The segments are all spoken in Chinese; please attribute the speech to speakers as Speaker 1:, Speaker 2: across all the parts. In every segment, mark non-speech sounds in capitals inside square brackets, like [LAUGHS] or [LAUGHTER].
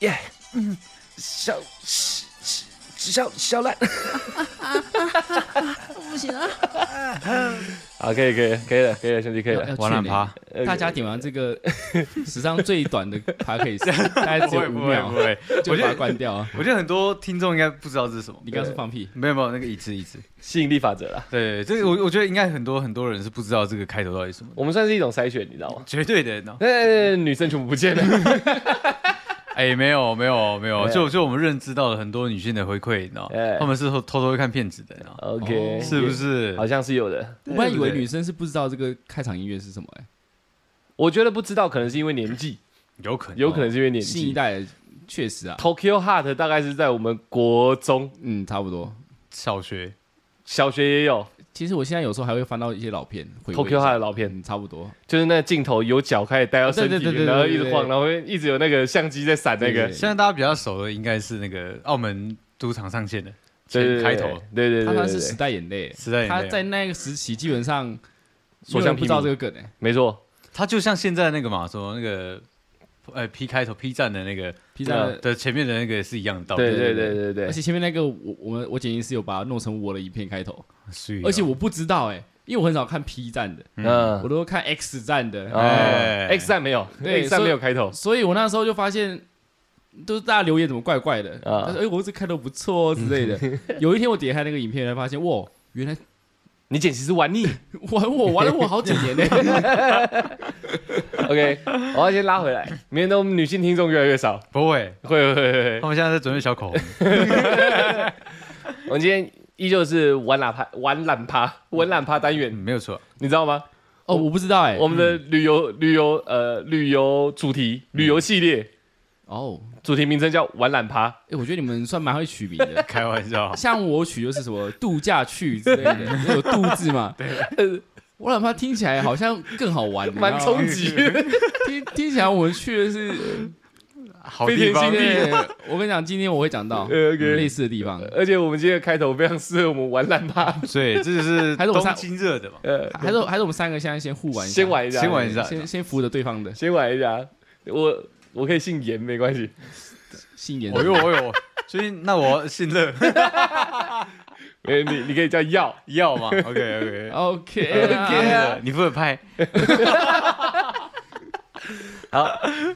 Speaker 1: 耶，嗯，小小小小兰，
Speaker 2: 不行啊！
Speaker 1: 啊，可以可以可以了，可以了，兄弟可以
Speaker 3: 要
Speaker 1: 了
Speaker 3: 要。
Speaker 4: 玩懒
Speaker 3: 确
Speaker 4: 趴
Speaker 3: 定大家点完
Speaker 4: [LAUGHS]
Speaker 3: 这个史上最短的 p a c a s 大概只
Speaker 4: 不
Speaker 3: 有
Speaker 4: 会不
Speaker 3: 五
Speaker 4: 会不
Speaker 3: 秒，
Speaker 4: 会，
Speaker 3: [LAUGHS] 就
Speaker 4: 我
Speaker 3: 把
Speaker 4: 觉
Speaker 3: 它
Speaker 4: 得
Speaker 3: 关掉啊。
Speaker 4: 我觉得很多听众应该不知道这是什么。
Speaker 3: 你刚刚是放屁，
Speaker 4: 没有没有，那个椅子椅子。
Speaker 1: 吸引力法则啦，
Speaker 4: 对，这个我我觉得应该很多很多人是不知道这个开头到底是什么的，
Speaker 1: 我们算是一种筛选，你知道吗？
Speaker 4: 绝对的。喏
Speaker 1: 那女生全部不见了，
Speaker 4: [LAUGHS] 哎，没有没有没有，
Speaker 1: 对
Speaker 4: 就就我们认知到了很多女性的回馈，你知道
Speaker 1: 哎，
Speaker 4: 他们是偷偷偷会看骗子的，你知道
Speaker 1: OK，
Speaker 4: 是不？是？
Speaker 1: 好像是有的。
Speaker 3: 我本来以为
Speaker 4: 对
Speaker 3: 女生是不知道这个开场音乐是什么，哎，
Speaker 1: 我觉得不知道，可能是因为年纪，
Speaker 4: 有可能，
Speaker 1: 有可能是因为年
Speaker 3: 新一
Speaker 1: 纪。
Speaker 3: 代确实啊，
Speaker 1: Tokyo Heart 大概是在我们国中、
Speaker 3: 嗯，差不多。
Speaker 4: 小学
Speaker 1: 小学也有
Speaker 3: 其实我现在有时候还会翻到一些老片回味一
Speaker 1: Tokyo
Speaker 3: 下
Speaker 1: Heart 的老片，
Speaker 3: 嗯，差不多。
Speaker 1: 就是那镜头由脚开始带到身体里
Speaker 3: 对对对对
Speaker 1: 面，然后一
Speaker 3: 对
Speaker 1: 直
Speaker 3: 对
Speaker 1: 晃，然后会一直有那个相机在闪那
Speaker 3: 对
Speaker 1: 个
Speaker 3: 对
Speaker 4: 现在大家比较熟的应该是那个澳门赌场上线的，
Speaker 1: 对对对
Speaker 4: 前开头，
Speaker 1: 对对对
Speaker 3: 他
Speaker 1: 对
Speaker 3: 算
Speaker 1: 对
Speaker 3: 是时
Speaker 1: 对，
Speaker 3: 代眼泪，
Speaker 4: 时代眼
Speaker 3: 他
Speaker 4: 泪啊
Speaker 3: 在那个时期基本上
Speaker 1: 所
Speaker 3: 所
Speaker 1: 向
Speaker 3: 向
Speaker 1: 披靡
Speaker 3: 不知道这个梗哎
Speaker 1: 没错，
Speaker 4: 它就像现在那个嘛，说那个呃 P 开头 P 站的那个
Speaker 3: ，P
Speaker 1: 对
Speaker 3: 站，
Speaker 4: 的前面的那个是一样的道理，
Speaker 1: 对对对对对
Speaker 3: 而且前面那个我我们我剪辑师有把它弄成我的影片开头，
Speaker 4: 所以
Speaker 3: 而且我不知道哎，因为我很少看 P 站的，我
Speaker 1: 嗯，
Speaker 3: 都看 X 站的，
Speaker 1: 哎
Speaker 4: 哎
Speaker 1: ，X 站没有
Speaker 3: 对
Speaker 1: ，X 站
Speaker 3: 所以
Speaker 1: 没有开头，
Speaker 3: 所以我那时候就发现。都是大家留言怎么怪怪的
Speaker 1: 啊
Speaker 3: 他说哎，我这开头不错哦之类的。有一天我点开那个影片，才发现哇，原来
Speaker 1: 你剪辑是玩腻
Speaker 3: 玩我玩了我好几年呢。
Speaker 1: [LAUGHS] ，OK，我要先拉回来，免得我们女性听众越来越少，
Speaker 4: 不会，
Speaker 1: 会会会
Speaker 4: 他
Speaker 1: 会，
Speaker 4: 们现在在准备小口红，
Speaker 1: 我们今天依旧是玩懒趴，玩懒趴，玩懒趴单
Speaker 4: 嗯
Speaker 1: 元，
Speaker 4: 没有错，
Speaker 1: 你知道吗？
Speaker 3: 哦，我不知道哎。
Speaker 1: 我们的旅游旅游呃旅游主题旅游系列
Speaker 3: 哦，
Speaker 1: 主题名称叫玩懒趴，
Speaker 3: 哎，我觉得你们算蛮会取名的。，
Speaker 4: 开玩笑
Speaker 3: 像我取就是什么度假去之类的，因为有度字嘛。对，我哪怕听起来好像更好玩，
Speaker 1: 蛮
Speaker 3: 冲
Speaker 1: 冲 [LAUGHS] 击的，
Speaker 3: 听听起来我们去的是
Speaker 4: 好
Speaker 1: 飞
Speaker 4: 地
Speaker 1: 天
Speaker 4: 方
Speaker 1: 新，地
Speaker 3: 对，我跟你讲，今天我会讲
Speaker 1: [LAUGHS]
Speaker 3: 到
Speaker 1: 呃 OK
Speaker 3: 类似的地方，
Speaker 1: 而且我们今天的开头非常适合我们玩懒趴，
Speaker 4: 所以这就是
Speaker 3: 还是我
Speaker 4: 东
Speaker 3: 上
Speaker 4: 京热的嘛，
Speaker 1: 呃，
Speaker 3: 还是还是我们三个现在先互玩一
Speaker 1: [LAUGHS]
Speaker 3: 下，
Speaker 1: 先玩一下，
Speaker 4: 先玩一下
Speaker 3: 先先扶着对方的
Speaker 1: 先玩一下，我我可以姓严没关系，
Speaker 3: 信言
Speaker 4: 我，有我有，所以那我信 [LAUGHS] 热
Speaker 1: 呃，你你可以叫耀，
Speaker 4: 要嘛，OK 哎 OK。
Speaker 3: OK
Speaker 4: 呃
Speaker 1: 对
Speaker 3: OK，
Speaker 1: 啊
Speaker 4: 你负责拍，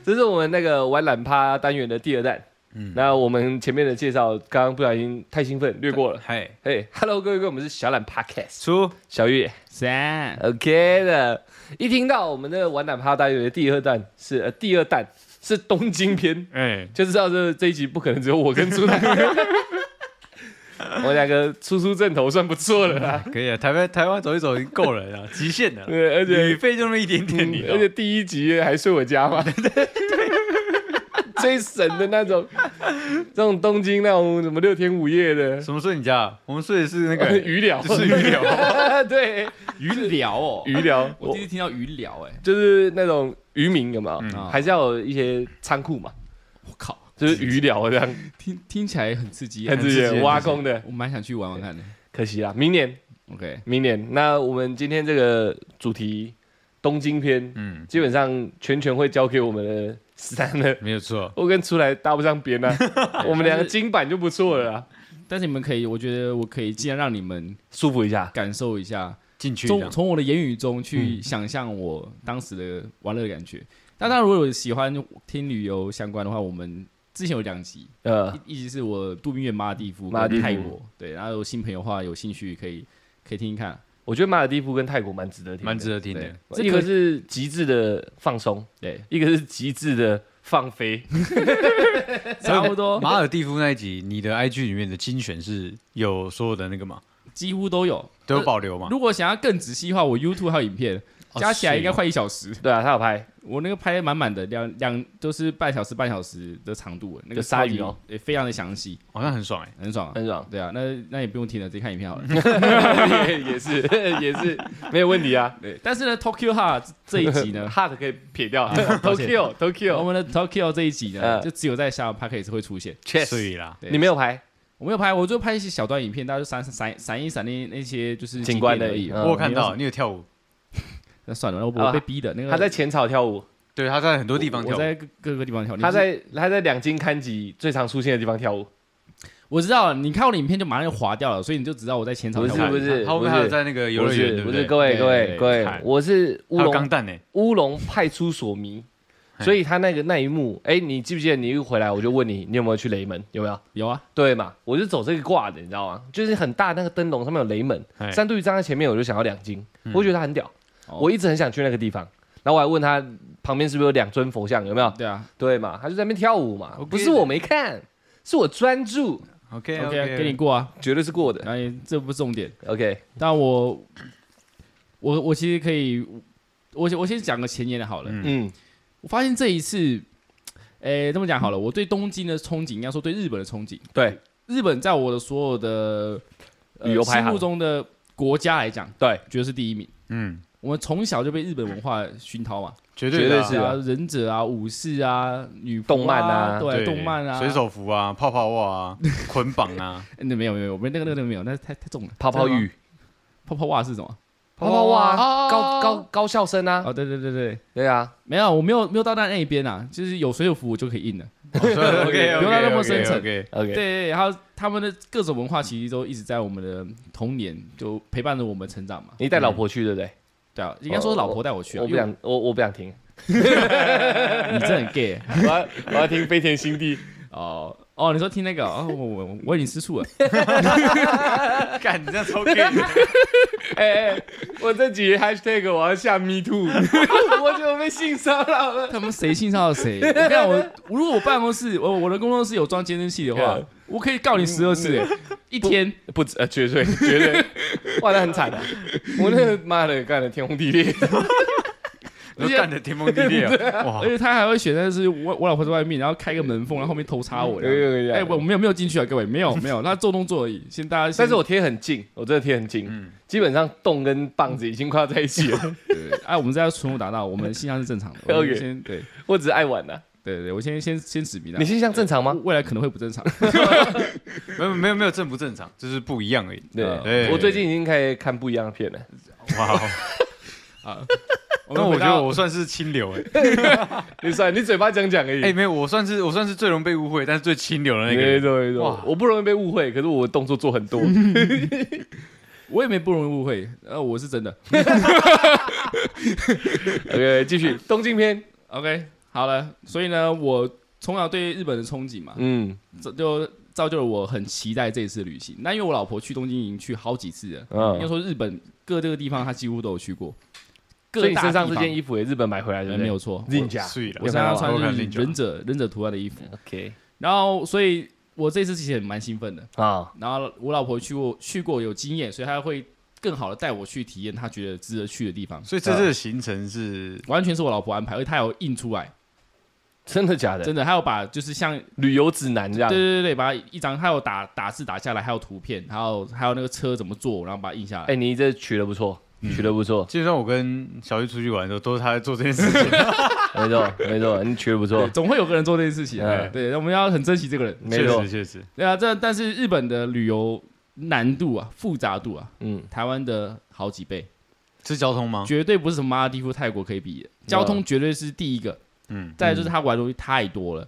Speaker 1: 这是我们那个玩懒趴单元的第二弹。嗯，那我们前面的介绍，刚刚不小心太兴奋略过了。
Speaker 4: 嗨，
Speaker 1: 嘿、h e l l o 各位各位，我们是小懒 Podcast
Speaker 4: 出
Speaker 1: 小月。
Speaker 3: 三
Speaker 1: OK 的，一听到我们的玩奶趴单元的第二弹是、呃、第二弹是东京篇，
Speaker 4: 哎，
Speaker 1: 就知道这这一集不可能只有我跟朱南，我们两个出出正头算不错了啦。
Speaker 4: 可以啊，台湾台湾走一走已经够了啦， [LAUGHS] 极限的，
Speaker 1: 对，而
Speaker 4: 旅
Speaker 1: 且、
Speaker 4: 费就那么一点点，
Speaker 1: 嗯
Speaker 4: 你知道
Speaker 1: 而
Speaker 4: 吗
Speaker 1: 且第一集还睡我家嘛， [LAUGHS] 最神的那种，这种东京那种什么六天五夜的
Speaker 4: 什么睡你家啊？我们睡的是那
Speaker 1: [LAUGHS]
Speaker 4: 个
Speaker 1: 鱼疗，
Speaker 4: 是鱼 [LAUGHS] 疗，
Speaker 1: 对，
Speaker 3: 鱼疗哦，
Speaker 1: 鱼疗，
Speaker 3: 我
Speaker 1: 我
Speaker 3: 第一次听到鱼疗，哎，
Speaker 1: 就是那种渔民有没有？
Speaker 3: 啊
Speaker 1: 还是要有一些仓库嘛，
Speaker 3: 我靠，
Speaker 1: 就是鱼疗这样。
Speaker 3: 听听起来很刺激，
Speaker 1: 很直接
Speaker 4: 很直接
Speaker 1: 挖空的，
Speaker 3: 我蛮想去玩玩看的。
Speaker 1: 可惜啦，明年
Speaker 3: OK，
Speaker 1: 明年。那我们今天这个主题东京篇，
Speaker 4: 嗯，
Speaker 1: 基本上全权会交给我们的 [LAUGHS] 十三了。
Speaker 4: 没有错，
Speaker 1: 我跟出来搭不上边
Speaker 4: [LAUGHS]
Speaker 1: 啊，我们两个金版就不错了啊啦，
Speaker 3: 但是你们可以，我觉得我可以尽量让你们
Speaker 1: 舒服一下。
Speaker 3: 感受一下，
Speaker 4: 进去这
Speaker 3: 从
Speaker 4: 样嗯
Speaker 3: 从我的言语中去想象我当时的玩乐的感觉。那当然，如果有喜欢听旅游相关的话，我们之前有两集，
Speaker 1: 呃，
Speaker 3: 一一集是我度蜜月马尔地夫
Speaker 1: 马尔地
Speaker 3: 跟
Speaker 1: 夫
Speaker 3: 泰国，对，然后有新朋友的话有兴趣可以可以听听看，
Speaker 1: 我觉得马尔地夫跟泰国蛮值得听的，
Speaker 4: 蛮值得听
Speaker 3: 对
Speaker 4: 的。，
Speaker 3: 这
Speaker 1: 一
Speaker 3: 可
Speaker 1: 个是极致的放松，
Speaker 3: 对，
Speaker 1: 一个是极致的放飞。
Speaker 3: [LAUGHS] 差不多
Speaker 4: 哎马尔蒂夫那一集，你的 IG 里面的精选是有所有的那个嘛，
Speaker 3: 几乎都有。
Speaker 4: 都有保留嘛？
Speaker 3: 如果想要更仔细的话，我 YouTube 还有影片，
Speaker 4: 哦
Speaker 3: 加起来
Speaker 4: 是
Speaker 3: 应该快一小时。
Speaker 1: 对啊，他有拍，
Speaker 3: 我那个拍得满满的，两两都是半小时半小时的长度，那
Speaker 1: 有
Speaker 3: 个
Speaker 1: 鲨鱼哦
Speaker 3: 超级，也非常的详细，
Speaker 4: 好像很爽哎，
Speaker 3: 很爽啊、，
Speaker 1: 很爽
Speaker 3: 对啊，那那也不用听了，直接看影片好了。
Speaker 1: [LAUGHS] 也也是也是没有问题啊。
Speaker 3: 对，但是呢，Tokyo Heart 这这一集
Speaker 1: [LAUGHS]
Speaker 3: 呢，
Speaker 1: Hard 可以撇掉
Speaker 3: 啊 [LAUGHS] 抱歉
Speaker 1: ，Tokyo
Speaker 3: 我
Speaker 1: Tokyo，
Speaker 3: 们的 Tokyo 这一集呢，
Speaker 1: 嗯
Speaker 3: 就只有在下 p a c k a g e 会出现。
Speaker 4: 所以啦，
Speaker 3: 对
Speaker 1: 你没有拍，
Speaker 3: 我没有拍，我就拍一些小段影片，大家就闪闪闪一闪那那些就是
Speaker 1: 景观
Speaker 3: 景
Speaker 1: 而
Speaker 3: 点
Speaker 4: 呃
Speaker 3: 而
Speaker 1: 已
Speaker 3: 已。哦
Speaker 1: 嗯啊
Speaker 4: 我有看到你有跳舞，
Speaker 3: 那算了，那我
Speaker 1: 好
Speaker 3: 我
Speaker 1: 吧
Speaker 3: 被逼的那个。
Speaker 1: 他在浅草跳舞，
Speaker 4: 对，他在很多地方
Speaker 3: 我
Speaker 4: 跳舞，
Speaker 3: 在各各个地方跳。
Speaker 1: 他
Speaker 3: 哦你是
Speaker 1: 在他在两金刊集最常出现的地方跳舞，
Speaker 3: 我知道了，你看我的影片就马上就划掉了，所以你就知道我在前场
Speaker 1: 不
Speaker 3: 跳
Speaker 1: 是不
Speaker 3: 舞。
Speaker 1: 是
Speaker 4: 他后面还有在那个游
Speaker 1: 不
Speaker 4: 乐园，
Speaker 1: 是
Speaker 4: 对
Speaker 1: 不
Speaker 4: 对？
Speaker 1: 是各位
Speaker 3: 对
Speaker 1: 各
Speaker 3: 对
Speaker 1: 位各位
Speaker 4: 看，
Speaker 1: 我是乌
Speaker 4: 还有
Speaker 1: 龙
Speaker 4: 钢弹呢，
Speaker 1: 乌龙派出所迷，
Speaker 4: 嘿
Speaker 1: 所以他那个那一幕，哎、你记不记得？你一回来我就问你，你有没有去雷门？有没有？
Speaker 3: 有啊，
Speaker 1: 对嘛，我就走这个挂的，你知道吗？就是很大那个灯笼上面有雷门，
Speaker 4: 嘿
Speaker 1: 三度鱼站在前面，我就想要两斤，我觉得它很屌，
Speaker 3: 哦
Speaker 1: 我一直很想去那个地方。然后我还问他旁边是不是有两尊佛像，有没有？
Speaker 3: 对啊
Speaker 1: 对嘛，他就在那边跳舞嘛
Speaker 4: OK
Speaker 1: 不是我没看，是我专注，
Speaker 4: OK
Speaker 3: ，OK，啊给你过啊，
Speaker 1: 绝对是过的。
Speaker 3: 哎，这不是重点。
Speaker 1: OK，
Speaker 3: 但我我我其实可以，我我先讲个前言的好了。
Speaker 4: 嗯
Speaker 1: 嗯，
Speaker 3: 我发现这一次，诶、这么讲好了，我对东京的憧憬，应该说对日本的憧憬，
Speaker 1: 对
Speaker 3: 日本在我的所有的、呃
Speaker 1: 旅游排
Speaker 3: 心
Speaker 1: 行
Speaker 3: 目中的国家来讲，
Speaker 1: 对，
Speaker 3: 绝对是第一名。
Speaker 4: 嗯，
Speaker 3: 我们从小就被日本文化熏陶嘛，
Speaker 4: 绝
Speaker 1: 绝
Speaker 4: 的
Speaker 1: 对
Speaker 4: 啊
Speaker 1: 是啊
Speaker 3: 啊，忍者啊、武士啊、女仆
Speaker 1: 动漫
Speaker 3: 啊，
Speaker 1: 啊
Speaker 3: 对，动漫啊，
Speaker 4: 水手服啊，泡泡袜啊，捆绑啊，
Speaker 3: 哎。那没有没有，我们那个那个没有，那太太重了。
Speaker 1: 泡泡
Speaker 3: 真的吗，
Speaker 1: 浴，
Speaker 3: 泡泡袜是什么？
Speaker 1: 泡泡哇，
Speaker 3: 哦
Speaker 1: 高高高校生啊，
Speaker 3: 哦，对对对对，
Speaker 1: 对啊，
Speaker 3: 没有，我没有没有到那那一边啊，就是有水手服我就可以印了。
Speaker 4: OK，
Speaker 3: 不用到那么深沉
Speaker 4: OK，
Speaker 1: OK，
Speaker 3: 对，然后他们的各种文化其实都一直在我们的童年就陪伴着我们成长嘛。
Speaker 1: 你带老婆去对不对？
Speaker 3: 对啊，应该说老婆带我去啊，
Speaker 1: 哦我不想，我我不想听，
Speaker 3: 因为我，你真的很 gay
Speaker 1: [LAUGHS] 我要我要听飞田新地。
Speaker 3: 哦哦，你说听那个哦，我我我已经吃醋啊了，
Speaker 4: 干，你这样超 gay，
Speaker 1: 哎、哎， [LAUGHS] 我这几个 hashtag 我要下 me too，我 [LAUGHS] 觉得我被性骚扰了。
Speaker 3: 他们谁性骚扰谁？我跟你讲，我我如果我办公室我我的工作室有装监视器的话
Speaker 1: 对，嗯
Speaker 3: 我可以告你十二次哎，一天
Speaker 1: 不止，呃，绝对绝 [LAUGHS] 对，哇，那很惨的、啊我那个妈的干的天崩地裂。
Speaker 4: 都干的天崩地裂啊，哇
Speaker 3: 而，且他还会选择是我我老婆在外面，然后开个门缝，然后后面偷插我。这样
Speaker 1: 有有有有
Speaker 3: 哎，我我没有没有进去啊，各位没有没有，他做动作而已。先大家先，
Speaker 1: 但是我贴很近，我真的贴很近，
Speaker 4: 嗯
Speaker 1: 基本上洞跟棒子已经快要在一起 [LAUGHS] 了。
Speaker 3: 对哎，我们这要纯武达到，我们性向是正常的。我们
Speaker 1: OK
Speaker 3: 先对
Speaker 1: 我只是爱玩的、啊
Speaker 3: 对对，我先先先指明的
Speaker 1: 你，性向正常吗？
Speaker 3: 未来可能会不正常。
Speaker 4: 没有没有没有正不正常，就是不一样而已。
Speaker 1: 对，
Speaker 4: 对
Speaker 1: 我最近已经开始看不一样的片了。
Speaker 4: 哇，
Speaker 3: 啊我
Speaker 4: 那
Speaker 3: 们
Speaker 4: 我
Speaker 3: 回
Speaker 4: 觉得
Speaker 3: 到
Speaker 4: 我算是清流哎，
Speaker 1: 你算你嘴巴讲讲而已。
Speaker 4: 哎，没有，我算是我算是最容易被误会，但是最清流的那个
Speaker 1: 没
Speaker 4: 人。
Speaker 1: 错没错
Speaker 4: 哇，
Speaker 1: 我不容易被误会，可是我动作做 [LAUGHS] 很多。
Speaker 3: 我也没不容易误会，呃，我是真的。
Speaker 1: OK，继续东京篇。
Speaker 3: OK，好了，所以呢，我从小对日本的憧憬嘛，
Speaker 1: 嗯
Speaker 3: 这就造就了我很期待这一次的旅行。那因为我老婆去东京已经去好几次了，应该
Speaker 1: 嗯，
Speaker 3: 说日本各这个地方她几乎都有去过。
Speaker 1: 所
Speaker 3: 各
Speaker 1: 以你
Speaker 3: 大
Speaker 1: 身上
Speaker 3: 地
Speaker 1: 这
Speaker 3: 方
Speaker 1: 件衣服也日本买回来的，
Speaker 3: 呃没有错，
Speaker 1: 令甲。
Speaker 4: 碎了
Speaker 3: 我，身上穿
Speaker 4: 我
Speaker 3: 的
Speaker 4: 看
Speaker 3: 是
Speaker 4: 领奖
Speaker 3: 忍者忍者图案的衣服，
Speaker 1: OK
Speaker 3: 然后所以我这次其实也蛮兴奋的。
Speaker 1: 啊，
Speaker 3: 然后我老婆去过去过有经验，所以她会更好的带我去体验她觉得值得去的地方。
Speaker 4: 所以这次的行程是
Speaker 3: 完全是我老婆安排，而且她有印出来，
Speaker 1: 真的假的？
Speaker 3: 真的，她有把就是像
Speaker 1: 旅游指南这样
Speaker 3: 对。对对对，把一张还有打打字打下来，还有图片，还有还有那个车怎么做，然后把它印下来。
Speaker 1: 哎，你这取得不错，取得不 [LAUGHS] 错，
Speaker 4: 基本上我跟小玉出去玩的时候，都是他在做这件事情，
Speaker 3: [LAUGHS]
Speaker 1: 没错没错，你取得不
Speaker 3: 对，
Speaker 1: 错。
Speaker 3: 总会有个人做这件事情。啊
Speaker 1: 嗯
Speaker 3: 对，那我们要很珍惜这个人。
Speaker 1: 没
Speaker 4: 确
Speaker 1: 错
Speaker 4: 实，确实，
Speaker 3: 对啊，这但是日本的旅游难度啊、复杂度啊，
Speaker 1: 嗯，
Speaker 3: 台湾的好几倍，
Speaker 4: 是交通吗？
Speaker 3: 绝对不是什么马尔地夫、泰国可以比的。交通绝对是第一个，
Speaker 4: 嗯，
Speaker 3: 再来就是他玩的东西太多了。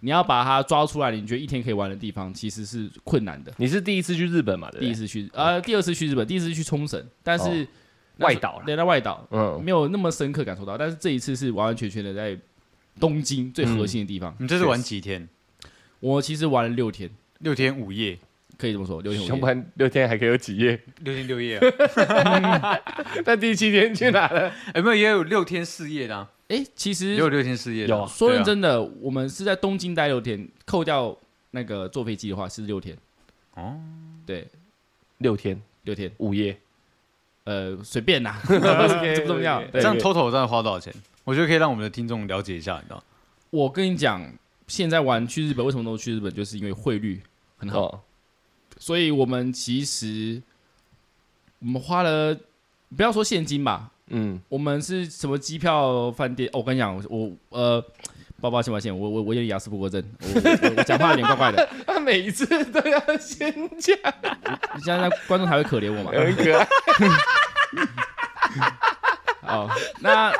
Speaker 3: 你要把它抓出来，你觉得一天可以玩的地方其实是困难的。
Speaker 1: 你是第一次去日本嘛？对不
Speaker 3: 第
Speaker 1: 对
Speaker 3: 一，次去，呃，第二次去日本，第一次去冲绳，但是、
Speaker 1: 哦
Speaker 3: 那
Speaker 1: 外
Speaker 3: 是
Speaker 1: 岛了。
Speaker 3: 对，在外岛，
Speaker 1: 嗯，
Speaker 3: 没有那么深刻感受到，但是这一次是完完全全的在东京最核心的地方。
Speaker 4: 你这次玩几天？
Speaker 3: 我其实玩了六天，
Speaker 4: 六天五夜，
Speaker 3: 可以这么说，六天
Speaker 1: 想
Speaker 3: 五
Speaker 1: 不
Speaker 3: 夜。
Speaker 1: 然六天还可以有几夜？
Speaker 4: 六天六夜啊？
Speaker 3: 嗯
Speaker 1: 但第七天去哪了？
Speaker 4: [LAUGHS] 哎，没有，也有六天四夜的啊，
Speaker 3: 哎、其
Speaker 4: 也有
Speaker 3: 实
Speaker 4: 六天四夜的
Speaker 1: 有
Speaker 4: 啊。
Speaker 1: 啊
Speaker 3: 说
Speaker 4: 对啊
Speaker 3: 认，真的，我们是在东京待六天，扣掉那个坐飞机的话是六天。
Speaker 4: 哦，
Speaker 3: 对，
Speaker 1: 六天
Speaker 3: 六天，
Speaker 1: 五夜，
Speaker 3: 呃，随便
Speaker 1: [LAUGHS]
Speaker 3: 啦， [LAUGHS] 这不重要。
Speaker 1: OK，OK
Speaker 3: 对
Speaker 4: 这样 total 大概花多少钱？我觉得可以让我们的听众了解一下，你知道？
Speaker 3: 我跟你讲，现在玩去日本为什么都去日本，就是因为汇率很好，
Speaker 1: 哦，
Speaker 3: 所以我们其实我们花了，不要说现金吧，
Speaker 1: 嗯，
Speaker 3: 我们是什么机票、饭店？哦，我跟你讲，我呃，抱抱歉抱歉，我我我有点雅思不过正，我我我讲话有点怪怪的， [LAUGHS]
Speaker 1: 他每一次都要先讲，
Speaker 3: 现在观众才会可怜我嘛。 [LAUGHS]
Speaker 1: 很可爱。
Speaker 3: 哦，那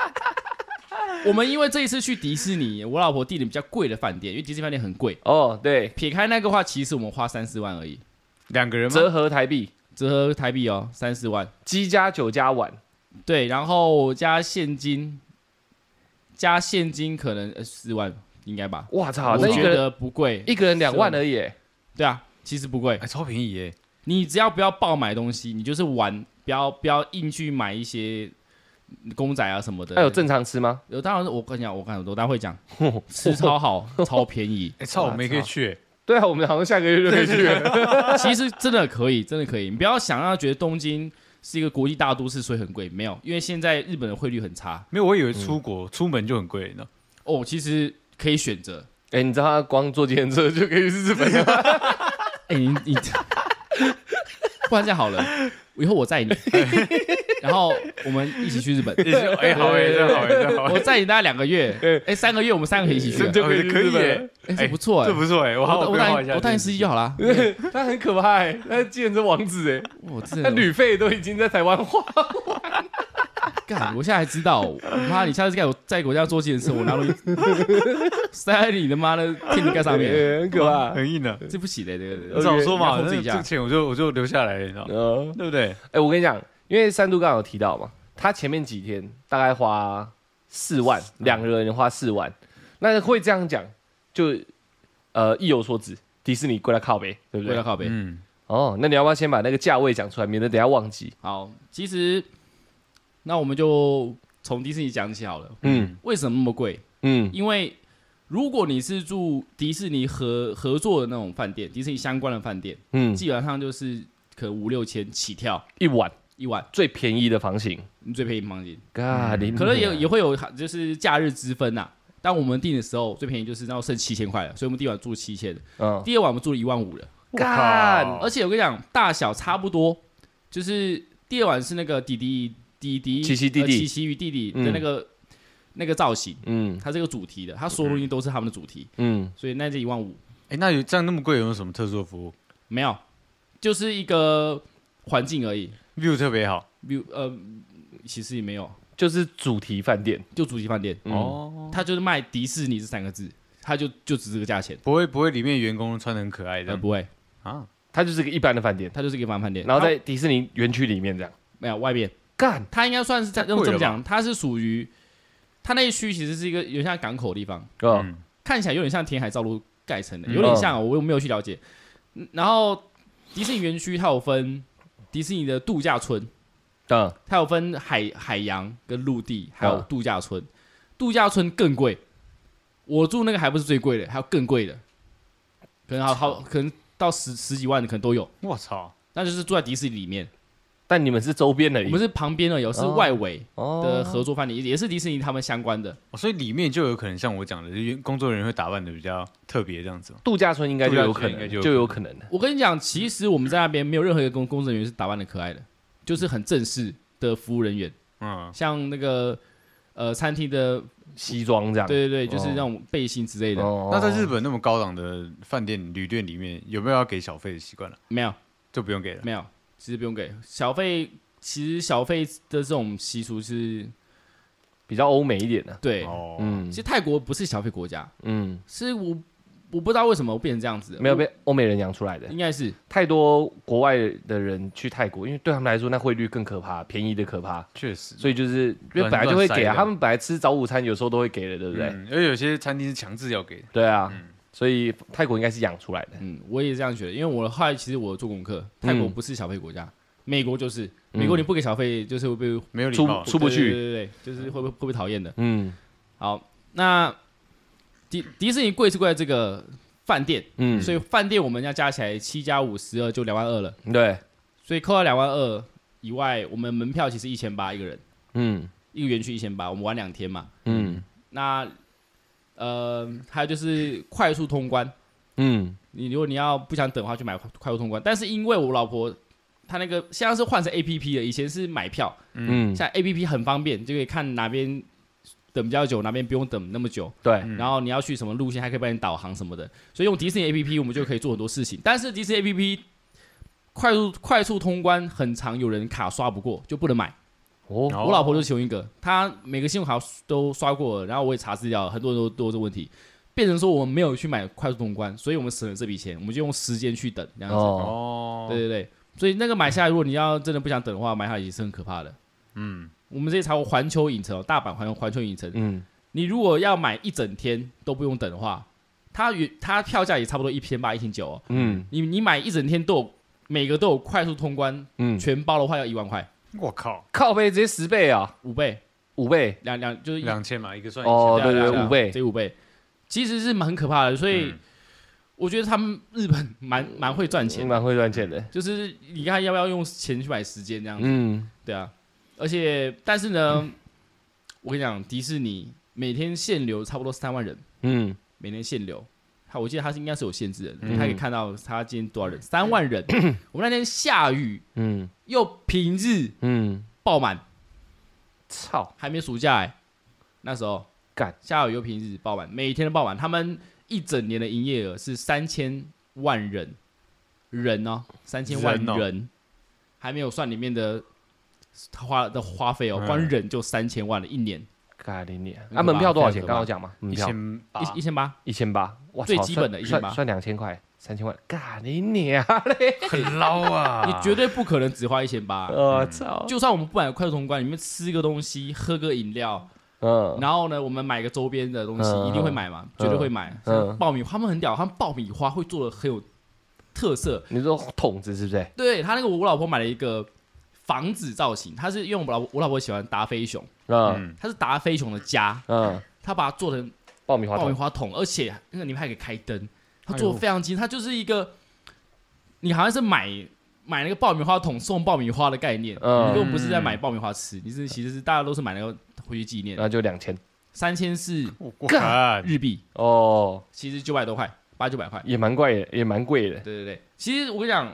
Speaker 3: 我们因为这一次去迪士尼，我老婆订的比较贵的饭店，因为迪士尼饭店很贵。
Speaker 1: [LAUGHS] 哦，对，
Speaker 3: 撇开那个话，其实我们花三四万而已，
Speaker 4: 两个人吗？
Speaker 1: 折合台币，
Speaker 3: 折合台币哦，三四万。
Speaker 1: 鸡加酒加碗，
Speaker 3: 对，然后加现金，加现金可能呃四万应该吧。
Speaker 1: 哇操，
Speaker 3: 我
Speaker 1: 那一
Speaker 3: 觉
Speaker 1: 个人
Speaker 3: 得不贵，
Speaker 1: 一个人两万而已耶，
Speaker 3: 对啊，其实不贵。
Speaker 4: 哎，超便宜耶！
Speaker 3: 你只要不要爆买东西，你就是玩，不要不要硬去买一些公仔啊什么的。
Speaker 1: 那有正常吃吗？
Speaker 3: 有，当然是我跟你讲，我看我大家会讲，吃
Speaker 1: [LAUGHS]
Speaker 3: 超好，超便宜。
Speaker 4: 哎，操，我们也可以去，
Speaker 1: 对啊，我们好像下个月就可以去 [LAUGHS] 了。
Speaker 3: 其实真的可以，真的可以。你不要想要觉得东京是一个国际大都市，所以很贵，没有，因为现在日本的汇率很差。
Speaker 4: 没有，我以为
Speaker 3: 嗯
Speaker 4: 出国出门就很贵，你知道？
Speaker 3: 哦，其实可以选择。
Speaker 1: 哎，你知道他光坐电车就可以去日本了 [LAUGHS] 吗？
Speaker 3: 哎、你你，不然这样好了，以后我载你，然后我们一起去日本。
Speaker 4: 也是 [LAUGHS] 哎，好哎，这样好哎，这样好
Speaker 3: 我
Speaker 4: 哎，
Speaker 3: 载你大概两个月，哎、三个月我们三个人一起去啊，
Speaker 4: [LAUGHS]
Speaker 1: 就可以去
Speaker 4: 可以
Speaker 1: 日本
Speaker 4: 耶，
Speaker 3: 哎、这不错哎、
Speaker 4: 这不错哎，我好好
Speaker 3: 我
Speaker 4: 规
Speaker 3: 当
Speaker 4: 划一下。
Speaker 3: 我当你司机就好啦。
Speaker 1: 他很可怕耶，他是电车王子哎，
Speaker 3: 我真
Speaker 1: 他
Speaker 3: 的
Speaker 1: 旅费都已经在台湾花。
Speaker 3: 干，我现在还知道，我妈，你下次在我在国家做计程车，我拿你塞在你的妈的天灵盖上面，
Speaker 1: 哎很可怕。
Speaker 4: 很硬的，
Speaker 3: 这不行的，这个这
Speaker 4: 你
Speaker 3: 个。
Speaker 4: 早说嘛，
Speaker 3: 你要控制
Speaker 4: 那
Speaker 3: 一下
Speaker 4: 这个钱我就我就留下来了，你知道？
Speaker 1: 嗯，
Speaker 4: 对不对？
Speaker 1: 哎，我跟你讲，因为三度刚刚有提到嘛，他前面几天大概花四万，两个人花四万，那会这样讲，就呃意有所指。迪士尼归来靠呗，对不
Speaker 3: 为
Speaker 1: 对
Speaker 3: 了？靠背，
Speaker 4: 嗯，
Speaker 1: 哦，那你要不要先把那个价位讲出来，免得等一下忘记？
Speaker 3: 好，其实那我们就从迪士尼讲起好了。
Speaker 1: 嗯
Speaker 3: 为什么那么贵？
Speaker 1: 嗯
Speaker 3: 因为如果你是住迪士尼合合作的那种饭店，迪士尼相关的饭店，
Speaker 1: 嗯，
Speaker 3: 基本上就是可能五六千起跳
Speaker 1: 一晚
Speaker 3: 一晚，
Speaker 1: 最便宜的房型，
Speaker 3: 你最便宜房间。
Speaker 1: 嘎，林
Speaker 3: 可能也也会有就是假日之分呐、但我们订的时候最便宜就是然后剩七千块了，所以我们第一晚住七千，
Speaker 1: 嗯，
Speaker 3: 第二晚我们住了一万五了。
Speaker 1: 干
Speaker 4: 我靠
Speaker 3: 而且我跟你讲，大小差不多，就是第二晚是那个弟弟弟弟
Speaker 1: 七夕弟
Speaker 3: 呃
Speaker 1: 弟
Speaker 3: 七夕与弟弟的那个、那个造型，
Speaker 1: 嗯
Speaker 3: 它这个主题的，它所有东西都是他们的主题，
Speaker 1: 嗯，
Speaker 3: 所以那就一万五
Speaker 4: 哎，那有这样那么贵，有没有什么特殊的服务
Speaker 3: 没有，就是一个环境而已。
Speaker 4: ？view 特别好
Speaker 3: 比如呃，其实也没有，
Speaker 1: 就是主题饭店
Speaker 3: 就主题饭店，
Speaker 1: 哦，
Speaker 4: 哦，
Speaker 3: 它就是卖迪士尼这三个字，它就就值这个价钱。
Speaker 4: 不会不会，里面员工穿的很可爱
Speaker 3: 呃，
Speaker 4: 的
Speaker 3: 不会，
Speaker 4: 啊？
Speaker 1: 它就是个一般的饭店，
Speaker 3: 它就是一个饭饭店，
Speaker 1: 然后
Speaker 3: 它
Speaker 1: 在迪士尼园区里面这样
Speaker 3: 没有外边，
Speaker 1: 干，
Speaker 3: 它应该算是在
Speaker 4: 太贵
Speaker 3: 用
Speaker 4: 了
Speaker 3: 这么讲，它是属于它那一区其实是一个有点像港口的地方，
Speaker 1: 哦，
Speaker 4: 嗯，
Speaker 3: 看起来有点像填海造陆盖成的，
Speaker 4: 嗯
Speaker 3: 有点像，我又没有去了解。嗯然后迪士尼园区它有分迪士尼的度假村，
Speaker 1: 嗯，
Speaker 3: 它有分海海洋跟陆地，还有度假村，度假村更贵。我住那个还不是最贵的，还有更贵的，可能好好可能到十十几万的可能都有，
Speaker 4: 我操，
Speaker 3: 那就是住在迪士尼里面。
Speaker 1: 但你们是周边的，
Speaker 3: 我们是旁边的，有是
Speaker 1: 哦
Speaker 3: 外围的
Speaker 1: 哦，
Speaker 3: 合作饭店，也是迪士尼他们相关的。
Speaker 4: 哦所以里面就有可能像我讲的，就员工作人员会打扮的比较特别这样子嘛。
Speaker 1: 度假村应该就有可
Speaker 4: 度假村应该
Speaker 1: 能，
Speaker 4: 就有
Speaker 1: 就有可能的，
Speaker 3: 我跟你讲，其实我们在那边没有任何一个工工作人员是打扮的可爱的，就是很正式的服务人员，
Speaker 4: 嗯，
Speaker 3: 像那个呃餐厅的，
Speaker 1: 西装这样，
Speaker 3: 对对对，
Speaker 1: 哦
Speaker 3: 就是那种背心之类的，
Speaker 1: 哦，
Speaker 4: 那在日本那么高档的饭店旅店里面，有没有要给小费的习惯了？
Speaker 3: 没有
Speaker 4: 就不用给了。
Speaker 3: 没有，其实不用给小费。其实小费的这种习俗是
Speaker 1: 比较欧美一点的，
Speaker 3: 对，
Speaker 4: 哦，
Speaker 1: 嗯
Speaker 3: 其实泰国不是小费国家，
Speaker 1: 嗯，
Speaker 3: 是我我不知道为什么变成这样子，
Speaker 1: 哦没有被欧美人养出来的
Speaker 3: 我，应该是
Speaker 1: 太多国外的人去泰国，因为对他们来说那汇率更可怕，便宜的可怕。
Speaker 4: 确实，
Speaker 1: 所以就是因为
Speaker 4: 乱
Speaker 1: 本来就会
Speaker 4: 乱塞
Speaker 1: 给啊，
Speaker 4: 的
Speaker 1: 他们本来吃早午餐有时候都会给的，对不对？
Speaker 4: 嗯，而有些餐厅是强制要给的。
Speaker 1: 对啊，所以泰国应该是养出来的。
Speaker 3: 嗯，我也这样觉得，因为我后来其实我做功课，泰国不是小费国家，美国就是，
Speaker 1: 嗯
Speaker 3: 美国你不给小费就是会被
Speaker 4: 没有礼
Speaker 1: 出
Speaker 4: 貌，
Speaker 1: 出不
Speaker 3: 对
Speaker 1: 去。
Speaker 3: 对对对，就是会不会会不会讨厌的。
Speaker 1: 嗯
Speaker 3: 好，那迪迪士尼贵是贵在这个饭店，
Speaker 1: 嗯，
Speaker 3: 所以饭店我们要加起来七加五十二就两万二了，
Speaker 1: 对，
Speaker 3: 所以扣掉两万二以外，我们门票其实一千八一个人，
Speaker 1: 嗯
Speaker 3: 一个园区一千八，我们玩两天嘛。
Speaker 1: 嗯
Speaker 3: 那呃，还有就是快速通关，
Speaker 1: 嗯
Speaker 3: 你如果你要不想等的话，去买快速通关。但是因为我老婆她那个现在是换成 A P P 了，以前是买票，
Speaker 1: 嗯
Speaker 3: 现，在 A P P 很方便，就可以看哪边等比较久，哪边不用等那么久。
Speaker 1: 对，
Speaker 4: 嗯
Speaker 3: 然后你要去什么路线，还可以帮你导航什么的。所以用迪士尼 A P P 我们就可以做很多事情。但是迪士尼 A P P 快速快速通关，很常有人卡刷不过就不能买，
Speaker 1: 哦，
Speaker 4: 哦
Speaker 3: 我老婆就是其中一个，她每个信用卡都刷过了，然后我也查资料，很多人都都有这个问题，变成说我们没有去买快速通关，所以我们省了这笔钱，我们就用时间去等这样子。
Speaker 1: 哦，
Speaker 4: 哦，
Speaker 3: 对对对，所以那个买下来，如果你要真的不想等的话，买下来也是很可怕的。
Speaker 4: 嗯，
Speaker 3: 我们这些查过环球影城、哦，大阪环环球影城，
Speaker 1: 嗯，
Speaker 3: 你如果要买一整天都不用等的话，它与它票价也差不多一千八、一千九哦。
Speaker 1: 嗯，
Speaker 3: 你你买一整天都有，每个都有快速通关，
Speaker 1: 嗯，
Speaker 3: 全包的话要一万块，
Speaker 4: 我靠，
Speaker 1: 靠背直接十倍啊，
Speaker 3: 五倍，
Speaker 1: 五倍，
Speaker 3: 两两就是一啊
Speaker 4: 两千嘛，一个算一
Speaker 1: 哦
Speaker 4: 千，
Speaker 1: 对对对五倍
Speaker 3: 这五倍其实是蛮很可怕的，所以
Speaker 4: 嗯
Speaker 3: 我觉得他们日本蛮蛮会赚钱，
Speaker 1: 嗯蛮会赚钱的。
Speaker 3: 就是你看要不要用钱去买时间这样子，
Speaker 1: 嗯，
Speaker 3: 对啊，而且但是呢，我跟你讲，迪士尼每天限流差不多三万人，
Speaker 1: 嗯，
Speaker 3: 每天限流。他我记得他是应该是有限制的，
Speaker 4: 嗯
Speaker 3: 他可以看到他今天多少人，三万
Speaker 4: [CLEARS THROAT]
Speaker 3: 人。我们那天下雨
Speaker 1: 嗯，
Speaker 3: 又平日
Speaker 1: 嗯，
Speaker 3: 爆满，
Speaker 1: 操，
Speaker 3: 还没暑假哎、那时候
Speaker 1: 干
Speaker 3: 下雨又平日爆满，每天都爆满，他们一整年的营业额是三千万人人哦，三千万
Speaker 4: 人哦
Speaker 3: 还没有算里面的花的花费哦，
Speaker 4: 嗯
Speaker 3: 光人就三千万了，一年
Speaker 1: 干你娘！
Speaker 3: 很可怕
Speaker 1: 啊，门票多少钱？
Speaker 3: 非常可怕
Speaker 1: 刚刚有讲嘛，门
Speaker 4: 一
Speaker 1: 票
Speaker 4: 千八，
Speaker 3: 一一千八，
Speaker 1: 一千八，哇，
Speaker 3: 最
Speaker 1: 操
Speaker 3: 基
Speaker 1: 算
Speaker 3: 本的
Speaker 1: 算
Speaker 3: 1800
Speaker 1: 算两千块，三千万，干你娘！
Speaker 4: 很捞啊！
Speaker 3: 你绝对不可能只花一千八。啊
Speaker 1: 我哦操，
Speaker 3: 就算我们不买快速通关，你们吃个东西、喝个饮料，
Speaker 1: 嗯，
Speaker 3: 然后呢，我们买个周边的东西，
Speaker 1: 嗯
Speaker 3: 一定会买嘛，
Speaker 1: 嗯
Speaker 3: 绝对会买。
Speaker 1: 嗯
Speaker 3: 像爆米花，他们很屌，他们爆米花会做的很有特色，
Speaker 1: 你说筒子是不是？
Speaker 3: 对他那个，我老婆买了一个房子造型，他是用我老婆我老婆喜欢达菲熊，
Speaker 1: 嗯
Speaker 4: 嗯，
Speaker 3: 他是达菲熊的家，
Speaker 1: 嗯，
Speaker 3: 他把它做成
Speaker 1: 爆米花
Speaker 3: 爆米
Speaker 1: 筒，
Speaker 3: 花筒，而且那个里面还可以开灯，他
Speaker 4: 哎呦
Speaker 3: 做的非常精致，他就是一个你好像是买买那个爆米花筒送爆米花的概念，
Speaker 1: 嗯
Speaker 3: 你根本不是在买爆米花吃，你是其实是大家都是买那个回去纪念，
Speaker 1: 那就两千
Speaker 3: 三千四
Speaker 4: 我看
Speaker 3: 日币，
Speaker 1: 哦，
Speaker 3: 其实九百多块，八九百块，
Speaker 1: 也蛮贵的，也蛮贵的，
Speaker 3: 对对对，其实我跟你讲，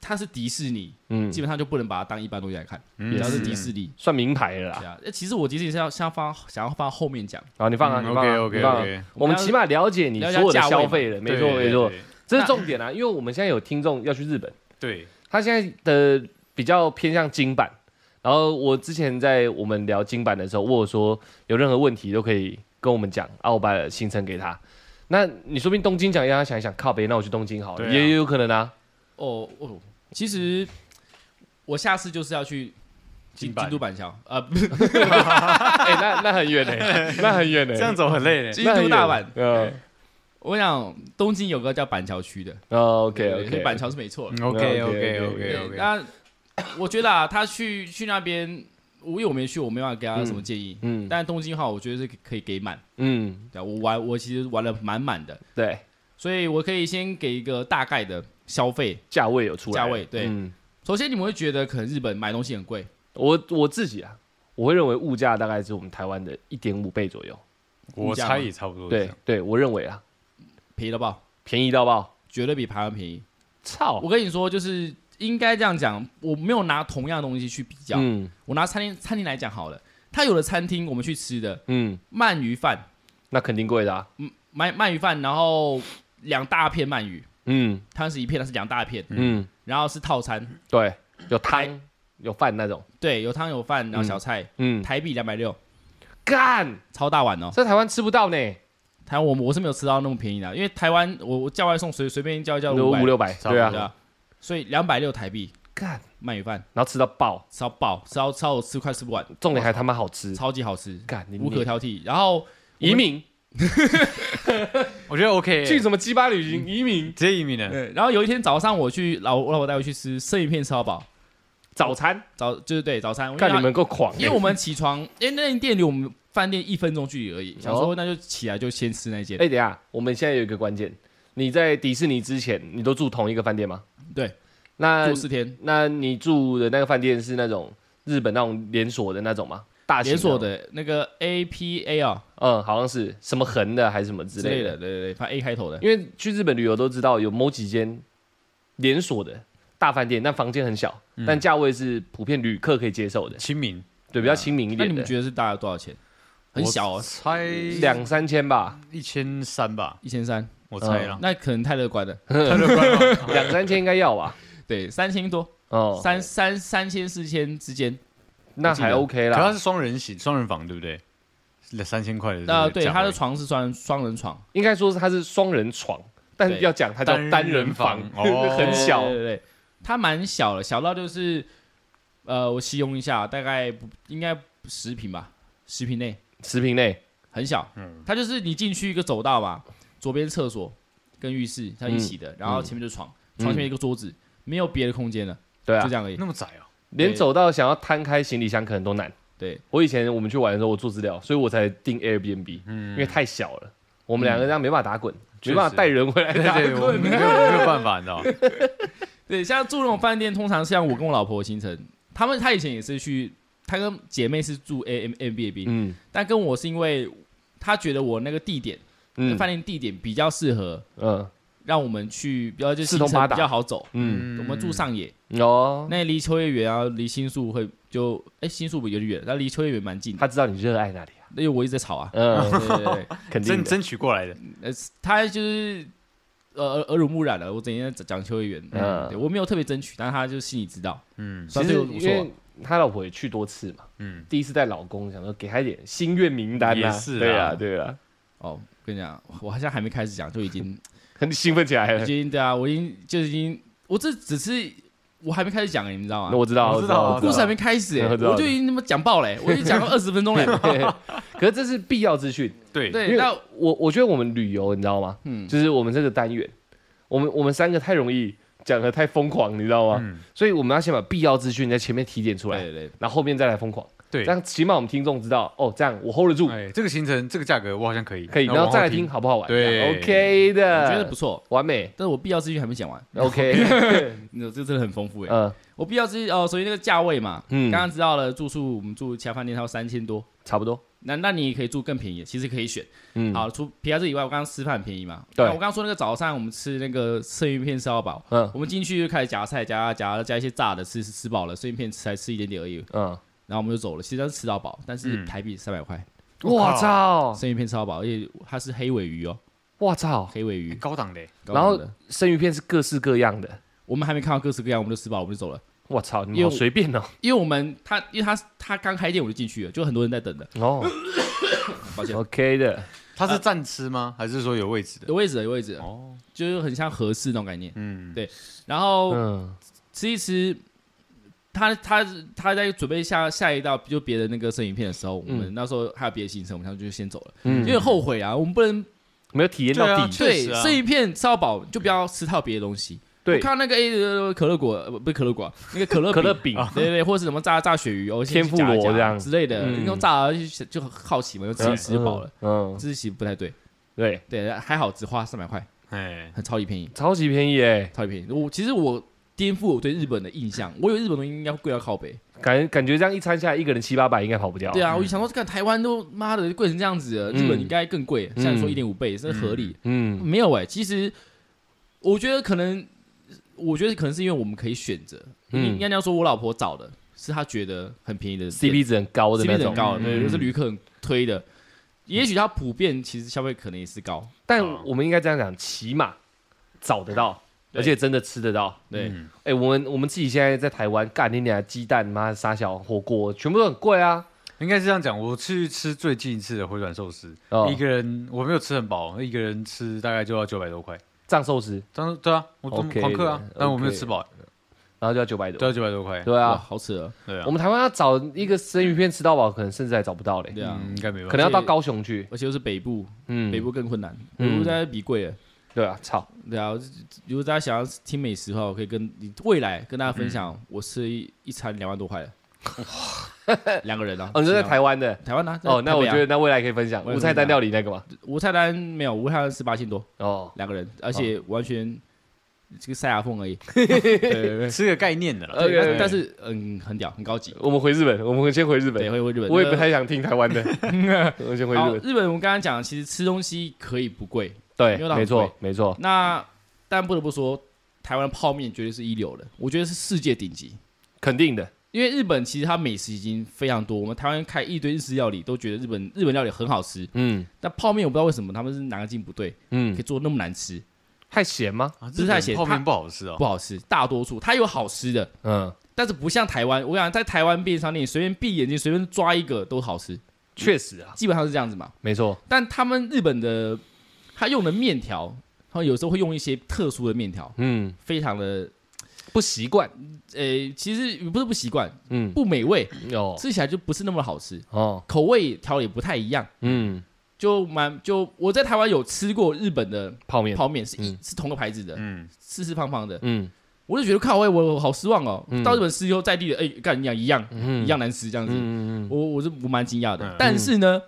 Speaker 3: 它是迪士尼，
Speaker 1: 嗯
Speaker 3: 基，本上就不能把它当一般东西来看。
Speaker 1: 也
Speaker 3: 只要
Speaker 1: 是
Speaker 3: 嗯是迪士尼，
Speaker 1: 算名牌了啦
Speaker 3: 对。啊。那其实我迪士尼是要想放想要放后面讲，
Speaker 1: 好，你放啊，你放
Speaker 4: ，OK
Speaker 1: 啊，
Speaker 4: OK
Speaker 1: 你放啊。
Speaker 4: OK，
Speaker 1: 我们起码了解你所有的消费了，没错没错，，这是重点啊，因为我们现在有听众要去日本，
Speaker 4: 对，
Speaker 1: 他现在的比较偏向金版，然后我之前在我们聊金版的时候，我有说有任何问题都可以跟我们讲，啊，我把行程给他。那你说不定东京讲，让他想一想，靠北，那我去东京好了，
Speaker 4: 对啊
Speaker 1: 也有可能啊。
Speaker 3: 哦哦，其实我下次就是要去
Speaker 4: 金
Speaker 3: 京
Speaker 4: 板
Speaker 3: 京都板桥，呃，不是
Speaker 1: 哎，那那很远呢，那很远呢，欸
Speaker 4: 这样走很累嘞，
Speaker 3: 京都大阪。
Speaker 1: 嗯
Speaker 3: 我想东京有个叫板桥区的
Speaker 1: 哦，OK
Speaker 3: 对对所以
Speaker 1: OK，
Speaker 3: 板桥是没错的。
Speaker 4: OK OK OK
Speaker 3: 对
Speaker 4: OK，
Speaker 3: 那我觉得啊，他去去那边，我因为我没去，我没办法给他什么建议。
Speaker 1: 嗯
Speaker 3: 但东京的话，我觉得是可以给满，
Speaker 1: 嗯，
Speaker 3: 对啊我玩我其实玩了满满的，
Speaker 1: 对，
Speaker 3: 所以我可以先给一个大概的消费。
Speaker 1: 价位有出来了，
Speaker 3: 价位对
Speaker 1: 嗯
Speaker 3: 首先，你们会觉得可能日本买东西很贵，
Speaker 1: 我我自己啊，我会认为物价大概是我们台湾的一点五倍左右。
Speaker 4: 我猜也差不多，
Speaker 1: 对，对，我认为啊，
Speaker 3: 便宜到爆，
Speaker 1: 便宜到爆，
Speaker 3: 绝对比台湾便宜。
Speaker 1: 操！
Speaker 3: 我跟你说，就是应该这样讲，我没有拿同样的东西去比较，
Speaker 1: 嗯
Speaker 3: 我拿餐厅餐厅来讲好了。它有的餐厅我们去吃的
Speaker 1: 嗯，
Speaker 3: 鳗鱼饭，
Speaker 1: 那肯定贵的啊。
Speaker 3: 鳗鳗鱼饭，然后两大片鳗鱼，
Speaker 1: 嗯
Speaker 3: 它是一片，它是两大片，
Speaker 1: 嗯，
Speaker 3: 然后是套餐，
Speaker 1: 对，有汤有饭那种。
Speaker 3: 对，有汤有饭，然后小菜，
Speaker 1: 嗯，
Speaker 3: 台币两百六，
Speaker 1: 干，
Speaker 3: 超大碗哦。
Speaker 1: 在台湾吃不到呢，
Speaker 3: 台湾我我是没有吃到那么便宜的，因为台湾我我叫外送随随便叫一叫
Speaker 1: 有
Speaker 3: 五
Speaker 1: 五
Speaker 3: 六，
Speaker 1: 六百，
Speaker 4: 差不多
Speaker 1: 对
Speaker 3: 对
Speaker 1: 啊，
Speaker 3: 啊，所以两百六台币
Speaker 1: 干，
Speaker 3: 鳗鱼饭
Speaker 1: 然后吃到爆，
Speaker 3: 超爆，超超我吃快吃不完，
Speaker 1: 重点还他妈好吃，
Speaker 3: 超级好吃，
Speaker 1: 干嗯你
Speaker 3: 无可
Speaker 1: 娘
Speaker 3: 挑剔。然后
Speaker 1: 移民
Speaker 4: 我觉得 OK，
Speaker 1: 去
Speaker 4: 直
Speaker 1: 什么鸡巴旅行移民
Speaker 4: 接移
Speaker 1: 嗯
Speaker 4: 民了，
Speaker 3: 对，呃然后有一天早上我去老我老婆带我去吃生鱼片吃到饱，
Speaker 1: 早餐，
Speaker 3: 早就是对早餐，
Speaker 1: 看
Speaker 3: 因为
Speaker 1: 你们够狂欸，
Speaker 3: 因为我们起床，因为那间店离我们饭店一分钟距离而已，想
Speaker 1: 哦
Speaker 3: 说那就起来就先吃那间
Speaker 1: 哎、，等一下，我们现在有一个关键，你在迪士尼之前，你都住同一个饭店吗？
Speaker 3: 对，
Speaker 1: 那
Speaker 3: 住四天，
Speaker 1: 那你住的那个饭店是那种日本那种连锁的那哦种吗？大型
Speaker 3: 连锁
Speaker 1: 那种，
Speaker 3: 的那个 A P A 啊
Speaker 1: 嗯，好像是什么横的还是什么之
Speaker 3: 之
Speaker 1: 类
Speaker 3: 类
Speaker 1: 的。
Speaker 3: 的，对对对，反正 A 开头的，
Speaker 1: 因为去日本旅游都知道有某几间连锁的大饭店，但房间很小，
Speaker 3: 嗯
Speaker 1: 但价位是普遍旅客可以接受的，
Speaker 4: 亲民，
Speaker 1: 对，比较亲民一
Speaker 3: 那
Speaker 1: 点
Speaker 3: 你
Speaker 1: 的
Speaker 3: 们，觉得是大概多少钱？很小哦，
Speaker 4: 猜
Speaker 1: 两三千吧，
Speaker 4: 一千三吧，
Speaker 3: 一千三，
Speaker 4: 我猜了，
Speaker 3: 那可能太乐 [LAUGHS] 观了，
Speaker 4: 太乐观了，
Speaker 1: 嗯两三千应该要吧？
Speaker 3: 对，三千多，
Speaker 1: 哦，
Speaker 3: 三三三千四千之间，
Speaker 1: 那
Speaker 3: 记得
Speaker 1: 还 OK
Speaker 4: 可它
Speaker 1: [LAUGHS] 啦。
Speaker 4: 是双人行双人房，对不对？是三千块的这个价位。
Speaker 3: 那对，他的床是双双人床，
Speaker 1: 应该说是它是双人床，但
Speaker 3: 对
Speaker 1: 要讲它叫单
Speaker 4: 单
Speaker 1: 人
Speaker 4: 人
Speaker 1: 房 [LAUGHS]
Speaker 4: 房，
Speaker 1: 很
Speaker 4: 哦
Speaker 1: 小
Speaker 3: 对。对对对，它蛮小的，小到就是，呃，我形容一下，大概不应该十平吧，十平内，
Speaker 1: 十平内，
Speaker 3: 很小。它就是你进去一个走道嘛，左边厕所跟浴室它一起的，然后前面就是床，床前面一个桌子，没有别的空间了，
Speaker 1: 对啊
Speaker 3: 就这，样而已。
Speaker 4: 那么窄哦，
Speaker 1: 连走到想要摊开行李箱可能都难。
Speaker 3: 对，
Speaker 1: 我以前我们去玩的时候，我做资料，所以我才订 Airbnb，因为太小了，我们两个这样没办法打滚，
Speaker 4: 确
Speaker 1: 没
Speaker 4: 实
Speaker 1: 办法带人回来
Speaker 4: 对
Speaker 1: 打
Speaker 4: 对， [LAUGHS] 我
Speaker 1: 滚。
Speaker 4: 们没有没有办法，你知道吗？
Speaker 3: 对，像住那种饭店，通常像我跟我老婆的行程，他们他以前也是去，他跟姐妹是住 A M M B A B，、
Speaker 1: 嗯
Speaker 3: 但跟我是因为他觉得我那个地点，那
Speaker 1: 嗯
Speaker 3: 饭店地点比较适合
Speaker 1: 嗯
Speaker 3: 让我们去，比较就
Speaker 1: 四
Speaker 3: 行
Speaker 1: 通八
Speaker 3: 程
Speaker 1: 达
Speaker 3: 比较好走。
Speaker 1: 嗯
Speaker 3: 我们住上野，
Speaker 1: 哦，
Speaker 3: 那离秋叶原啊，离新宿会就哎新宿有点远，但离秋叶原蛮近的。
Speaker 1: 他知道你热爱哪里啊？
Speaker 3: 因为我一直在
Speaker 1: [LAUGHS]
Speaker 3: 吵啊，
Speaker 1: 嗯，
Speaker 3: [LAUGHS] 对对对，
Speaker 1: 肯定
Speaker 4: 争
Speaker 1: 的。
Speaker 4: 争取过来的，
Speaker 3: 呃，他就是呃耳耳濡目染了，我整天在讲秋叶原，
Speaker 1: 嗯
Speaker 3: 嗯，对我没有特别争取，但他就心里知道，
Speaker 4: 嗯
Speaker 1: 其
Speaker 3: 算
Speaker 1: 实
Speaker 3: 是不
Speaker 1: 因
Speaker 3: 错啊
Speaker 1: 为。他老婆也去多次嘛，
Speaker 4: 嗯，
Speaker 1: 第一次带老公，想说给他一点心愿名单啊
Speaker 4: 也是啊
Speaker 1: 对啊对啊，
Speaker 3: 哦，跟你讲，我好像还没开始讲就已经
Speaker 1: 很兴奋起来
Speaker 3: 已
Speaker 1: 了。
Speaker 3: 经对啊，我已经就已经，我这只是我还没开始讲、欸，你知道
Speaker 1: 啊那
Speaker 3: 吗？
Speaker 1: 我知道，
Speaker 4: 我知道
Speaker 1: 我
Speaker 4: 我
Speaker 1: 知
Speaker 3: 故
Speaker 1: 道啊
Speaker 3: 事还没开始、欸，
Speaker 1: 我知道
Speaker 3: 我就已经他妈讲爆嘞、欸，我已经讲了二十分钟嘞、
Speaker 1: 可是这是必要资讯。
Speaker 4: 对，
Speaker 1: 因
Speaker 3: 对，
Speaker 1: 为
Speaker 3: 那
Speaker 1: 我我觉得我们旅游，你知道吗？
Speaker 3: 嗯
Speaker 1: 就是我们这个单元，我们我们三个太容易讲的太疯狂，你知道吗？
Speaker 4: 嗯
Speaker 1: 所以我们要先把必要资讯在前面提点出来，
Speaker 3: 对对，
Speaker 1: 然后后面再来疯狂，
Speaker 4: 对
Speaker 1: 这，样起码我们听众知道哦，这样我 hold 得住，
Speaker 4: 哎，这个行程这个价格我好像可以，
Speaker 1: 可以，
Speaker 4: 那
Speaker 1: 然后
Speaker 4: 往
Speaker 1: 再来
Speaker 4: 听
Speaker 1: 听，好不好玩？
Speaker 4: 对
Speaker 1: 这样，OK
Speaker 3: 我
Speaker 1: 的，
Speaker 3: 觉得不错，
Speaker 1: 完美
Speaker 3: 但是我必要资讯还没讲完，
Speaker 1: ，OK，
Speaker 3: 你这真的很丰富哎、欸。
Speaker 1: 嗯
Speaker 3: 我必要资讯哦，首先那个价位嘛，
Speaker 1: 嗯
Speaker 3: 刚刚知道了住宿，我们住其他饭店要三千多，
Speaker 1: 差不多，
Speaker 3: 那那你也可以住更便宜，其实可以选。
Speaker 1: 嗯，
Speaker 3: 好，除撇开这以外，我刚刚吃饭很便宜嘛，
Speaker 1: 对
Speaker 3: 那我刚刚说那个早上我们吃那个生鱼片吃到饱，
Speaker 1: 嗯
Speaker 3: 我们进去就开始夹菜，夹夹夹一些炸的，吃吃吃饱了，生鱼片才吃一点点而已。
Speaker 1: 嗯，
Speaker 3: 然后我们就走了，其实它是吃到饱，但是
Speaker 4: 嗯
Speaker 3: 台币三百块，
Speaker 1: 我
Speaker 4: 我靠
Speaker 1: 操，
Speaker 3: 生鱼片吃到饱，而且它是黑尾鱼哦，
Speaker 1: 我操，
Speaker 3: 黑尾鱼。
Speaker 4: 哎高档的，
Speaker 3: 高
Speaker 1: 哎然后
Speaker 3: 档的
Speaker 1: 生鱼片是各式各样的，
Speaker 3: 我们还没看到各式各样，我们就吃饱了，我们就走了，
Speaker 1: 我操，你
Speaker 3: 因
Speaker 1: 们
Speaker 3: 为
Speaker 1: 好随便哦，
Speaker 3: 因为我们他因为他他刚开店我就进去了，就很多人在等的，
Speaker 1: 哦
Speaker 3: 抱歉，
Speaker 1: ，OK 的，
Speaker 4: 它是站吃吗？还是说有位置的？
Speaker 3: 有位置了有位置了，
Speaker 4: 哦，
Speaker 3: 就是很像合适那种概念。
Speaker 4: 嗯，
Speaker 3: 对然后
Speaker 1: 嗯
Speaker 3: 吃一吃，他他他在准备下下一道就别的那个生鱼片的时候，我们那时候还有别的行程，我们想就先走了，有
Speaker 1: 嗯，
Speaker 3: 点后悔啊，我们不能
Speaker 1: 没有体验到
Speaker 4: 对啊
Speaker 1: 底，
Speaker 4: 确
Speaker 3: 对
Speaker 4: 实啊
Speaker 3: 生鱼片吃到饱就不要吃到别的东西。
Speaker 1: 对
Speaker 3: 我看到那个 A 的可乐果，呃不是可乐果 [LAUGHS] 啊，那个可乐
Speaker 1: 可乐
Speaker 3: 饼，
Speaker 1: 饼，
Speaker 3: [LAUGHS] 对对对，或者是什么炸炸鳕鱼，哦，先去
Speaker 1: 天妇罗
Speaker 3: 夹一夹
Speaker 1: 这样
Speaker 3: 之类的，
Speaker 1: 嗯
Speaker 3: 那种炸的就就很好奇嘛，就吃一吃就饱了。
Speaker 1: 嗯，嗯，
Speaker 3: 这其实不太对，
Speaker 1: 对，
Speaker 3: 对，还好只花三百块，
Speaker 4: 哎，
Speaker 3: 很超级便宜，
Speaker 1: 超级便宜哎，
Speaker 3: 超级便宜。我其实我颠覆我对日本的印象，我以为日本东西应该会贵到靠北。
Speaker 1: 感感觉这样一餐下来，一个人七八百应该跑不掉。
Speaker 3: 对啊，我就想说，看台湾都妈的贵成这样子了，日本
Speaker 1: 哦嗯
Speaker 3: 应该更贵，像你说
Speaker 1: 嗯
Speaker 3: 一点五倍，这是合理。
Speaker 1: 嗯，
Speaker 3: 没有哎、其实我觉得可能，我觉得可能是因为我们可以选择。
Speaker 1: 嗯
Speaker 3: 你要要说我老婆找的是她觉得很便宜的店
Speaker 1: CP 值很高的
Speaker 3: CP
Speaker 1: 那
Speaker 3: 值
Speaker 1: 种
Speaker 3: 很。高的，
Speaker 4: 嗯
Speaker 3: 对，就是
Speaker 1: 嗯
Speaker 3: 旅客很推的。也许它普遍其实消费可能也是高，
Speaker 1: 但我们应该这样讲，起码找得到，
Speaker 3: 嗯对
Speaker 1: 而且真的吃得到。
Speaker 3: 对，
Speaker 4: 嗯
Speaker 1: 哎，我们我们自己现在在台湾干你俩鸡蛋、妈的沙小火锅，全部都很贵啊。
Speaker 4: 应该是这样讲。我去吃最近一次的回转寿司，
Speaker 1: 哦
Speaker 4: 一，个人我没有吃很饱，一个人吃大概就要九百多块。
Speaker 1: 藏寿司，
Speaker 4: 当对啊，我
Speaker 1: OK
Speaker 4: 狂客啊
Speaker 1: 的，
Speaker 4: 但我没有
Speaker 1: OK
Speaker 4: 吃饱，
Speaker 1: 然后就要九百
Speaker 4: 都
Speaker 1: 多。
Speaker 4: 要九百多块。
Speaker 1: 对
Speaker 3: 哇，
Speaker 1: 啊，
Speaker 3: 好扯哦，
Speaker 4: 对啊
Speaker 1: 我，们台湾要找一个生鱼片吃到饱，可能甚至还找不到嘞，
Speaker 3: 对啊，
Speaker 4: 嗯，应该没办
Speaker 1: 可
Speaker 4: 法。
Speaker 1: 能要到高雄去。
Speaker 3: 而且又是北部，
Speaker 1: 嗯
Speaker 3: 北，部更困难，
Speaker 1: 嗯
Speaker 3: 北部在比贵了。
Speaker 1: 对啊，操，
Speaker 3: 对啊，如果大家想要听美食的话，我可以跟你未来跟大家分享，我吃一一餐两万多块的，两个人啊，
Speaker 1: 哦，你
Speaker 3: 吃
Speaker 1: 是在
Speaker 3: 两万
Speaker 1: 台湾的
Speaker 3: 台湾啊呢？
Speaker 1: 哦，那我觉
Speaker 3: 得。
Speaker 1: 得那未来可以分享
Speaker 3: 我也
Speaker 1: 无菜单料理那个嘛。
Speaker 3: 无菜单没有，无菜单是八千多，
Speaker 1: 哦，
Speaker 3: 两个人，而且完全这个塞牙缝而已。
Speaker 4: 吃个概念的啦。
Speaker 1: OK，
Speaker 3: 对，但
Speaker 1: OK
Speaker 3: 但是嗯，很屌，很高级。
Speaker 1: 我们回日本，我们先回日本
Speaker 3: 对，。会会日本，
Speaker 1: 我也不
Speaker 3: 那
Speaker 1: 太想听台湾的， [LAUGHS] 我先回
Speaker 3: 好
Speaker 1: 日本。
Speaker 3: 日本。我们刚刚讲，其实吃东西可以不贵，没
Speaker 1: 对，
Speaker 3: 有到很
Speaker 1: 没错，没错，
Speaker 3: 那但不得不说，台湾的泡面绝对是一流的，我觉得是世界顶级。
Speaker 1: 肯定的。
Speaker 3: 因为日本其实它美食已经非常多，我们台湾开一堆日式料理都觉得日本日本料理很好吃，
Speaker 1: 嗯
Speaker 3: 但泡面我不知道为什么他们是哪个劲不对，可
Speaker 1: 嗯
Speaker 3: 以，做那么难吃，
Speaker 1: 太咸吗？
Speaker 4: 啊
Speaker 3: 不是太咸
Speaker 4: 日本泡
Speaker 3: 它
Speaker 4: 面不好吃哦。
Speaker 3: 不好吃。大多数它有好吃的，
Speaker 1: 嗯，
Speaker 3: 但是不像台湾，我想在台湾便利商店随便闭眼睛随便抓一个都好吃，
Speaker 1: 确实啊，
Speaker 3: 基本上是这样子嘛。
Speaker 1: 没错，
Speaker 3: 但他们日本的他用的面条，他们有时候会用一些特殊的面条，
Speaker 1: 嗯，
Speaker 3: 非常的
Speaker 1: 不习惯，
Speaker 3: 呃、其实不是不习惯，
Speaker 1: 嗯，
Speaker 3: 不美味，
Speaker 1: 哦
Speaker 3: 吃起来就不是那么好吃，
Speaker 1: 哦，
Speaker 3: 口味调得也不太一样，
Speaker 1: 嗯，
Speaker 3: 就蛮就我在台湾有吃过日本的
Speaker 1: 泡面，
Speaker 3: 泡面，是一、
Speaker 1: 嗯
Speaker 3: 是同个牌子的，
Speaker 4: 嗯，
Speaker 3: 四四方方的，
Speaker 1: 嗯
Speaker 3: 我就觉得靠，哎，我我好失望哦。
Speaker 1: 嗯
Speaker 3: 到日本吃以后，在地的哎，干一样一样、
Speaker 1: 嗯
Speaker 3: 一样难吃这样子，
Speaker 1: 嗯嗯
Speaker 3: 我我是我蛮惊讶的。
Speaker 4: 嗯
Speaker 3: 但是呢，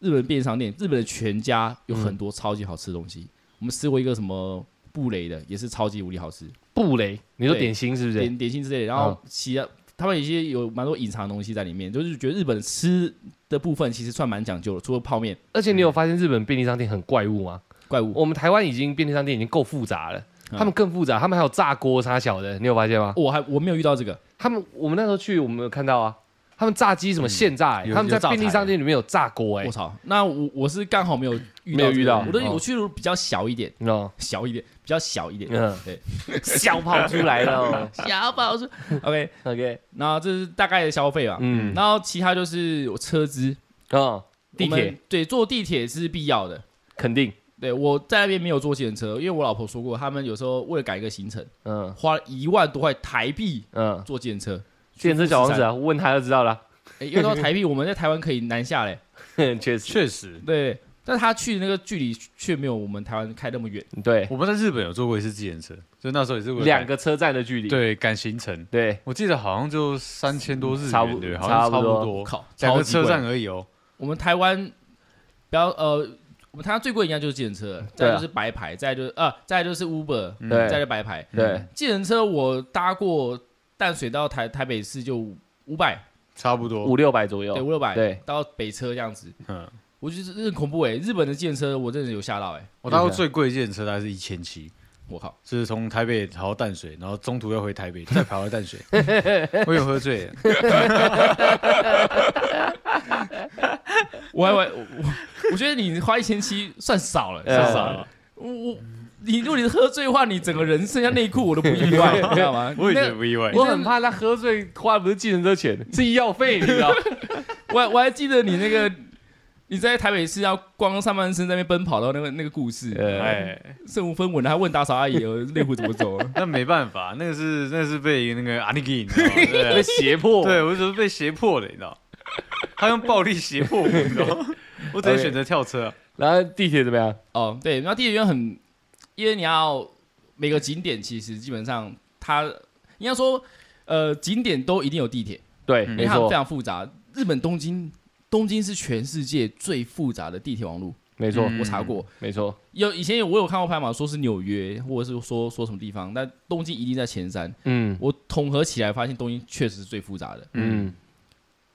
Speaker 3: 日本便利商店，日本的全家有很
Speaker 1: 嗯
Speaker 3: 多超级好吃的东西。我们吃过一个什么布雷的，也是超级无敌好吃，
Speaker 1: 布雷，你说
Speaker 3: 对
Speaker 1: 点心是不是？
Speaker 3: 点点心之类的。然
Speaker 1: 嗯
Speaker 3: 后其他、他们有一些有蛮多隐藏的东西在里面，就是觉得日本吃的部分其实算蛮讲究的，除了泡面、
Speaker 1: 而且你有发现日本便利商店很怪物吗？
Speaker 3: 怪物。
Speaker 1: 我们台湾已经便利商店已经够复杂了，
Speaker 3: 嗯
Speaker 1: 他们更复杂，他们还有炸锅啥小的，你有发现吗？
Speaker 3: 我还我没有遇到这个，
Speaker 1: 他们我们那时候去，我们有看到啊，他们炸鸡什么现炸、欸
Speaker 4: 有
Speaker 1: 他们在
Speaker 4: 有炸
Speaker 1: 便利
Speaker 4: 台
Speaker 1: 商店里面有炸锅哎、
Speaker 3: 我
Speaker 1: 欸，
Speaker 3: 操！那我我是刚好没有遇
Speaker 1: 没有
Speaker 3: 这
Speaker 1: 遇
Speaker 3: 个
Speaker 1: 到
Speaker 3: 我的
Speaker 1: 哦
Speaker 3: 我去的比较小一点，
Speaker 1: 你知道吗？
Speaker 3: 小一点，比较小一点。
Speaker 1: 嗯，
Speaker 3: 对，
Speaker 1: 笑跑出来了哦、
Speaker 3: 小宝说 OK，
Speaker 1: [LAUGHS] OK，
Speaker 3: 然后这是大概的消费吧。
Speaker 1: 嗯，
Speaker 3: 然后其他就是我车资，
Speaker 1: 哦，地
Speaker 3: 我们
Speaker 1: 铁
Speaker 3: 对坐地铁是必要的。
Speaker 1: 肯定，
Speaker 3: 对我在那边没有坐计程车，因为我老婆说过，他们有时候为了赶一个行程，
Speaker 1: 嗯
Speaker 3: 花了一万多块台币
Speaker 1: 嗯，
Speaker 3: 坐计程车。
Speaker 1: 电车小王子啊，问他就知道了， [LAUGHS]
Speaker 3: 哎，要到台币，我们在台湾可以南下嘞。
Speaker 1: 确实，
Speaker 4: 确实，
Speaker 3: 对，但他去那个距离却没有我们台湾开那么远。
Speaker 1: 对，
Speaker 4: 我们在日本有坐过一次计程车，就那时候也是为了
Speaker 1: 两
Speaker 4: 赶
Speaker 1: 个车站的距离，
Speaker 4: 对赶行程，
Speaker 1: 对，
Speaker 4: 我记得好像就三千多日元，
Speaker 1: 差不
Speaker 4: 对，好像
Speaker 1: 差不
Speaker 4: 不
Speaker 1: 多
Speaker 3: 我靠，
Speaker 4: 两
Speaker 3: 超
Speaker 4: 个
Speaker 3: 级
Speaker 4: 车
Speaker 3: 贵
Speaker 4: 站而已哦。
Speaker 3: 我们台湾不要呃，我们台湾最贵应该就是计程车了，再来就是白牌，再来就是呃，再来就是 Uber，
Speaker 1: 啊对
Speaker 4: 嗯
Speaker 3: 再来就是白牌。
Speaker 1: 对，
Speaker 3: 计程车我搭过淡水到台台北市就五百，
Speaker 4: 差不多。
Speaker 1: 五六百左
Speaker 3: 对，
Speaker 1: 右，
Speaker 3: 五六百，
Speaker 1: 对，
Speaker 3: 到北车这样子，
Speaker 4: 嗯，
Speaker 3: 我觉得这很恐怖哎、日本的计程车我真的有吓到哎、
Speaker 4: 我搭过最贵的计程车大概是一千七，
Speaker 3: 我靠，
Speaker 4: 就是从台北跑到淡水，然后中途要回台北，再跑到淡
Speaker 1: [LAUGHS]
Speaker 4: 水。我有喝醉了，
Speaker 3: [LAUGHS] 我还我我 [LAUGHS] 我觉得你花一千七算少了，
Speaker 1: 啊
Speaker 3: 算少了，我我。你如果你喝醉的话，你整个人剩下内裤我都不意外， [LAUGHS] 你知道吗？
Speaker 4: 我也觉
Speaker 3: 那
Speaker 4: 得不意外。
Speaker 1: 我很怕他喝醉花的不是计程车钱，是医药费，你知道？
Speaker 3: 我还我还记得你那个你在台北市要光上半身在那边奔跑到那个那个故事，
Speaker 1: 呃，
Speaker 4: 哎，
Speaker 3: 身无分文的，还问打扫阿姨呃内裤怎么走，
Speaker 4: 那没办法，那个是那是被那个阿尼基，
Speaker 1: [LAUGHS]
Speaker 4: 你知道吗
Speaker 1: 被
Speaker 4: 对啊
Speaker 1: 胁迫，
Speaker 4: 对，我就是被胁迫的，你知道？他用暴力胁迫我，你知道？我
Speaker 1: [LAUGHS]
Speaker 4: 只能选择跳车啊。
Speaker 1: 然后地铁怎么样？
Speaker 3: 哦，对，那地铁员很，因为你要每个景点其实基本上它应该说，呃，景点都一定有地铁，
Speaker 1: 对，
Speaker 4: 嗯
Speaker 3: 因
Speaker 1: 没
Speaker 3: 为它非
Speaker 1: 错，
Speaker 3: 常复杂。日本东京，东京是全世界最复杂的地铁网络，
Speaker 1: 没错，
Speaker 4: 嗯
Speaker 3: 我查过。
Speaker 1: 没错，
Speaker 3: 有以前有我有看过拍马说是纽约，或者是说说什么地方，但东京一定在前三。
Speaker 1: 嗯
Speaker 3: 我统合起来发现东京确实是最复杂的。
Speaker 1: 嗯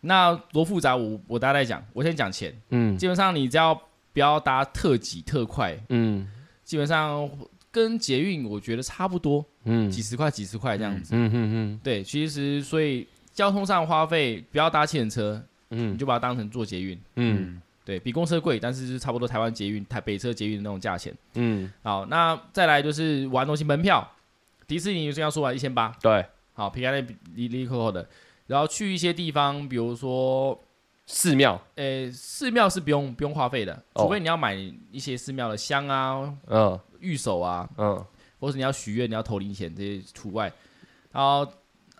Speaker 3: 那多复杂我我大概讲，我先讲钱。
Speaker 1: 嗯
Speaker 3: 基本上你只要不要搭特急特快，
Speaker 1: 嗯
Speaker 3: 基本上跟捷运我觉得差不多，
Speaker 1: 嗯
Speaker 3: 几十块几十块这样子。
Speaker 1: 嗯嗯
Speaker 3: 对，其实所以交通上花费不要搭汽车，你
Speaker 1: 嗯
Speaker 3: 就把它当成坐捷运，
Speaker 1: 嗯
Speaker 3: 对比公车贵，但是就是差不多台湾捷运、台北车捷运的那种价钱。
Speaker 1: 嗯，
Speaker 3: 好，那再来就是玩东西门票，迪士尼就要说完一千八，
Speaker 1: 对，
Speaker 3: 好，平安类离离扣扣的，然后去一些地方，比如说。
Speaker 1: 寺庙，
Speaker 3: 呃，寺庙是不用不用花费的，
Speaker 1: 哦
Speaker 3: 除非你要买一些寺庙的香啊、
Speaker 1: 嗯
Speaker 3: 玉手啊，
Speaker 1: 嗯，
Speaker 3: 或是你要许愿、你要投零钱这些除外。然后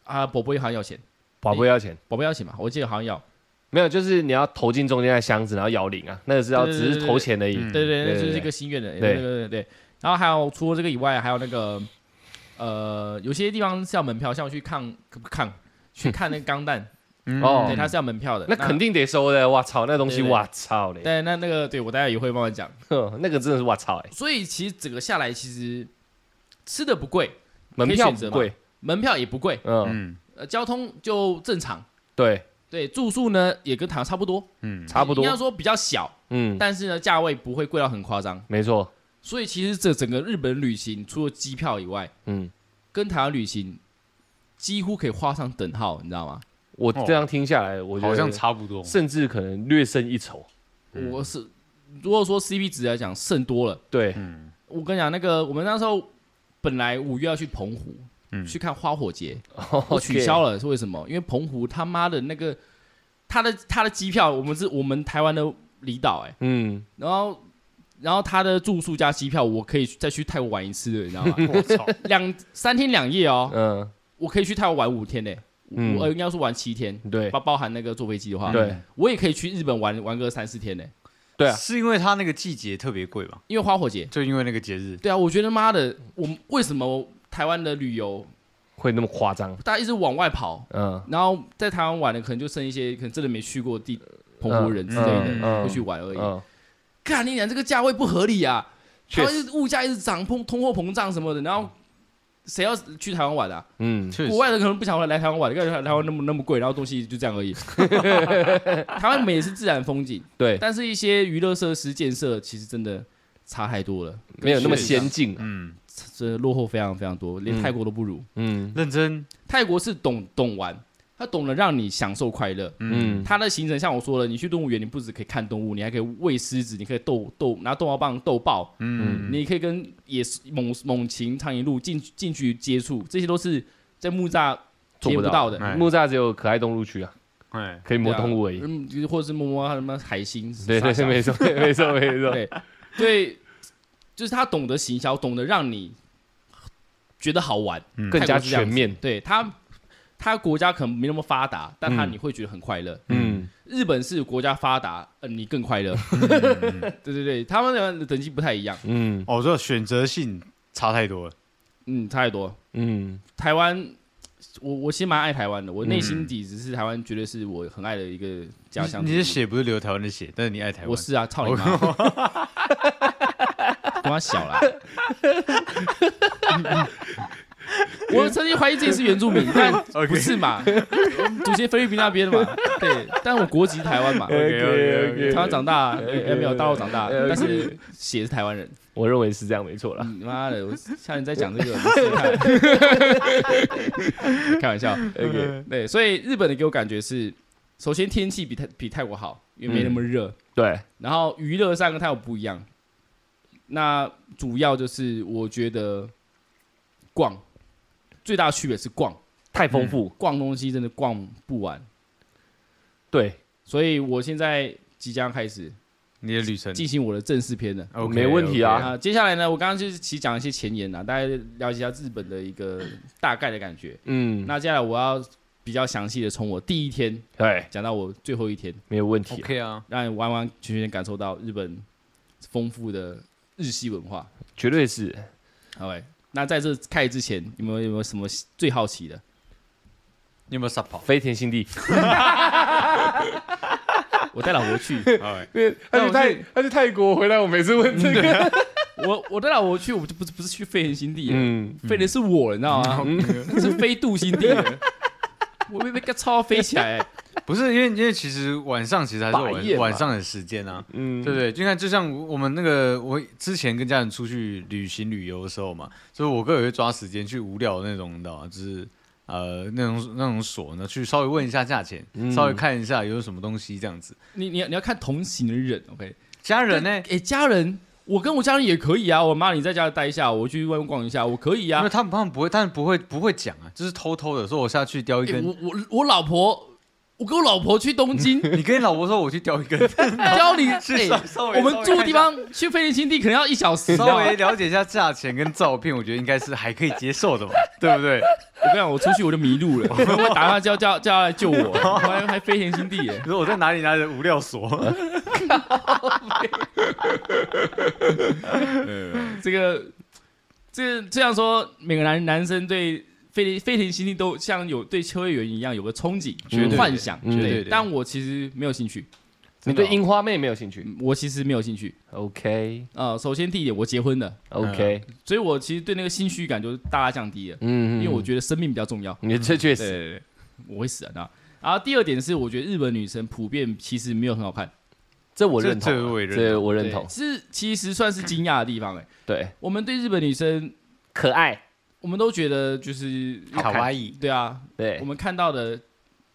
Speaker 3: 啊，宝贝好像要钱，
Speaker 1: 宝贝要钱，
Speaker 3: 宝贝要钱嘛，我记得好像要。
Speaker 1: 没有，就是你要投进中间的箱子，然后摇铃啊，那个是要
Speaker 3: 对对
Speaker 1: 只是
Speaker 3: 对
Speaker 1: 投钱而已，
Speaker 4: 嗯
Speaker 1: 对
Speaker 3: 对对对，那就
Speaker 1: 对
Speaker 3: 是一
Speaker 1: 对
Speaker 3: 个心愿的。对
Speaker 1: 对
Speaker 3: 对对对。然后还有除了这个以外，还有那个呃，有些地方是要门票，像我去看看去看那个钢弹，
Speaker 4: 嗯
Speaker 1: 哦
Speaker 3: 对，它是要门票的。
Speaker 1: 那肯定得收的，哇操，那东西
Speaker 3: 对对
Speaker 1: 哇操嘞，
Speaker 3: 对，那那个对我待会也会慢慢讲。
Speaker 1: 哼那个真的是哇操哎，
Speaker 3: 所以其实整个下来，其实吃的不贵，
Speaker 1: 门
Speaker 3: 可以
Speaker 1: 票
Speaker 3: 选择
Speaker 1: 不
Speaker 3: 嘛
Speaker 1: 贵，
Speaker 3: 门票也不贵，
Speaker 1: 嗯，
Speaker 4: 嗯
Speaker 3: 呃，交通就正常。
Speaker 1: 对，
Speaker 3: 对，住宿呢也跟台湾差不多，
Speaker 4: 嗯，
Speaker 1: 差不多
Speaker 3: 应，该说比较小，
Speaker 1: 嗯，
Speaker 3: 但是呢价位不会贵到很夸张。
Speaker 1: 没错，
Speaker 3: 所以其实这整个日本旅行，除了机票以外，
Speaker 1: 嗯，
Speaker 3: 跟台湾旅行几乎可以画上等号，你知道吗？
Speaker 1: 我这样听下来，我觉得
Speaker 4: 好像差不多。
Speaker 1: 甚至可能略胜一筹，
Speaker 4: 嗯
Speaker 3: 我是如果说 CP 值来讲，剩多了。
Speaker 1: 对，
Speaker 4: 嗯
Speaker 3: 我跟你讲，那个我们那时候本来五月要去澎湖，
Speaker 4: 嗯哦
Speaker 3: 去看花火节，我
Speaker 1: [LAUGHS] 我
Speaker 3: 取消了，是为什么？因为澎湖他妈的那个，他的他的机票，我们是我们台湾的离岛哎，
Speaker 1: 嗯，
Speaker 3: 然后然后他的住宿加机票，我可以再去泰国玩一次的，你知
Speaker 4: [LAUGHS]
Speaker 3: 道吗？
Speaker 4: 我
Speaker 1: [LAUGHS]
Speaker 4: 操，
Speaker 3: 两三天两夜哦，
Speaker 1: 嗯
Speaker 3: 我可以去泰国玩五天嘞，
Speaker 1: 嗯
Speaker 3: 我呃应该说玩七天，
Speaker 1: 对
Speaker 3: 包包含那个坐飞机
Speaker 4: 嗯
Speaker 3: 的话，
Speaker 1: 对
Speaker 3: 我也可以去日本玩玩个三四天嘞，
Speaker 1: 对啊，
Speaker 4: 是因为它那个季节特别贵嘛，
Speaker 3: 因为花火节。
Speaker 4: 就因为那个节
Speaker 1: 嗯
Speaker 4: 日，
Speaker 3: 对啊，我觉得妈的，我们为什么台湾的旅游
Speaker 1: 会那么夸张，
Speaker 3: 大家一直往外跑，
Speaker 1: 嗯
Speaker 3: 然后在台湾玩的可能就剩一些可能真的没去过地澎湖人之类
Speaker 1: 嗯
Speaker 3: 的
Speaker 1: 嗯
Speaker 3: 会去玩而已。
Speaker 1: 嗯，
Speaker 3: 看你讲这个价位不合理啊！台
Speaker 1: 确
Speaker 3: 湾
Speaker 1: 实，
Speaker 3: 一直物价一直涨，通通货膨胀什么的，然后谁要去台湾玩啊？
Speaker 1: 嗯
Speaker 4: 确实
Speaker 3: 国外的可能不想来台湾玩，感觉台湾那么那么贵，然后东西就这
Speaker 1: [LAUGHS]
Speaker 3: 样而已。台湾美是自然风景，
Speaker 1: 对，
Speaker 3: 但是一些娱乐设施建设其实真的差太多了，
Speaker 1: 没有那么
Speaker 3: 跟去
Speaker 1: 先进啊，
Speaker 4: 嗯，
Speaker 3: 真的落后非常非常多，连
Speaker 1: 嗯
Speaker 3: 泰国都不如。
Speaker 1: 嗯
Speaker 4: 认真，
Speaker 3: 泰国是懂懂玩，他懂得让你享受快乐。
Speaker 1: 嗯，
Speaker 3: 他的行程像我说了，你去动物园，你不只可以看动物，你还可以喂狮子，你可以逗逗拿逗猫棒逗爆，
Speaker 4: 嗯，
Speaker 3: 你可以跟野狮猛猛禽、长颈鹿近近距离接触，这些都是在木栅
Speaker 1: 做
Speaker 3: 接
Speaker 1: 不
Speaker 3: 不
Speaker 1: 到
Speaker 3: 到的。
Speaker 4: 哎
Speaker 1: 木栅只有可爱动物区啊，
Speaker 4: 哎，
Speaker 1: 可以摸动物而已。
Speaker 3: 嗯，或者是摸摸他们海星，
Speaker 1: 对对对，
Speaker 3: 傻笑
Speaker 1: 没错，没错，
Speaker 3: [LAUGHS]
Speaker 1: 没错。
Speaker 3: 对对，就是他懂得行销，懂得让你觉得好玩，
Speaker 4: 嗯
Speaker 1: 更加
Speaker 3: 泰国是这样
Speaker 1: 全
Speaker 3: 子
Speaker 1: 面。
Speaker 3: 对他，他国家可能没那么发达，但他
Speaker 1: 嗯
Speaker 3: 你会觉得很快乐。
Speaker 1: 嗯，
Speaker 3: 日本是国家发达，呃，你更快乐。 [LAUGHS] 对对对，他们的等级不太一样，
Speaker 1: 嗯
Speaker 4: 哦，这选择性差太多了，
Speaker 3: 嗯，差太多。
Speaker 1: 嗯
Speaker 3: 台湾，我我其实蛮爱台湾的，我内
Speaker 1: 嗯
Speaker 3: 心底只是台湾，绝对是我很爱的一个家乡。
Speaker 4: 你你的，血不是流台湾的血，但是你爱台
Speaker 3: 我
Speaker 4: 湾，
Speaker 3: 是
Speaker 4: [LAUGHS]
Speaker 3: 啊，操你妈！瓜小
Speaker 4: [LAUGHS]
Speaker 3: 啦。我曾经怀疑自己是原住民，但
Speaker 4: [LAUGHS] OK
Speaker 3: 不是嘛？祖先菲律宾那边
Speaker 4: [LAUGHS]
Speaker 3: 的嘛，对，但我国籍是台湾嘛，
Speaker 4: OK，OK，OK
Speaker 3: 台湾长大，哎没有大陆长大，但是血是台湾人。
Speaker 1: 我认为是这样，没错啦。
Speaker 3: 你妈的！我下你再讲这
Speaker 4: [LAUGHS]
Speaker 3: 个，你试试看。开玩笑，
Speaker 1: OK，
Speaker 3: 对，所以日本的给我感觉是，首先天气比泰比泰国好，因为没那
Speaker 4: 嗯
Speaker 3: 么热。
Speaker 1: 对，
Speaker 3: 然后娱乐上跟泰国不一样，那主要就是我觉得逛最大的区别是逛，嗯
Speaker 1: 太丰富。
Speaker 3: 逛东西真的逛不完。
Speaker 1: 对，
Speaker 3: 所以我现在即将开始
Speaker 4: 你的旅程
Speaker 3: 进行我的正式篇了。
Speaker 4: ，OK，
Speaker 1: 没问题啊
Speaker 4: OK，
Speaker 3: 啊，接下来呢，我刚刚就是其实讲一些前言啊，大家了解一下日本的一个大概的感觉。
Speaker 1: 嗯，
Speaker 3: 那接下来我要比较详细的从我第一天
Speaker 1: 对，
Speaker 3: 讲到我最后一天，
Speaker 1: 没有问题。
Speaker 4: ，OK 啊，
Speaker 3: 让你完完全全感受到日本丰富的日系文化。
Speaker 1: 绝对是。
Speaker 3: 好嘞，那在这开始之前，你们有没有什么最好奇的？
Speaker 4: 你有没有撒
Speaker 1: [LAUGHS]
Speaker 4: 跑？
Speaker 1: 飞田新地，
Speaker 3: 我带老婆去，
Speaker 4: 哎，
Speaker 1: 他
Speaker 3: 那
Speaker 1: 去
Speaker 3: 我
Speaker 1: 泰，他去泰国回来，我每次问这个，
Speaker 3: 我我带老婆去，我就不是不是去废人新地， [LAUGHS]
Speaker 1: 嗯，
Speaker 3: 废的是我，你知道吗？
Speaker 4: 嗯
Speaker 3: 是飞渡新地的，我被被个超飞起来、欸，
Speaker 4: 不是因为因为其实晚上其实还是
Speaker 1: 把夜
Speaker 4: 晚
Speaker 1: 嘛
Speaker 4: 晚上的时间啊，
Speaker 1: 嗯
Speaker 4: 对不对？就看，就像我们那个，我之前跟家人出去旅行旅游的时候嘛，所以我哥也会抓时间去无聊的那种，你知道吗？就是呃那种那种锁呢，去稍微问一下价钱，
Speaker 1: 嗯
Speaker 4: 稍微看一下有什么东西这样子。
Speaker 3: 你你要你要看同行的人，OK？
Speaker 4: 家人呢，
Speaker 3: 哎、家人，我跟我家人也可以啊，我妈你在家待一下，我去外面逛一下，我可以
Speaker 4: 因
Speaker 3: 啊
Speaker 4: 为。他们他们不会，他们不会不会讲啊，就是偷偷的说我下去叼一
Speaker 3: 欸
Speaker 4: 根，
Speaker 3: 我我我老婆，我跟我老婆去东京
Speaker 4: [LAUGHS] ，你跟你老婆说我去叼
Speaker 3: [LAUGHS]
Speaker 4: 一根，
Speaker 3: 教你
Speaker 4: [LAUGHS] 是
Speaker 3: 欸
Speaker 4: 稍稍微
Speaker 3: 我们
Speaker 4: 稍微
Speaker 3: 住
Speaker 4: 看
Speaker 3: 的
Speaker 4: 一
Speaker 3: 地
Speaker 4: 下
Speaker 3: 方去飞天新地可能要一小时， [LAUGHS] 你知道
Speaker 4: 稍
Speaker 3: 吗
Speaker 4: 微了解一下价钱跟照片，我觉得应该是还可以接受的嘛， [LAUGHS] 对不对？
Speaker 3: 我跟你讲，我出去我就迷路了， [LAUGHS] 我打电话叫叫叫他来救 [LAUGHS] 我，还还飞天新地耶！
Speaker 4: 你说我在哪里拿着无料锁？
Speaker 3: 这个这个这样说，每个男男生对飞飞天新地都像有对秋叶原一样有个憧憬、
Speaker 1: 绝对
Speaker 3: 幻想，
Speaker 1: 嗯
Speaker 3: 对
Speaker 1: 绝
Speaker 4: 对的
Speaker 3: 但我其实没有兴趣，哦
Speaker 1: 你对樱花妹没有兴趣
Speaker 3: 嗯我其实没有兴趣。
Speaker 1: ？OK，OK，
Speaker 3: 呃，首先第一点，我结婚了，所以我其实对那个心虚感就大大降低了，
Speaker 1: 嗯，
Speaker 3: 因为我
Speaker 1: 嗯
Speaker 3: 觉得生命比较重要。
Speaker 1: 你 [LAUGHS] 这确
Speaker 3: 对
Speaker 1: 实，
Speaker 3: 对对，我会死啊！那然后第二点是，我觉得日本女生普遍其实没有很好看，
Speaker 1: 这我
Speaker 4: 这
Speaker 1: 认同
Speaker 4: 这我也
Speaker 1: 啊，
Speaker 4: 认
Speaker 1: 这我认
Speaker 3: 对
Speaker 1: 同。
Speaker 3: 是其实算是惊讶的地方哎、
Speaker 1: 对，
Speaker 3: 我们对日本女生，
Speaker 1: 可爱，
Speaker 3: 我们都觉得就是
Speaker 1: 好看
Speaker 4: 哇伊，
Speaker 3: 对啊，
Speaker 1: 对
Speaker 3: 我，们看到的，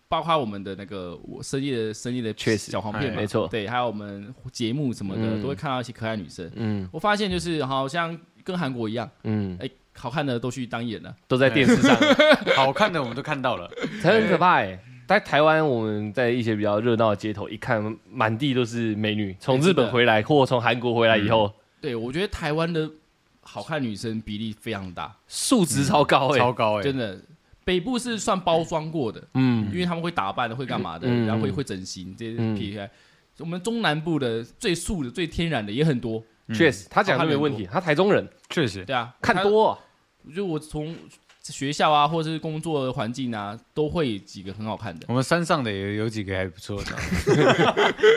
Speaker 3: 包括我们的那个我深夜的深夜的
Speaker 1: 确实
Speaker 3: 小黄片嘛，
Speaker 1: 哎没错
Speaker 3: 对，还有我们节目什么的，
Speaker 1: 嗯
Speaker 3: 都会看到一些可爱女生。
Speaker 1: 嗯
Speaker 3: 我发现就是好像跟韩国一样，
Speaker 1: 嗯，
Speaker 3: 哎、好看的都去当艺人了。
Speaker 1: 都在电视上，
Speaker 4: 好看的我们都看
Speaker 1: [LAUGHS]
Speaker 4: 到了，
Speaker 1: 很可怕哎、在台湾，我们在一些比较热闹的街头，一看满地都是美女，从日本回来或从韩国回来以后，
Speaker 3: 对，我觉得台湾的好看女生比例非常大，
Speaker 1: 数值超高哎、
Speaker 4: 超高哎、
Speaker 3: 真的。北部是算包装过的，
Speaker 1: 嗯，
Speaker 3: 因为他们会打扮的，会干嘛的，
Speaker 1: 嗯
Speaker 3: 然后会会整形这些
Speaker 1: 嗯
Speaker 3: P I。我们中南部的最素的、最天然的也很多，
Speaker 1: 确实，他讲的没问题，他台中人
Speaker 4: 确实，
Speaker 3: 对啊，
Speaker 1: 看多啊、
Speaker 3: 就我从学校啊，或者是工作的环境啊，都会几个很好看的。
Speaker 4: 我们山上的也有几个还不错的，
Speaker 1: [LAUGHS]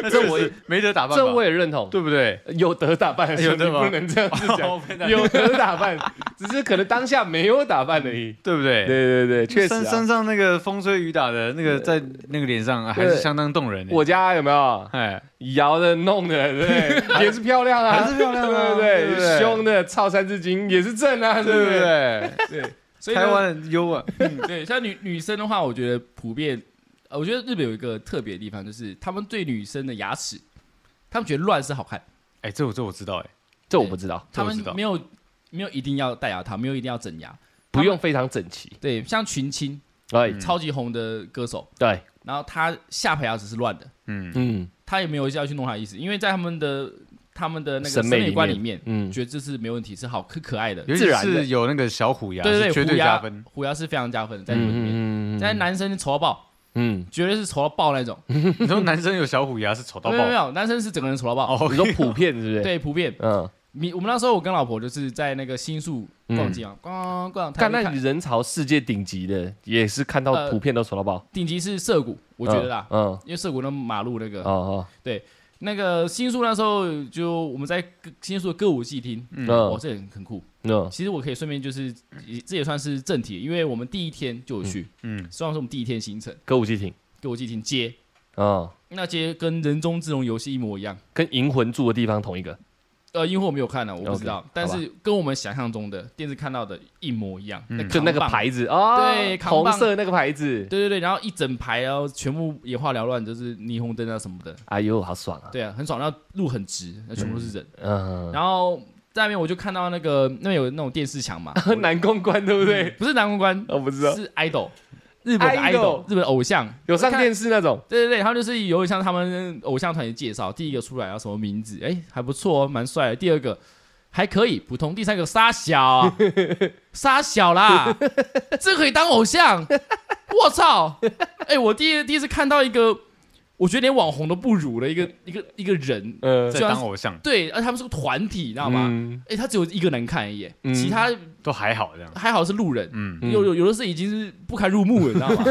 Speaker 1: 这
Speaker 4: [LAUGHS]
Speaker 1: 我
Speaker 4: 没得打扮
Speaker 1: 这
Speaker 4: 吧，
Speaker 1: 我也认同，
Speaker 4: 对不对？
Speaker 1: 有德打扮，
Speaker 4: 有
Speaker 1: 有
Speaker 4: 德
Speaker 1: 德
Speaker 4: 吗
Speaker 1: 不能这样子讲，
Speaker 4: 哦没得
Speaker 1: 有德打扮，只是可能当下没有打扮而已。
Speaker 4: 对不对？
Speaker 1: 对对对，确实、
Speaker 4: 山
Speaker 1: 啊
Speaker 4: 山。上那个风吹雨打的那个，在那个脸上啊还是相当动人的。
Speaker 1: 我家有没
Speaker 4: [LAUGHS]
Speaker 1: 有
Speaker 4: 哎，
Speaker 1: 摇的、弄的，对不 [LAUGHS] 对？也是漂亮啊，
Speaker 4: 还是漂亮
Speaker 1: 对
Speaker 4: 啊
Speaker 1: 不对？
Speaker 4: 对不对
Speaker 1: 凶的操三字经也是正啊，对
Speaker 4: 对
Speaker 1: 不
Speaker 4: 不
Speaker 1: 对？
Speaker 4: 对？
Speaker 3: 所以呢
Speaker 4: 台湾很优啊，
Speaker 3: 对，像女女生的话，我觉得普遍，呃，我觉得日本有一个特别的地方，就是他们对女生的牙齿，他们觉得乱是好看，
Speaker 4: 哎，这我这我知道哎，
Speaker 1: 这我不知道，
Speaker 3: 他
Speaker 4: 这我
Speaker 3: 们
Speaker 4: 知道
Speaker 3: 没有没有一定要戴牙套，没有一定要整牙，
Speaker 1: 不用非常整齐。
Speaker 3: 对，像群青、
Speaker 1: 哎，
Speaker 3: 超级红的歌手，
Speaker 1: 对，
Speaker 3: 然后他下排牙齿是乱的，
Speaker 4: 嗯，
Speaker 1: 嗯，
Speaker 3: 他也没有要去弄他的意思，因为在他们的他们的那个
Speaker 1: 审
Speaker 3: 审
Speaker 1: 美
Speaker 3: 美观
Speaker 1: 里
Speaker 3: 里面，
Speaker 1: 嗯，
Speaker 3: 觉得这是没问题，是好可可爱的，
Speaker 4: 尤
Speaker 1: 自
Speaker 4: 其
Speaker 1: 然的
Speaker 4: 是有那个小虎牙，
Speaker 3: 对对
Speaker 4: 是绝
Speaker 3: 对，虎
Speaker 4: 对加
Speaker 3: 牙 [LAUGHS]
Speaker 4: 分。
Speaker 3: 虎牙是非常加分的，在日本里面，
Speaker 1: 嗯嗯嗯
Speaker 3: 但是男生丑到爆，
Speaker 1: 嗯，
Speaker 3: 绝对是丑到爆
Speaker 1: [LAUGHS]
Speaker 3: 那种，
Speaker 4: 你说男生有小虎牙是丑到
Speaker 3: 没
Speaker 4: 爆
Speaker 3: 有没有没有，男生是整个人丑到爆。
Speaker 4: 哦
Speaker 1: 你说普遍是不是？，
Speaker 3: 对，普遍。
Speaker 1: 嗯，
Speaker 3: 你我们那时候我跟老婆就是在那个新宿逛街嘛，逛逛，
Speaker 1: 但
Speaker 3: 台
Speaker 1: 嗯那
Speaker 3: 北看
Speaker 1: 人潮世界顶级的也是看到
Speaker 3: 呃
Speaker 1: 普遍都丑到爆，
Speaker 3: 顶级是涩谷，我觉得啦，
Speaker 1: 嗯，嗯
Speaker 3: 因为涩谷那马路那个
Speaker 1: 哦哦，
Speaker 3: 那个新宿那时候就我们在歌新宿的歌舞伎町，
Speaker 4: 嗯
Speaker 3: 哇，
Speaker 1: 嗯
Speaker 3: 这很很酷。
Speaker 1: 嗯
Speaker 3: 其实我可以顺便就是也这也算是正题，因为我们第一天就有去，
Speaker 4: 嗯，
Speaker 3: 虽然说我们第一天行程
Speaker 1: 歌舞伎町，
Speaker 3: 歌舞伎町街，
Speaker 1: 嗯，
Speaker 3: 那街跟人中之龙游戏一模一样。
Speaker 1: 跟银魂住的地方同一个，
Speaker 3: 呃，因为我没有看呢、我不
Speaker 1: OK，
Speaker 3: 知道但是跟我们想象中的电视看到的一模一样，
Speaker 4: 嗯
Speaker 1: 就那个
Speaker 3: 扛棒
Speaker 1: 牌子啊，哦
Speaker 3: 对扛
Speaker 1: 红
Speaker 3: 棒
Speaker 1: 色那个牌子，
Speaker 3: 对对对，然后一整排，然后全部眼花缭乱，就是霓虹灯啊什么的，
Speaker 1: 哎呦，好爽啊，
Speaker 3: 对啊，很爽。然后路很直，那全部都是人。
Speaker 1: 嗯，
Speaker 3: 然后在那边我就看到那个那边有那种电视墙嘛，
Speaker 1: [LAUGHS] 南公关对不对？
Speaker 3: 不是南公关，
Speaker 1: 哦我不知道，
Speaker 3: 是 idol，日本的
Speaker 1: idol
Speaker 3: idol，日本的偶像
Speaker 1: 有上。
Speaker 3: 我看
Speaker 1: 电视那种，
Speaker 3: 对对对，他们就是有点像他们偶像团体介绍，第一个出来要什么名字，哎，还不错哦，蛮帅的。第二个还可以，普通。第三个沙小
Speaker 1: [LAUGHS]
Speaker 3: 啊，沙小啦，这可以当偶像，我操！哎，我第一第一次看到一个，我觉得连网红都不如的一个一个一个人，
Speaker 1: 嗯，
Speaker 4: 在当偶像
Speaker 3: 对，而他们是个团体，你知道吗？
Speaker 1: 嗯？
Speaker 3: 哎，他只有一个能看而已，
Speaker 1: 嗯
Speaker 3: 其他
Speaker 4: 都还好这样。
Speaker 3: 还好是路人，
Speaker 4: 嗯，
Speaker 1: 嗯
Speaker 3: 有有有的是已经是不堪入目了，你知道吗？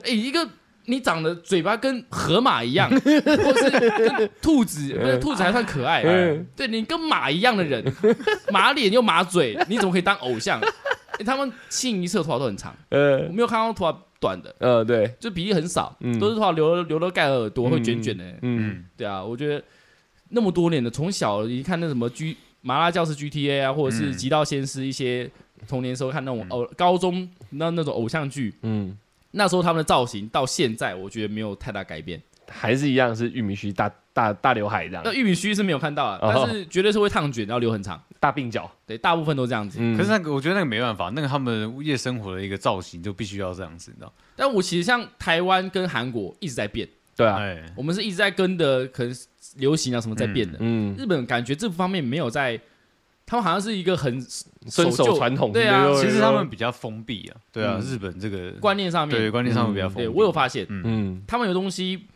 Speaker 1: [LAUGHS]
Speaker 3: 哎、一个你长得嘴巴跟河马一
Speaker 1: [LAUGHS]
Speaker 3: 样，或是跟兔子，不是兔子还算可爱，
Speaker 1: 嗯
Speaker 3: 对你跟马一样的人， [LAUGHS] 马脸又马嘴，你怎么可以当偶像？哎他们清一色头发都很长，我
Speaker 1: 呃
Speaker 3: 没有看到头发短的，
Speaker 1: 呃，对，
Speaker 3: 就比例很少，
Speaker 1: 嗯
Speaker 3: 都是头发留留到盖耳朵会卷卷的、
Speaker 1: 嗯，
Speaker 4: 嗯，
Speaker 3: 对啊，我觉得那么多年的，从小一看那什么 G 麻辣教师 GTA 啊，或者是
Speaker 4: 嗯
Speaker 3: 《极道先师》一些童年时候看那种偶、高中那那种偶像剧，
Speaker 1: 嗯，
Speaker 3: 那时候他们的造型到现在，我觉得没有太大改变。
Speaker 1: 还是一样是玉米须大大大刘海这样
Speaker 4: 嗯
Speaker 3: 那，玉米须是没有看到啊，
Speaker 1: 哦
Speaker 3: 但是绝对是会烫卷，然后留很长。
Speaker 1: 大鬓角。
Speaker 3: 对，大部分都这样子。
Speaker 1: 嗯
Speaker 4: 可是那个我觉得那个没办法，那个他们夜生活的一个造型就必须要这样子，你知道？
Speaker 3: 但我其实像台湾跟韩国一直在变，
Speaker 1: 对啊，
Speaker 4: 哎，
Speaker 3: 我们是一直在跟的，可能流行啊什么在变的。
Speaker 1: 嗯，
Speaker 3: 日本感觉这方面没有在，他们好像是一个很
Speaker 1: 遵
Speaker 3: 守
Speaker 1: 守
Speaker 3: 旧
Speaker 1: 传统，
Speaker 3: 对啊
Speaker 4: 其实他们比较封闭啊，对啊，
Speaker 1: 嗯
Speaker 4: 日本这个
Speaker 3: 观念上面。
Speaker 4: 对观念上面比较封闭。
Speaker 3: 对我有发现，
Speaker 1: 嗯，
Speaker 3: 他们有东西，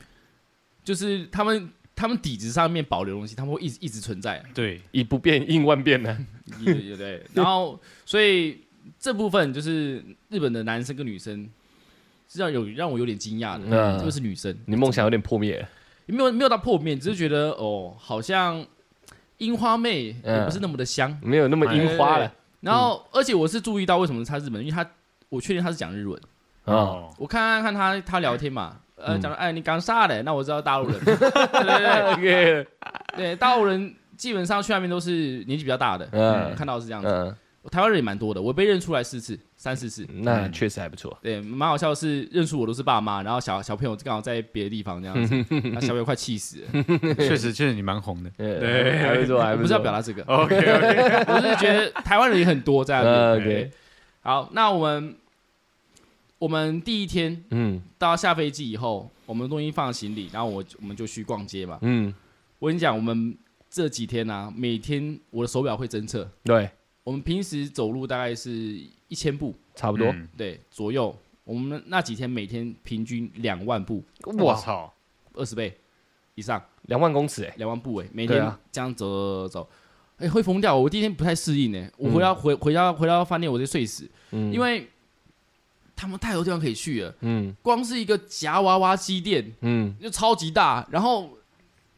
Speaker 3: 就是他们他们底子上面保留的东西，他们会一直一直存
Speaker 1: [LAUGHS]
Speaker 3: 在，
Speaker 4: 对，
Speaker 1: 以不变应万变呢。
Speaker 3: 也也对。然后，所以这部分就是日本的男生跟女生，是让有让我有点惊讶的，
Speaker 1: 嗯
Speaker 3: 特别是女生，
Speaker 1: 你梦想有点破灭了，
Speaker 3: 没有没有到破灭，只是觉得哦，好像樱花妹
Speaker 1: 嗯
Speaker 3: 也不是那么的香。
Speaker 1: 没有那么樱花了
Speaker 3: 然后，而且我是注意到为什么他日本，因为他我确定他是讲日文，
Speaker 1: 啊。
Speaker 4: 哦
Speaker 3: 我看看他他聊天嘛。呃，
Speaker 1: 嗯
Speaker 3: 讲哎，你刚啥嘞？那我知道大陆
Speaker 1: [LAUGHS]
Speaker 3: 人，对对对，
Speaker 1: OK，
Speaker 3: 哎对，大陆人基本上去那边都是年纪比较大的，
Speaker 1: 嗯
Speaker 3: 看到是这样子。
Speaker 1: 嗯
Speaker 3: 台湾人也蛮多的，我被认出来四次，三四次。
Speaker 1: 那确实还不错。
Speaker 3: 对，蛮好笑的是，认出我都是爸妈，然后小小朋友刚好在别的地方这
Speaker 1: [LAUGHS]
Speaker 3: 样子，那小朋友快气死了。
Speaker 4: 确实确实你蛮红的。
Speaker 1: 对，呃还不错，还
Speaker 3: 我
Speaker 1: 不
Speaker 3: 不是
Speaker 1: 错。
Speaker 3: 要表达这个，
Speaker 4: OK OK，
Speaker 3: 我是觉得台湾人也很多在那边。
Speaker 1: 呃 OK，
Speaker 4: 对
Speaker 3: 好，那我们我们第一天
Speaker 1: 嗯
Speaker 3: 到下飞机以后，我们东西放行李，然后我我们就去逛街嘛。
Speaker 1: 嗯，
Speaker 3: 我跟你讲，我们这几天啊，每天我的手表会侦测，
Speaker 1: 对，
Speaker 3: 我们平时走路大概是一千步
Speaker 1: 差
Speaker 4: 差
Speaker 1: 不多。
Speaker 3: 对左右，我们那几天每天平均两万步，
Speaker 4: 我
Speaker 1: 哇，
Speaker 4: 操，
Speaker 3: 二十倍以上，
Speaker 1: 两万公尺哎，
Speaker 3: 两万步哎、每
Speaker 1: 对
Speaker 3: 天
Speaker 1: 啊
Speaker 3: 这样走走走走，哎、会疯掉。我第一天不太适应哎、我回到、回回到回到饭店我就睡死，
Speaker 1: 嗯
Speaker 3: 因为他们太多地方可以去了，
Speaker 1: 嗯
Speaker 3: 光是一个夹娃娃机店
Speaker 1: 嗯，
Speaker 3: 就超级大，然后。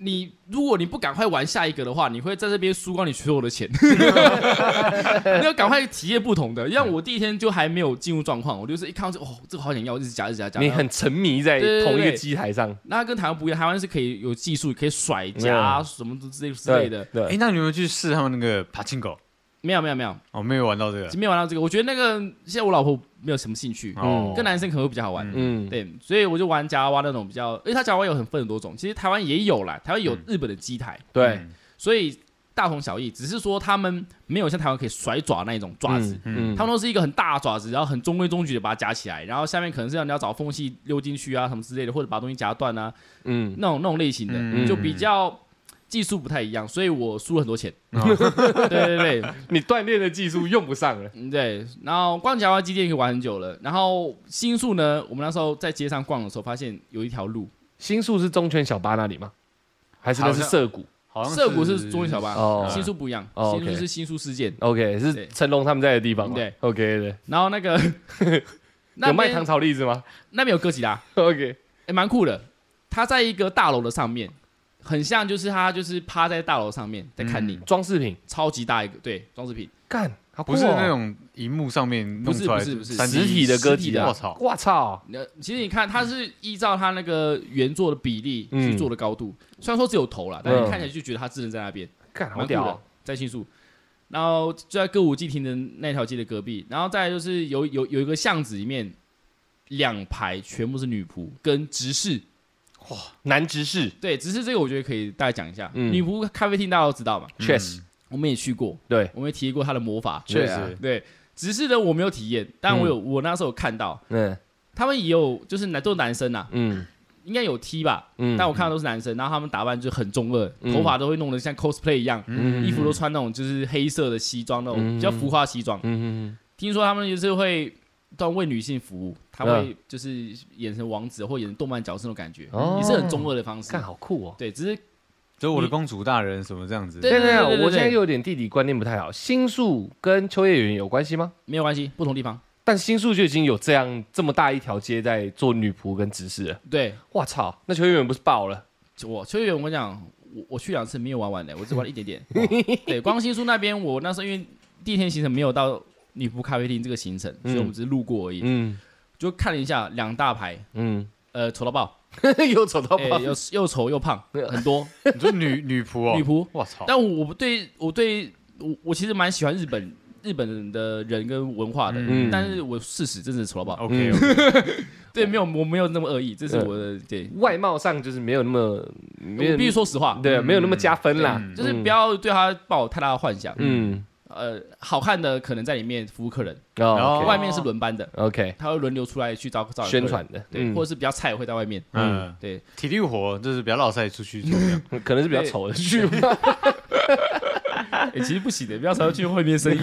Speaker 3: 你如果你不赶快玩下一个的话，你会在这边输光你所有的
Speaker 1: [LAUGHS]
Speaker 3: 钱。你要赶快体验不同的。像我第一天就还没有进入状况，我就是一看到这个哦，这个好想要，一直夹，一直夹，夹。
Speaker 1: 你很沉迷在
Speaker 3: 对对
Speaker 1: 同一个
Speaker 3: 对
Speaker 1: 机台上，
Speaker 3: 那跟台湾不一样，台湾是可以有技术，可以甩夹啊什么之类之类的。
Speaker 1: 对，
Speaker 4: 哎，
Speaker 1: 对，
Speaker 4: 那你有没有去试他们那个爬青狗？
Speaker 3: 没有没有没有，
Speaker 4: 哦，没有玩到这个。
Speaker 3: 没有玩到这个。我觉得那个现在我老婆没有什么兴趣，
Speaker 4: 哦，
Speaker 3: 哎跟男生可能会比较好玩。
Speaker 1: 嗯，
Speaker 3: 对，所以我就玩夹娃娃那种比较，因为它夹娃娃有很分很多种，其实台湾也有啦，台湾有
Speaker 1: 嗯
Speaker 3: 日本的机台，
Speaker 1: 对，
Speaker 4: 嗯
Speaker 3: 所以大同小异，只是说他们没有像台湾可以甩爪那一种爪子。
Speaker 1: 嗯，嗯
Speaker 3: 他们都是一个很大的爪子，然后很中规中矩的把它夹起来，然后下面可能是要你要找缝隙溜进去啊什么之类的，或者把东西夹断啊，
Speaker 1: 嗯，
Speaker 3: 那种那种类型的，
Speaker 4: 嗯
Speaker 3: 就比较技术不太一样，所以我输了很多
Speaker 1: [LAUGHS]
Speaker 3: 钱。 [LAUGHS]
Speaker 4: 哦
Speaker 3: 对对对
Speaker 1: 你锻炼的技术用不上了，
Speaker 3: 嗯对，然后啊逛夹娃机店可以玩很久了。然后新宿呢，我们那时候在街上逛的时候，发现有一条路，
Speaker 1: 新宿是中圈小巴那里吗？还是那是
Speaker 4: 好像
Speaker 1: 涩谷
Speaker 4: 好像
Speaker 3: 涩谷是中野小巴，
Speaker 1: 哦
Speaker 3: 新宿不一样，
Speaker 1: 哦
Speaker 3: 新宿
Speaker 1: OK
Speaker 3: 是新宿事件。
Speaker 1: ？OK，
Speaker 3: 对
Speaker 1: 是成龙他们在的地方吗？
Speaker 3: 对
Speaker 1: ，OK 的。
Speaker 3: 然后
Speaker 1: [LAUGHS]
Speaker 3: 那个那
Speaker 1: 有卖
Speaker 3: 边
Speaker 1: 糖炒栗子吗 [LAUGHS]
Speaker 3: 那边有哥吉拉，
Speaker 1: ？OK，
Speaker 3: 哎，蛮酷的。它在一个大楼的上面，很像就是它就是趴在大楼上面在看你，
Speaker 4: 嗯
Speaker 1: 装饰品
Speaker 3: 超级大一个，对，装饰品。
Speaker 1: 干，好酷
Speaker 4: 不是
Speaker 1: 哦
Speaker 4: 那种荧幕上面弄出来
Speaker 3: 不是不是不是
Speaker 4: 3D
Speaker 1: 实体的歌姬
Speaker 4: 我
Speaker 1: 啊
Speaker 4: 操！，
Speaker 1: 我操，
Speaker 3: 那呃其实你看，它是依照它那个原作的比例去做的高度，虽然说只有头啦，但是
Speaker 1: 嗯
Speaker 3: 看起来就觉得它真的在那边，
Speaker 1: 干好
Speaker 3: 蛮酷
Speaker 1: 屌
Speaker 3: 的
Speaker 1: 哦，，
Speaker 3: 在新宿。然后就在歌舞伎町的那条街的隔壁，然后再来就是有有有一个巷子里面，两排全部是女仆跟执事，
Speaker 1: 男执事，
Speaker 3: 对，执事这个我觉得可以大概讲一下。
Speaker 1: 嗯
Speaker 3: 女仆咖啡厅大家都知道嘛，
Speaker 1: 确
Speaker 4: 嗯
Speaker 1: 实，
Speaker 3: 我们也去过，
Speaker 1: 对，
Speaker 3: 我们也体验过她的魔法，
Speaker 4: 确
Speaker 1: 对啊
Speaker 4: 实，
Speaker 3: 对。执事呢我没有体验，但我有、我那时候有看到，
Speaker 1: 嗯
Speaker 3: 他们也有就是男都是男生呐、啊，
Speaker 1: 嗯
Speaker 3: 应该有 T 吧，
Speaker 1: 嗯，
Speaker 3: 但我看到都是男生，然后他们打扮就很中二，
Speaker 1: 嗯
Speaker 3: 头发都会弄得像 cosplay 一样，
Speaker 1: 嗯
Speaker 3: 衣服都穿那种就是黑色的西装，那种
Speaker 1: 嗯
Speaker 3: 比较浮夸的西装。
Speaker 1: 嗯嗯
Speaker 3: 听说他们就是会专为女性服务，他
Speaker 1: 嗯
Speaker 3: 会就是演成王子或演成动漫角色那种感觉，
Speaker 1: 哦
Speaker 3: 也是很中二的方
Speaker 1: 嗯，
Speaker 3: 式
Speaker 1: 干。好酷哦。
Speaker 3: 对，只是
Speaker 4: 就我的公主大人什么这样子。
Speaker 3: 对对对对对
Speaker 1: 我现在有点地理观念不太好。新宿跟秋叶原有关系吗？
Speaker 3: 没有关系，不同地方。
Speaker 1: 但新宿就已经有这样这么大一条街在做女仆跟执事了，
Speaker 3: 对
Speaker 1: 我操，那秋叶原不是爆了？
Speaker 3: 我秋叶原，我跟你讲，我我去两次没有玩完的，我只玩了一
Speaker 1: [LAUGHS]
Speaker 3: 点点。哦对，光新宿那边，我那时候因为第一天行程没有到女仆咖啡厅这个行程，所以我们只是路过而已，
Speaker 1: 嗯
Speaker 3: 就看了一下两大排，
Speaker 1: 嗯，
Speaker 3: 呃，丑到爆。
Speaker 1: [LAUGHS] 又走到
Speaker 3: 哎、
Speaker 1: 爆，
Speaker 3: 又又丑又胖，很多
Speaker 4: 你说女女仆哦，
Speaker 3: 女仆。
Speaker 4: 我操！
Speaker 3: 但我不对我对我我其实蛮喜欢日本日本人的人跟文化的，
Speaker 1: 嗯哦
Speaker 3: 但是我事实真的是丑到爆。
Speaker 4: OK，
Speaker 3: 对，没有我没有那么恶意，这是我的、对。
Speaker 1: 外貌上就是没有那么没有
Speaker 3: 我必须说实话，
Speaker 1: 对，没有那么加分
Speaker 3: 对
Speaker 1: 啦，
Speaker 3: 就是不要对他抱有太大的幻想。
Speaker 1: 嗯，
Speaker 3: 呃，好看的可能在里面服务客人，
Speaker 4: 然后
Speaker 1: 哦
Speaker 4: 哦
Speaker 3: 外面是轮班的，
Speaker 1: ，OK，
Speaker 3: 他会轮流出来去招招揽客人
Speaker 1: 宣，传的，
Speaker 3: 嗯对，
Speaker 1: 嗯
Speaker 3: 或者是比较菜的会在外面，
Speaker 4: 嗯，
Speaker 1: [LAUGHS]
Speaker 3: 对。
Speaker 4: 体力活就是比较老塞出去做这样。
Speaker 1: 可能是比较丑的剧吧，
Speaker 3: 欸其实不行的，不要常常去会面生意。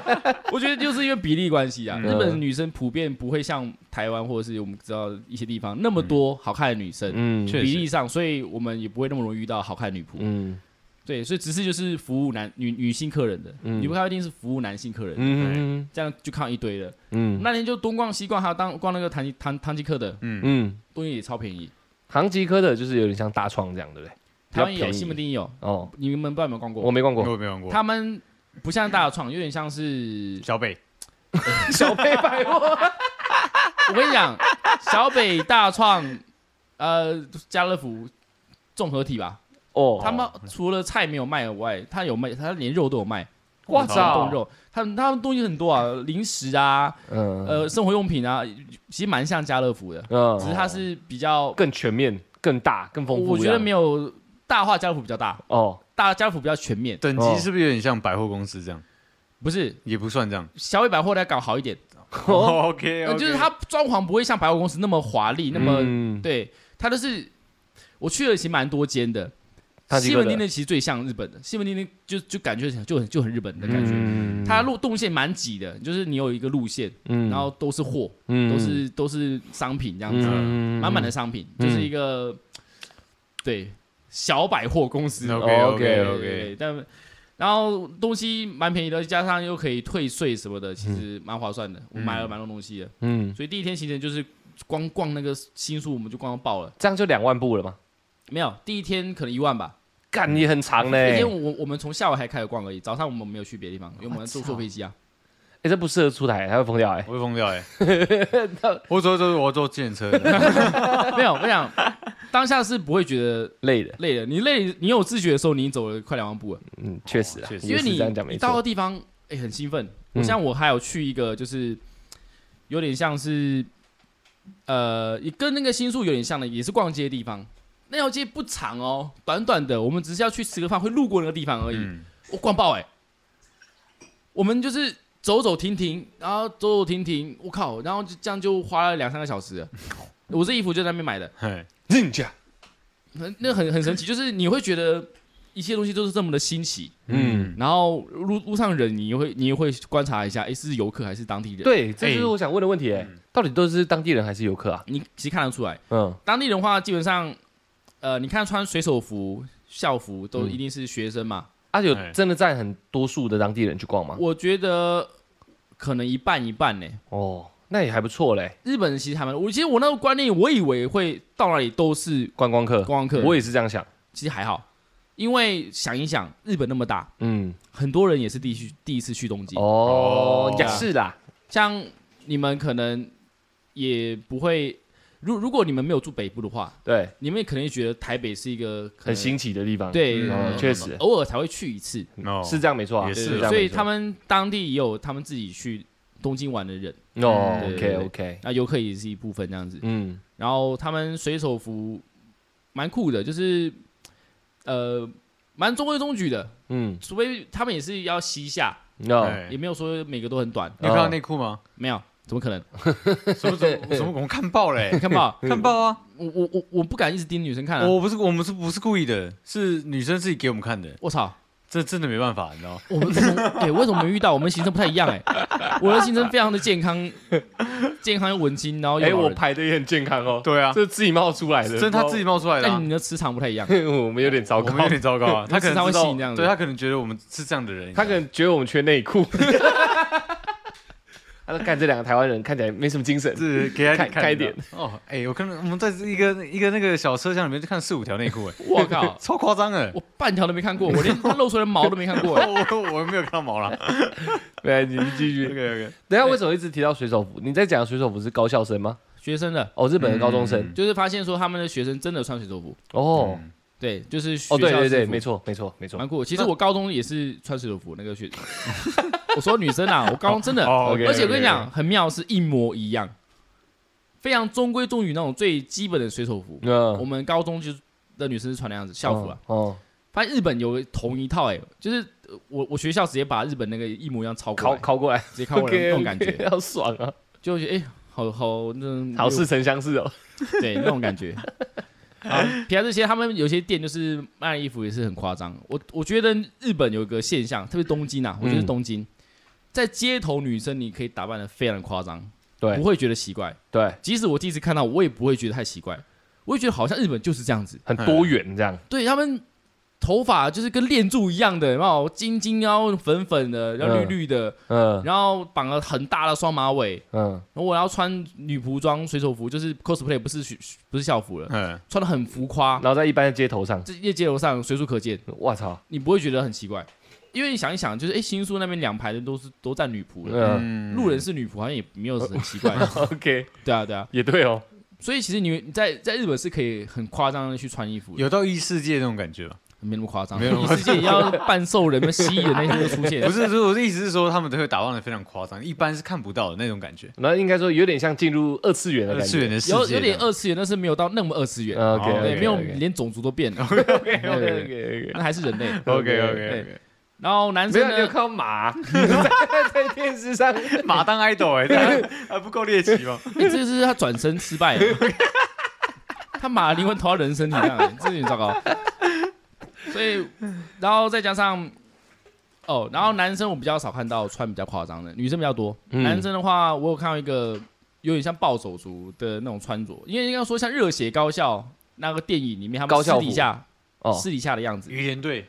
Speaker 3: [LAUGHS] 我觉得就是因为比例关系啊，
Speaker 4: 嗯
Speaker 3: 日本女生普遍不会像台湾或者是我们知道一些地方那么多好看的女生，
Speaker 1: 嗯
Speaker 4: 确实
Speaker 3: 比例上，所以我们也不会那么容易遇到好看的女仆。
Speaker 1: 嗯
Speaker 3: 对，所以只是就是服务男女女性客人的，
Speaker 1: 嗯
Speaker 3: 女仆咖啡厅是服务男性客人的。
Speaker 1: 嗯
Speaker 3: 这样就看到一堆了。
Speaker 1: 嗯
Speaker 3: 那天就东逛西逛，还有当逛那个唐吉唐唐吉诃德，
Speaker 1: 嗯，
Speaker 3: 东西也超便宜。
Speaker 1: 唐吉诃德就是有点像大创这样，对不对？比
Speaker 3: 台
Speaker 1: 较
Speaker 3: 湾也有，
Speaker 1: 便宜
Speaker 3: 西门町也有，
Speaker 1: 哦，
Speaker 3: 你们不知道有没有逛
Speaker 1: 我
Speaker 3: 过？
Speaker 1: 没逛
Speaker 3: [LAUGHS]
Speaker 1: 过，
Speaker 4: 我没玩过。
Speaker 3: 他哦们不像大创，有点像是
Speaker 4: 小北，
Speaker 1: 小贝百货，
Speaker 3: 我跟你讲，小北大创，呃，家乐福综合体吧，
Speaker 1: [LAUGHS] 哦，
Speaker 3: 他们除了菜没有卖以外，他有卖，他连肉都有卖，或者
Speaker 1: 哇哦
Speaker 3: 是
Speaker 1: 操
Speaker 3: 冻肉，他们他们东西很多啊，零食啊，
Speaker 1: 嗯
Speaker 3: 呃，生活用品啊，其实蛮像家乐福的，只是
Speaker 1: 嗯，
Speaker 3: 它是比较，
Speaker 1: 更全面、更大、更丰富这样。
Speaker 3: 我觉得没有大话家乐福比较大，
Speaker 1: 哦，
Speaker 3: 大家乐福比较全面，
Speaker 4: 等级是不是有点像百货公司这样？
Speaker 3: 不是
Speaker 4: 也不算这样。
Speaker 3: 小尾百货来搞好一点，
Speaker 4: [LAUGHS] OK，
Speaker 3: 呃就是它装潢不会像百货公司那么华丽，那么
Speaker 1: 嗯
Speaker 3: 对，它就是我去了其实蛮多间的。
Speaker 1: 它几
Speaker 3: 西
Speaker 1: 个
Speaker 3: 门
Speaker 1: 的
Speaker 3: 町的其实最像日本的，西门町的就就感觉很就很就很日本的感觉，
Speaker 1: 嗯
Speaker 3: 它路动线蛮挤的，就是你有一个路线，
Speaker 1: 嗯
Speaker 3: 然后都是货，
Speaker 1: 嗯
Speaker 3: 都是都是商品这样子，
Speaker 1: 嗯
Speaker 3: 满满的商品，
Speaker 1: 嗯
Speaker 3: 就是一个对小百货公司。
Speaker 1: 哦
Speaker 4: OK OK
Speaker 3: 对对对
Speaker 4: OK，
Speaker 3: 但然后东西蛮便宜的，加上又可以退税什么的，其实蛮划算的。我买了蛮多东西的，
Speaker 1: 嗯，
Speaker 3: 所以第一天行程就是光逛那个新宿，我们就逛到爆了。
Speaker 1: 这样就两万步了嘛？
Speaker 3: 没有，第一天可能一万吧。
Speaker 1: 干，你很长
Speaker 3: 那
Speaker 1: 嘞
Speaker 3: 天。我我们从下午还开始逛而已，早上我们没有去别的地方，因为我们坐坐
Speaker 1: [LAUGHS]
Speaker 3: 飞机啊。
Speaker 1: 哎，这不适合出台，它会疯掉哎。
Speaker 4: 我会疯掉
Speaker 3: [LAUGHS]
Speaker 4: 哎！我走走，我要坐自行车的。
Speaker 3: 没有，我想当下是不会觉得
Speaker 1: 累的，
Speaker 3: 累的。你累，你有自觉的时候，你已经走了快两万步了，
Speaker 1: 嗯，确实啊，
Speaker 4: 确实
Speaker 1: 也
Speaker 3: 哦因为
Speaker 1: 是
Speaker 3: 你
Speaker 1: 这样讲没
Speaker 3: 你到
Speaker 1: 错
Speaker 3: 了。地方，哎、很兴奋。
Speaker 1: 嗯
Speaker 3: 我像我还有去一个，就是有点像是，呃，也跟那个新宿有点像的，也是逛街的地方。那条街不长哦，短短的，我们只是要去吃个饭，会路过那个地方而已。
Speaker 4: 嗯，
Speaker 3: 我逛爆哎、我们就是走走停停，然后走走停停，我靠，然后就这样就花了两三个小时了。我这衣服就在那边买的，
Speaker 4: 嘿，
Speaker 1: 人家，
Speaker 3: 很那很很神奇，就是你会觉得一切东西都是这么的新奇，
Speaker 1: 嗯，
Speaker 3: 然后路路上人你也会你也会观察一下，哎，是游客还是当地人？，
Speaker 1: 对，这就是我想问的问题
Speaker 3: 嗯
Speaker 1: 哎，到底都是当地人还是游客啊？
Speaker 3: 你其实看得出来，
Speaker 1: 嗯，
Speaker 3: 当地人的话基本上，呃，你看穿水手服、校服都
Speaker 1: 嗯
Speaker 3: 一定是学生嘛，
Speaker 1: 啊，有
Speaker 4: 哎
Speaker 1: 真的占很多数的当地人去逛吗？
Speaker 3: 我觉得可能一半一半呢、欸
Speaker 1: 哦，那也还不错嘞，
Speaker 3: 日本人其实还蛮，我其实我那个观念，我以为会到哪里都是
Speaker 1: 观光客
Speaker 3: 观，光客，
Speaker 1: 我也是这样想。
Speaker 3: 其实还好，因为想一想，日本那么大，
Speaker 1: 嗯，
Speaker 3: 很多人也是第一去第一次去东京，
Speaker 1: 哦
Speaker 4: 哦，
Speaker 1: 也是啦，
Speaker 3: 像你们可能也不会，如如果你们没有住北部的话，
Speaker 1: 对，
Speaker 3: 你们也可能也觉得台北是一个可能
Speaker 1: 很新奇的地方，
Speaker 3: 对，
Speaker 4: 嗯
Speaker 1: 嗯，
Speaker 3: 呃
Speaker 1: 确实
Speaker 3: 偶尔才会去一次，
Speaker 4: 哦
Speaker 1: 是这样没错啊，
Speaker 4: 也是
Speaker 1: 这
Speaker 4: 啊
Speaker 1: 样
Speaker 3: 所
Speaker 1: 没
Speaker 3: 以
Speaker 1: 错
Speaker 3: 他们当地也有他们自己去东京玩的人，
Speaker 1: 哦
Speaker 3: 嗯
Speaker 1: ，OK
Speaker 3: 对
Speaker 1: OK，
Speaker 3: 那游客也是一部分这样子，
Speaker 1: 嗯，
Speaker 3: 然后他们水手服蛮酷的，就是呃蛮中规中矩的，
Speaker 1: 嗯，哦
Speaker 3: 除非他们也是要膝下，
Speaker 1: 那
Speaker 4: 哎
Speaker 3: 也没有说每个都很短，
Speaker 4: 你有看到内裤吗？
Speaker 3: 没有，怎么可能？ [LAUGHS]
Speaker 4: 什么什么什么？我们看爆嘞
Speaker 3: 你！看吧，
Speaker 4: 看爆啊！哦
Speaker 3: 我我我我不敢一直盯女生看啊！
Speaker 4: 我不是我们是不是故意的？是女生自己给我们看的，
Speaker 3: 我操，
Speaker 4: 这真的没办法，你知道吗？
Speaker 3: 我们我们哎，为什么没遇到？我们行程不太一
Speaker 1: [LAUGHS]
Speaker 3: 样哎，我的行程非常的健康，健康又文青，然后
Speaker 1: 哎，
Speaker 3: 又老
Speaker 1: 我
Speaker 3: 人
Speaker 1: 排的也很健康哦，
Speaker 4: 对啊，
Speaker 1: 这自己冒出来的，哦
Speaker 4: 这是他自己冒出来的啊
Speaker 3: 但。你的磁场不太一样，
Speaker 1: [LAUGHS] 我们有
Speaker 3: 哎
Speaker 1: 点糟
Speaker 4: 我
Speaker 1: 糕
Speaker 4: 们，有点糟糕 [LAUGHS] 啊，他可能知
Speaker 3: 他会吸引这
Speaker 4: 道，
Speaker 3: 样子
Speaker 4: 对他可能觉得我们是这样的人，
Speaker 1: [LAUGHS] 他可能觉得我们缺内裤。 [LAUGHS] 他说：“看这两个台湾人看起来没什么精神。 [LAUGHS]
Speaker 4: 是给他
Speaker 1: 看
Speaker 4: 看
Speaker 1: 开
Speaker 4: 你知道哦。哎，我看到我们在一个一个那个小车厢里面就看四五条内裤，哎，
Speaker 3: 我靠，
Speaker 4: 超夸张啊的。
Speaker 3: 我半条都没看过，
Speaker 1: [LAUGHS]
Speaker 3: 我连它露出来的毛都没看过哎。
Speaker 4: 我我我没有看到毛
Speaker 3: [LAUGHS]
Speaker 4: 了。”
Speaker 1: 对，你继
Speaker 4: [LAUGHS]
Speaker 1: 续。
Speaker 4: OK OK，
Speaker 1: 等一下为什么一直提到水手服？你在讲水手服是高校生吗？
Speaker 3: 学生的，
Speaker 1: 哦，日本的高中生。
Speaker 4: 嗯
Speaker 3: 就是发现说他们的学生真的穿水手服，
Speaker 1: 哦，
Speaker 3: 对，就是学校
Speaker 1: 哦，对对
Speaker 3: 制
Speaker 1: 对，
Speaker 3: 服
Speaker 1: 没错没错没错
Speaker 4: 嗯
Speaker 3: 蛮。酷的。其实我高中也是穿水手服，那个学， [LAUGHS] 我说女生啊，我高中真的，
Speaker 4: 哦
Speaker 1: ，OK，
Speaker 3: 而且我跟你讲，很妙，是一模一样，非常中规中矩那种最基本的水手服。
Speaker 1: 那
Speaker 3: 我们高中就是的女生是穿那样子校服啊，，
Speaker 1: 哦哦，
Speaker 3: 发现日本有同一套哎、就是呃我我学校直接把日本那个一模一样抄过
Speaker 1: 考
Speaker 3: 来，
Speaker 1: 考过来，
Speaker 3: 直接 [LAUGHS] 靠过来
Speaker 1: [LAUGHS] OK，
Speaker 3: 那种感觉，
Speaker 1: 好爽啊！
Speaker 3: 就会觉得哎、好好那
Speaker 1: 好事成相似哦。
Speaker 3: [LAUGHS] 对那种
Speaker 1: [LAUGHS]
Speaker 3: 感觉。啊，撇开这些，他们有些店就是卖衣服也是很夸张。我我觉得日本有一个现象，特别东京啊，我觉得
Speaker 1: 嗯
Speaker 3: 东京、在街头女生你可以打扮的非常的夸张，不
Speaker 1: 对
Speaker 3: 会觉得奇怪。
Speaker 1: 对，
Speaker 3: 即使我第一次看到，我也不会觉得太奇怪，我也觉得好像日本就是这样子。
Speaker 1: 很多元这样。
Speaker 3: 对他们头发就是跟练柱一样的，然后金金然后粉粉的，然后绿
Speaker 1: 嗯
Speaker 3: 绿的，
Speaker 1: 嗯
Speaker 3: 然后绑了很大的双马尾，
Speaker 1: 嗯，
Speaker 3: 然后我要穿女仆装、水手服，就是 cosplay 不是学不是校服了，
Speaker 4: 嗯，
Speaker 3: 穿的很浮夸
Speaker 1: 然，后在一般的街头上，
Speaker 3: 这夜街楼上随处可见，
Speaker 1: 我操，
Speaker 3: 你不会觉得很奇怪，因为你想一想，就是哎新宿那边两排的都是都站女仆的。
Speaker 1: 嗯
Speaker 3: 呃路人是女仆，好像也没有很奇怪，
Speaker 1: [LAUGHS] ，OK，
Speaker 3: 对啊，对啊，
Speaker 1: 也对哦。
Speaker 3: 所以其实你你在在日本是可以很夸张的去穿衣服的，
Speaker 4: 有到异世界那种感觉吧？
Speaker 3: 没那么夸张，
Speaker 4: 没有那么
Speaker 3: 异世界也要半兽人、那蜥蜴
Speaker 1: [LAUGHS]
Speaker 3: 人那些都出现
Speaker 4: [LAUGHS] 不。是，是我的意思是说，他们都会打扮的非常夸张，一般是看不到的那种感觉，
Speaker 1: 那应该说有点像进入二次元的
Speaker 4: 二
Speaker 1: 感
Speaker 4: 次
Speaker 1: 觉。
Speaker 4: 元的世界
Speaker 3: 有有点二次元，但是没有到那么二次元，
Speaker 1: 呃 OK，
Speaker 4: 哦
Speaker 3: 对，
Speaker 4: OK，
Speaker 3: 没有
Speaker 1: OK，OK
Speaker 3: 连种族都
Speaker 1: [LAUGHS]
Speaker 3: 变了，
Speaker 1: OK OK
Speaker 3: [LAUGHS] 那还是人类。
Speaker 4: OK
Speaker 3: 对
Speaker 4: OK
Speaker 3: 然后男
Speaker 1: 没
Speaker 3: 生
Speaker 1: 有，你有
Speaker 3: 呢
Speaker 1: 看，到马 [LAUGHS] 在在电视上
Speaker 4: OK，马当 idol 哎、
Speaker 3: [LAUGHS]
Speaker 4: 欸，还不够猎奇吗？
Speaker 3: 诶哎这是他转身失败了， [LAUGHS] 他马的灵魂投到人身体上哎了，这有点糟糕。所以，然后再加上哦，然后男生我比较少看到穿比较夸张的，女生比较多。
Speaker 1: 嗯
Speaker 3: 男生的话，我有看到一个有点像暴走族的那种穿着，因为应该说像热血高校那个电影里面他
Speaker 1: 高
Speaker 3: 们
Speaker 1: 校
Speaker 3: 私
Speaker 1: 服
Speaker 3: 底下
Speaker 1: 哦
Speaker 3: 私底下的样子，
Speaker 4: 鱼连队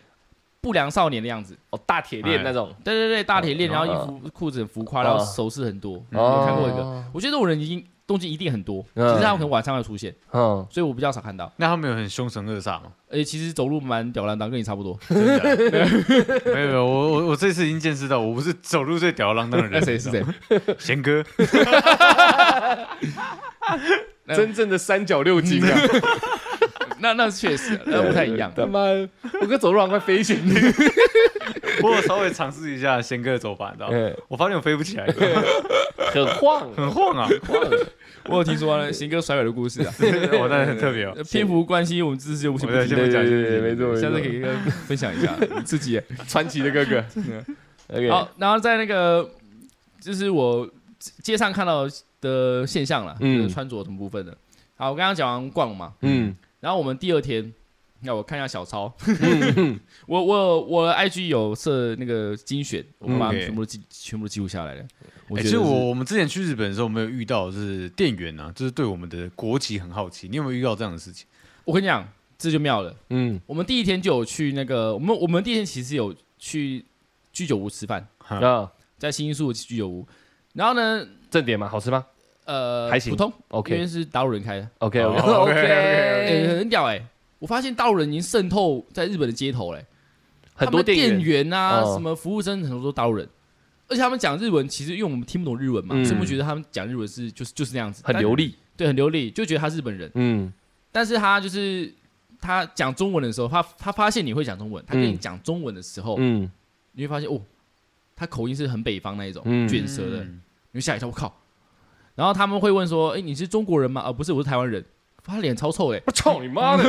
Speaker 3: 不良少年的样子。
Speaker 1: 哦大铁
Speaker 3: 哎
Speaker 1: 链那种，
Speaker 3: 对对对，大铁链，
Speaker 1: 哦
Speaker 3: 然后
Speaker 1: 哦
Speaker 3: 衣服裤子很浮夸，
Speaker 1: 哦
Speaker 3: 然后首饰很多。
Speaker 1: 哦
Speaker 3: 有看过一个，嗯我觉得这种人已经东京一定很多，
Speaker 1: 嗯
Speaker 3: 只是他们可能晚上会出现，
Speaker 1: 嗯，
Speaker 3: 所以我比较少看到。
Speaker 4: 那他们有很凶神恶煞吗？
Speaker 3: 而且其实走路蛮吊郎当，跟你
Speaker 4: [LAUGHS]
Speaker 3: 差不多。
Speaker 4: 真的
Speaker 3: [LAUGHS]
Speaker 4: 假的没有没有，我我我这次已经见识到，我不是走路最吊儿郎当的
Speaker 3: 那
Speaker 4: 人，
Speaker 3: [LAUGHS] 谁是谁？
Speaker 4: 贤哥，
Speaker 3: 那
Speaker 1: 真正的三角六经啊，
Speaker 3: 那那确实， [LAUGHS] 那不太一样。
Speaker 1: [LAUGHS] 他妈，我哥走路好像快飞行。 [LAUGHS]
Speaker 4: 我有稍微尝试一下贤哥的走法，你知道吗？
Speaker 1: 嗯
Speaker 4: 我发现我飞不起来，
Speaker 3: [LAUGHS]
Speaker 1: 很晃，
Speaker 4: 很晃啊，
Speaker 3: 我有听说邢哥甩尾的故
Speaker 4: [LAUGHS]
Speaker 3: 事啊，
Speaker 4: 我那很特别哦。
Speaker 3: 篇幅关系，我们这次就不
Speaker 4: 我
Speaker 3: 先不
Speaker 4: 们
Speaker 3: 提
Speaker 4: 先
Speaker 3: 了
Speaker 4: 不讲，
Speaker 1: 对
Speaker 4: 先
Speaker 1: 对
Speaker 4: 不
Speaker 1: 对，没
Speaker 4: 讲
Speaker 1: 错没
Speaker 3: 下次可
Speaker 1: 错，
Speaker 3: 以跟分享一
Speaker 4: [LAUGHS]
Speaker 3: 下你自己。
Speaker 1: 传奇的哥哥。OK，
Speaker 3: 好，然后在那个就是我街上看到的现象了，
Speaker 1: 嗯
Speaker 3: 就是穿着什么部分的。好，我刚刚讲完逛嘛，
Speaker 1: 嗯
Speaker 3: 然后我们第二天，那我看一下小抄，
Speaker 4: 嗯
Speaker 3: [LAUGHS] 我我有我的 IG 有设那个精选，我们
Speaker 4: 嗯
Speaker 3: 把
Speaker 4: OK
Speaker 3: 全部都记全部都记录下来了。我
Speaker 4: 哎
Speaker 3: 觉
Speaker 4: 其实
Speaker 3: 得是
Speaker 4: 我我们之前去日本的时候，我们有遇到就是店员啊，就是对我们的国籍很好奇。你有没有遇到这样的事情？
Speaker 3: 我跟你讲，这就妙了。
Speaker 1: 嗯，
Speaker 3: 我们第一天就有去那个，我们我们第一天其实有去居酒屋吃饭，
Speaker 1: 啊，
Speaker 3: 在新宿居酒屋。然后呢，
Speaker 1: 正点嘛，好吃吗
Speaker 3: 呃，
Speaker 1: 还行
Speaker 3: 普通因
Speaker 1: OK
Speaker 3: 为是大陆人开的，
Speaker 1: ？OK
Speaker 4: 哦
Speaker 1: OK
Speaker 4: OK，OK，OK，OK
Speaker 3: 欸、
Speaker 1: OK，
Speaker 3: 很屌哎、我发现大陆人已经渗透在日本的街头嘞、哎
Speaker 1: 很多
Speaker 3: 他们店
Speaker 1: 店员
Speaker 3: 员啊，
Speaker 1: 哦
Speaker 3: 什么服务生，很多都大陆人。而且他们讲日文，其实因为我们听不懂日文嘛，
Speaker 1: 嗯
Speaker 3: 所以我们觉得他们讲日文是就是就是那样子，
Speaker 1: 很流利。
Speaker 3: 但，对，很流利，就觉得他日本人。
Speaker 1: 嗯
Speaker 3: 但是他就是他讲中文的时候，他他发现你会讲中文，他跟你讲中文的时候，
Speaker 1: 嗯
Speaker 3: 你会发现哦，他口音是很北方那一种、
Speaker 1: 嗯
Speaker 3: 卷舌的，你会吓一跳，我靠！然后他们会问说：“哎、你是中国人吗？”啊，不是，我是台湾人。他脸超臭哎、
Speaker 1: 我操你妈的！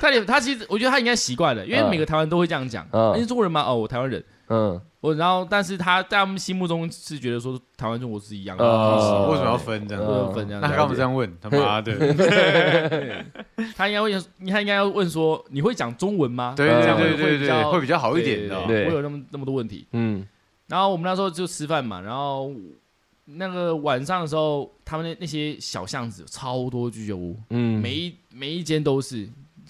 Speaker 3: 他脸他其实我觉得他应该习惯了，因为
Speaker 1: 嗯
Speaker 3: 每个台湾都会这样讲。
Speaker 1: 嗯
Speaker 3: 你是中国人吗？哦，我台湾人。
Speaker 1: 嗯，
Speaker 3: 我然后，但是他在他们心目中是觉得说台湾中国是一样的，
Speaker 1: 呃
Speaker 4: 为什么要分这样？
Speaker 1: 呃
Speaker 3: 二分这样
Speaker 4: 那
Speaker 3: 子。
Speaker 4: 他干嘛这样问？他
Speaker 1: [LAUGHS]
Speaker 4: 妈的，
Speaker 3: 他应该会，他应该要问说你会讲中文吗？
Speaker 4: 对
Speaker 1: 呃
Speaker 3: 这样
Speaker 4: 对对
Speaker 3: 会
Speaker 4: 对
Speaker 3: 比
Speaker 4: 对，
Speaker 3: 较
Speaker 4: 会比较好一点哦的。你知道吗
Speaker 1: 对
Speaker 3: 我有那么那么多问题。
Speaker 1: 嗯
Speaker 3: 然后我们那时候就吃饭嘛，然后那个晚上的时候，他们那那些小巷子超多居酒屋，
Speaker 1: 嗯，
Speaker 3: 每一每一间都是。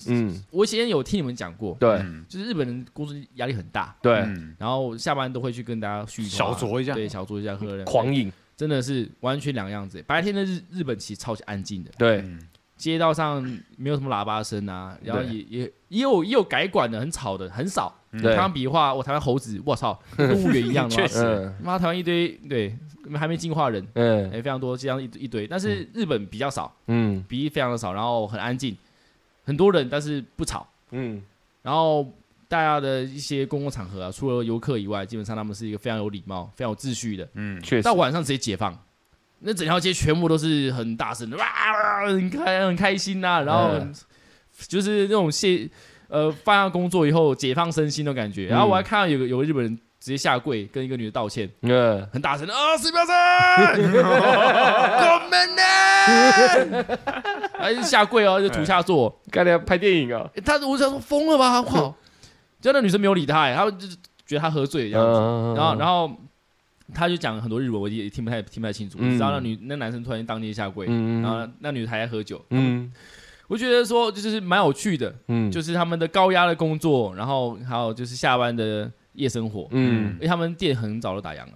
Speaker 1: 嗯，
Speaker 3: 我以前有听你们讲过，
Speaker 1: 对
Speaker 4: 嗯
Speaker 3: 就是日本人工作压力很大，
Speaker 1: 对，啊
Speaker 4: 嗯
Speaker 3: 然后下班都会去跟大家叙话
Speaker 4: 小酌一下
Speaker 3: 对，小酌一下喝了，
Speaker 1: 狂饮，
Speaker 3: 真的是完全两样子。白天的日日本其实超级安静的，
Speaker 1: 对，
Speaker 4: 嗯
Speaker 3: 街道上没有什么喇叭声啊，然后
Speaker 1: 对
Speaker 3: 也也也有也有改管的，很吵的，很少。
Speaker 1: 对
Speaker 3: 台湾比的话，我台湾猴子，我操，跟动物园一样的话
Speaker 4: [LAUGHS] 确实
Speaker 1: 嗯
Speaker 3: 妈台湾一堆对还没进化人，哎、
Speaker 1: 嗯
Speaker 3: 非常多这样一一堆，但是日本比较少，
Speaker 1: 嗯
Speaker 3: 比例非常的少，然后很安静，很多人，但是不吵，
Speaker 1: 嗯，
Speaker 3: 然后大家的一些公共场合啊，除了游客以外，基本上他们是一个非常有礼貌、非常有秩序的。
Speaker 4: 嗯，
Speaker 1: 确实
Speaker 3: 到，晚上直接解放，那整条街全部都是很大声的，哇、很开很开心呐、然后
Speaker 1: 嗯
Speaker 3: 很、就是那种卸呃放下工作以后解放身心的感
Speaker 1: 嗯
Speaker 3: 觉。然后我还看到有个有个日本人直接下跪跟一个女的道歉，
Speaker 1: 嗯，
Speaker 3: 很大声的啊，是不是？ [LAUGHS] 我们呢？还下跪哦，就图下坐。
Speaker 1: 刚才要拍电影啊，
Speaker 3: 欸他我想说疯了吧，靠！就那女生没有理他、欸，他就是觉得他喝醉的样子。
Speaker 1: 嗯，
Speaker 3: 然后，然
Speaker 1: 后
Speaker 3: 后他就讲很多日文，我也也听不太听不太清楚。
Speaker 1: 嗯
Speaker 3: 只知道那女那男生突然当街下跪，
Speaker 1: 嗯
Speaker 3: 然后那女的还在喝酒。
Speaker 1: 嗯
Speaker 3: 我觉得说就是蛮有趣的，
Speaker 1: 嗯
Speaker 3: 就是他们的高压的工作，然后还有就是下班的夜生活。
Speaker 1: 嗯
Speaker 3: 因为他们店很早就打烊了。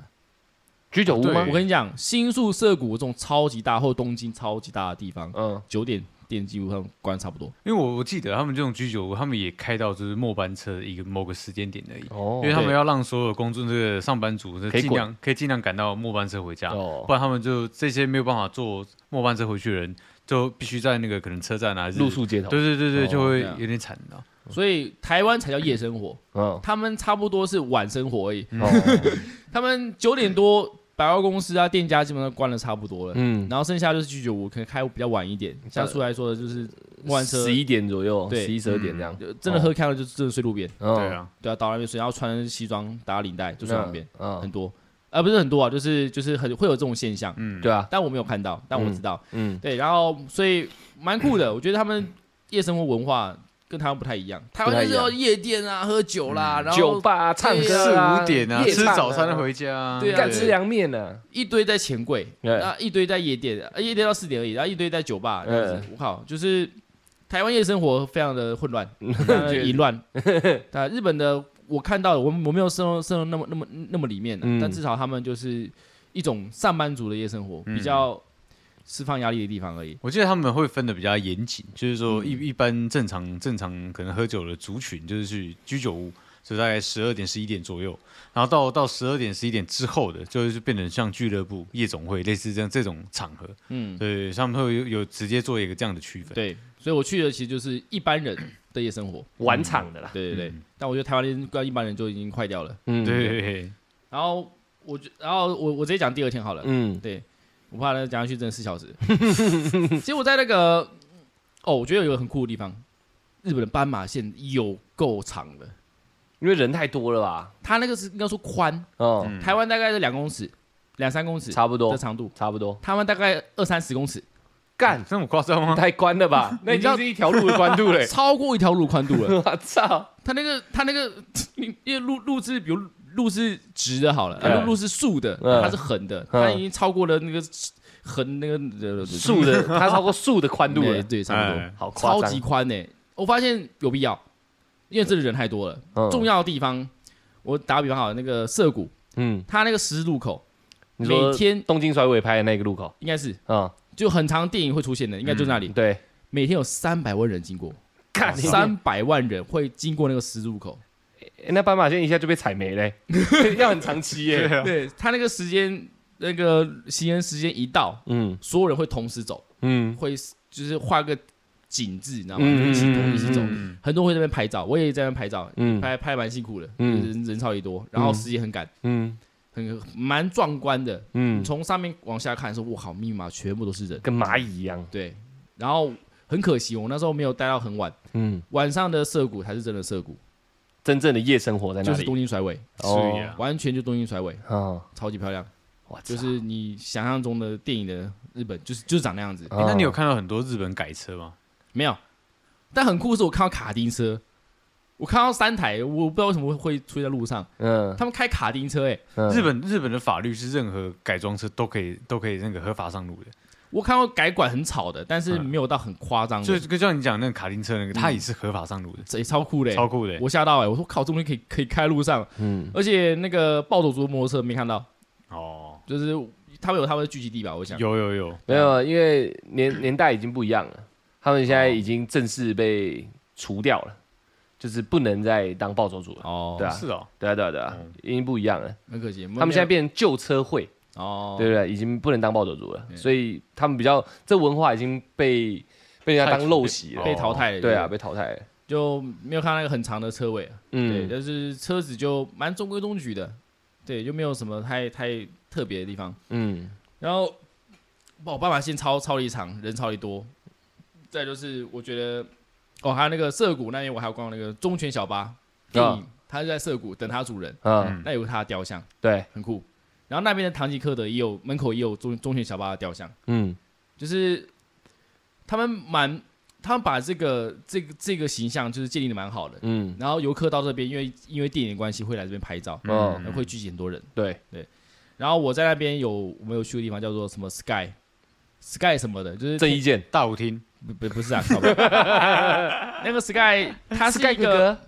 Speaker 1: 居酒屋吗
Speaker 3: 我？跟你讲，新宿涩谷这种超级大或东京超级大的地方，
Speaker 1: 嗯
Speaker 3: 九点店基本上关差不多。
Speaker 4: 因为我我记得他们这种居酒屋，他们也开到就是末班车一个某个时间点而已，
Speaker 1: 哦
Speaker 4: 因为他们
Speaker 3: 对
Speaker 4: 要让所有工作这个上班族是
Speaker 1: 可以
Speaker 4: 尽
Speaker 1: 滚
Speaker 4: 量可以尽量赶到末班车回家，
Speaker 1: 哦
Speaker 4: 不然他们就这些没有办法坐末班车回去的人，就必须在那个可能车站啊还是
Speaker 1: 露宿街头，
Speaker 4: 对对对对，
Speaker 1: 哦
Speaker 4: 就会
Speaker 3: 对啊
Speaker 4: 有点惨的。
Speaker 3: 所以台湾才叫夜生活，
Speaker 1: 嗯，
Speaker 3: 他们差不多是晚生活而已。
Speaker 1: 哦 [LAUGHS]
Speaker 3: 他们九点多，百货公司啊、店家基本上关的差不多了。
Speaker 1: 嗯，
Speaker 3: 然后剩下就是居酒屋，可能开比较晚一点。像出来说的，就是万车
Speaker 1: 呃十一点左右，
Speaker 3: 对
Speaker 1: 十一十二点这样，
Speaker 3: 呃真的喝开了就真的睡路边，
Speaker 1: 嗯
Speaker 4: 对，啊，
Speaker 3: 对啊，倒那边睡，然后穿西装打领带就睡旁边，很
Speaker 1: 嗯，
Speaker 3: 多，啊不是很多啊，就是就是很会有这种现象，
Speaker 4: 嗯，
Speaker 1: 对啊，
Speaker 3: 但我没有看到，但我知道，
Speaker 1: 嗯，
Speaker 3: 对，然后所以蛮酷的，我觉得他们夜生活文化跟台湾不太一样，台湾就是要夜店啊、喝酒啦，然
Speaker 1: 酒
Speaker 3: 后
Speaker 1: 吧啊唱
Speaker 4: 四
Speaker 1: 歌啊
Speaker 4: 五点啊，
Speaker 1: 夜
Speaker 4: 吃
Speaker 1: 唱啊
Speaker 4: 早餐回家啊，
Speaker 3: 对啊
Speaker 1: 干吃凉面哎呢，
Speaker 3: 一堆在钱柜，
Speaker 1: 对
Speaker 3: 那一堆在夜店，呃夜店到四点而已，然后一堆在酒吧，这样子
Speaker 1: 嗯
Speaker 3: 我靠，就是台湾夜生活非常
Speaker 1: [LAUGHS]
Speaker 3: 的混乱、非常的淫乱。啊，日本的我看到的，我我没有深入深入那么那么那么里面的，啊
Speaker 1: 嗯
Speaker 3: 但至少他们就是一种上班族的夜生活，
Speaker 4: 嗯
Speaker 3: 比较释放压力的地方而已。
Speaker 4: 我记得他们会分的比较严谨，就是
Speaker 1: 嗯
Speaker 4: 说一、一般正常正常可能喝酒的族群，就是去居酒屋，就大概十二点十一点左右，然后到到十二点十一点之后的，就是变成像俱乐部、夜总会类似这样这种场合，
Speaker 3: 嗯，
Speaker 4: 对，他们会有有直接做一个这样的区分。
Speaker 3: 对，所以我去的其实就是一般人的夜生活。
Speaker 1: 晚场的啦，
Speaker 3: 对对对，但我觉得台湾人跟一般人就已经坏掉了。
Speaker 1: 嗯，
Speaker 4: 对，对对，
Speaker 3: 然后我就，然后我我直接讲第二天好了。
Speaker 1: 嗯，
Speaker 3: 对，我怕他讲下去真的四小时。 [LAUGHS] 其实我在那个，哦，我觉得有一个很酷的地方，日本的斑马线有够长的，
Speaker 1: 因为人太多了吧，
Speaker 3: 它那个是应该说宽，
Speaker 1: 嗯，
Speaker 4: 嗯
Speaker 3: 台湾大概是两公尺、两三公尺
Speaker 1: 差不多
Speaker 3: 的，长度，
Speaker 1: 差不多，
Speaker 3: 他们大概二三十公尺，
Speaker 1: 干
Speaker 4: 这么夸张吗？
Speaker 1: 太宽了吧，那已经是一条 [LAUGHS] 路的宽度嘞，
Speaker 3: [LAUGHS] 超过一条路宽度了。
Speaker 1: 我操，
Speaker 3: 它那个，它那个，因为路路是比如路是直的好了，啊
Speaker 1: 嗯
Speaker 3: 路路是竖的，
Speaker 1: 嗯
Speaker 3: 它是横的，
Speaker 1: 嗯
Speaker 3: 它已经超过了那个横那个呃
Speaker 1: 树的， [LAUGHS] 它超过树的宽度
Speaker 3: 对
Speaker 1: 了，
Speaker 3: 对，差不多。
Speaker 4: 哎
Speaker 1: 好夸
Speaker 3: 超
Speaker 1: 张
Speaker 3: 级，宽呢、欸我发现有必要，因为这里人太多了。
Speaker 1: 嗯
Speaker 3: 重要的地方，我打个比方好了，那个涩谷，
Speaker 1: 嗯，
Speaker 3: 它那个十字路口，
Speaker 1: 你
Speaker 3: 每
Speaker 1: 说
Speaker 3: 天
Speaker 1: 东京甩尾拍的那个路口，
Speaker 3: 应该是
Speaker 1: 嗯，
Speaker 3: 就很长电影会出现的，应该就是那里，
Speaker 1: 对，
Speaker 3: 每天有三百万人经过，
Speaker 1: 干你
Speaker 3: 三百万人会经过那个十字路口。
Speaker 1: 欸那斑马线一下就被踩没嘞、 [LAUGHS] 要很长期耶、
Speaker 4: 对啊，
Speaker 3: 对，它那个时间，那个行人时间一到，
Speaker 1: 嗯
Speaker 3: 所有人会同时走，
Speaker 1: 嗯，
Speaker 3: 会就是画个景致，你知道吗？
Speaker 1: 嗯
Speaker 3: 就齐头一起走
Speaker 1: 嗯，
Speaker 4: 嗯
Speaker 3: 很多人会在那边拍照，我也在那边拍照，
Speaker 1: 嗯
Speaker 4: 哎
Speaker 3: 拍拍蛮辛苦的，
Speaker 1: 嗯
Speaker 3: 人人潮也多，然后时间很赶。
Speaker 1: 嗯
Speaker 3: 很蛮壮观的。你
Speaker 1: 嗯，
Speaker 3: 从上面往下看的时候，我靠，密码全部都是人。
Speaker 1: 跟蚂蚁一样。
Speaker 3: 对，然后很可惜，我那时候没有待到很晚，
Speaker 1: 嗯，
Speaker 3: 晚上的涩谷才是真的涩谷，
Speaker 1: 真正的夜生活在那
Speaker 3: 就是
Speaker 1: 里。
Speaker 3: 东京甩尾，
Speaker 4: 所以啊，
Speaker 3: 完全就东京甩尾，
Speaker 1: 哦，
Speaker 3: 超级漂亮，
Speaker 1: 我操
Speaker 3: 就是你想象中的电影的日本，就是就是长那样子。
Speaker 4: 诶哎那你
Speaker 1: 哦
Speaker 4: 有看到很多日本改车吗？
Speaker 3: 没有，但很酷的是，我看到卡丁车。我看到三台，我不知道为什么会出现在路上。
Speaker 1: 嗯
Speaker 3: 他们开卡丁车、欸，哎，
Speaker 1: 嗯
Speaker 4: 日本日本的法律是任何改装车都可以都可以那个合法上路的，
Speaker 3: 我看到改管很吵的，但
Speaker 1: 嗯
Speaker 3: 是没有到很夸张的，
Speaker 4: 就就像你讲那个卡丁车那个，它
Speaker 3: 嗯
Speaker 4: 也是合法上路的，
Speaker 3: 这也超酷的、欸
Speaker 4: 超酷的欸。
Speaker 3: 我吓到哎、我说靠，这东西可以可以开路上，
Speaker 1: 嗯
Speaker 3: 而且那个暴走族摩托车没看到，
Speaker 4: 哦，
Speaker 3: 就是他们有他们的聚集地吧？我想，
Speaker 4: 有有有，
Speaker 1: 没有，啊因为年年代已经不一样了，他们现
Speaker 4: 哦
Speaker 1: 在已经正式被除掉了，就是不能再当暴走族了。
Speaker 3: 哦，
Speaker 1: 对啊
Speaker 4: 是哦，
Speaker 1: 对啊对啊对啊
Speaker 4: 嗯，
Speaker 1: 已经不一样了。
Speaker 3: 很可惜，他
Speaker 1: 他们现在变成旧车会，
Speaker 3: 哦，
Speaker 1: 对不对？已经不能当暴走族了，
Speaker 4: 嗯
Speaker 1: 所以他们比较这文化已经被被人家当陋习
Speaker 4: 哦
Speaker 1: 了。
Speaker 3: 被淘汰了，
Speaker 1: 对啊，，被淘汰了。
Speaker 3: 就没有看到那个很长的车尾，啊对，
Speaker 1: 嗯，
Speaker 3: 但是车子就蛮中规中矩的，对，就没有什么太太特别的地方。
Speaker 1: 嗯，
Speaker 3: 然后，哦哇，斑马线超超级长，人超级多，再就是我觉得，哦，还有那个涩谷那边，我还有逛那个忠犬小巴电影，它是在涩谷等它主人，
Speaker 4: 嗯
Speaker 1: 啊，
Speaker 3: 那有它的雕像。
Speaker 1: 对，
Speaker 3: 很酷。然后那边的唐吉诃德也有门口也有中中犬小巴的雕像，
Speaker 1: 嗯
Speaker 3: 就是他们蛮他们把这个这个这个形象就是建立的蛮好的。
Speaker 1: 嗯，
Speaker 3: 然后游客到这边，因为因为电影的关系会来这边拍照，
Speaker 4: 嗯
Speaker 1: 哦
Speaker 3: 会聚集很多人。
Speaker 1: 对，
Speaker 3: 然后我在那边有我们有去个地方叫做什么 Sky Sky 什么的，就是
Speaker 1: 郑伊健，
Speaker 4: 大舞厅，
Speaker 3: 不不不是啊， [LAUGHS] 靠北那个 Sky 它是一
Speaker 1: Sky 哥
Speaker 3: 个
Speaker 1: 哥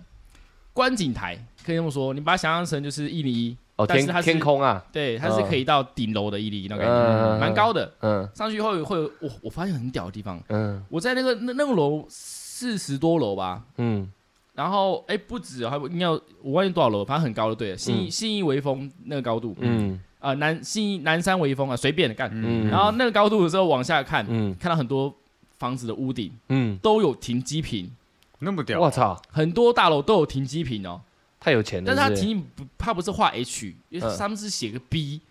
Speaker 3: 观景台，可以这么说，你把它想象成就是一零一，
Speaker 1: 哦，
Speaker 3: 但
Speaker 1: 天
Speaker 3: 是它是
Speaker 1: 天空啊，
Speaker 3: 对，它是可以到顶楼的屹立那个，
Speaker 1: 嗯
Speaker 3: 蛮高的。
Speaker 1: 嗯
Speaker 3: 上去后会有，我我发现很屌的地方，
Speaker 1: 嗯
Speaker 3: 我在那个那那栋楼四十多楼吧，
Speaker 1: 嗯
Speaker 3: 然后哎不止哦，还不应该有我忘记多少楼，反正很高的对了。信义
Speaker 1: 嗯
Speaker 3: 信义微风那个高度，嗯
Speaker 1: 嗯
Speaker 3: 啊南信义南山微风啊，随便的干。
Speaker 1: 嗯
Speaker 3: 然后那个高度的时候往下看，
Speaker 1: 嗯
Speaker 3: 看到很多房子的屋顶
Speaker 1: 嗯，
Speaker 3: 都有停机坪，
Speaker 4: 那么屌
Speaker 1: 我，操，
Speaker 3: 很多大楼都有停机坪哦。
Speaker 1: 太有钱了
Speaker 3: 但
Speaker 1: 是不是，
Speaker 3: 是它停机不它不是画 H，因为
Speaker 1: 嗯
Speaker 3: 他们是写个 B。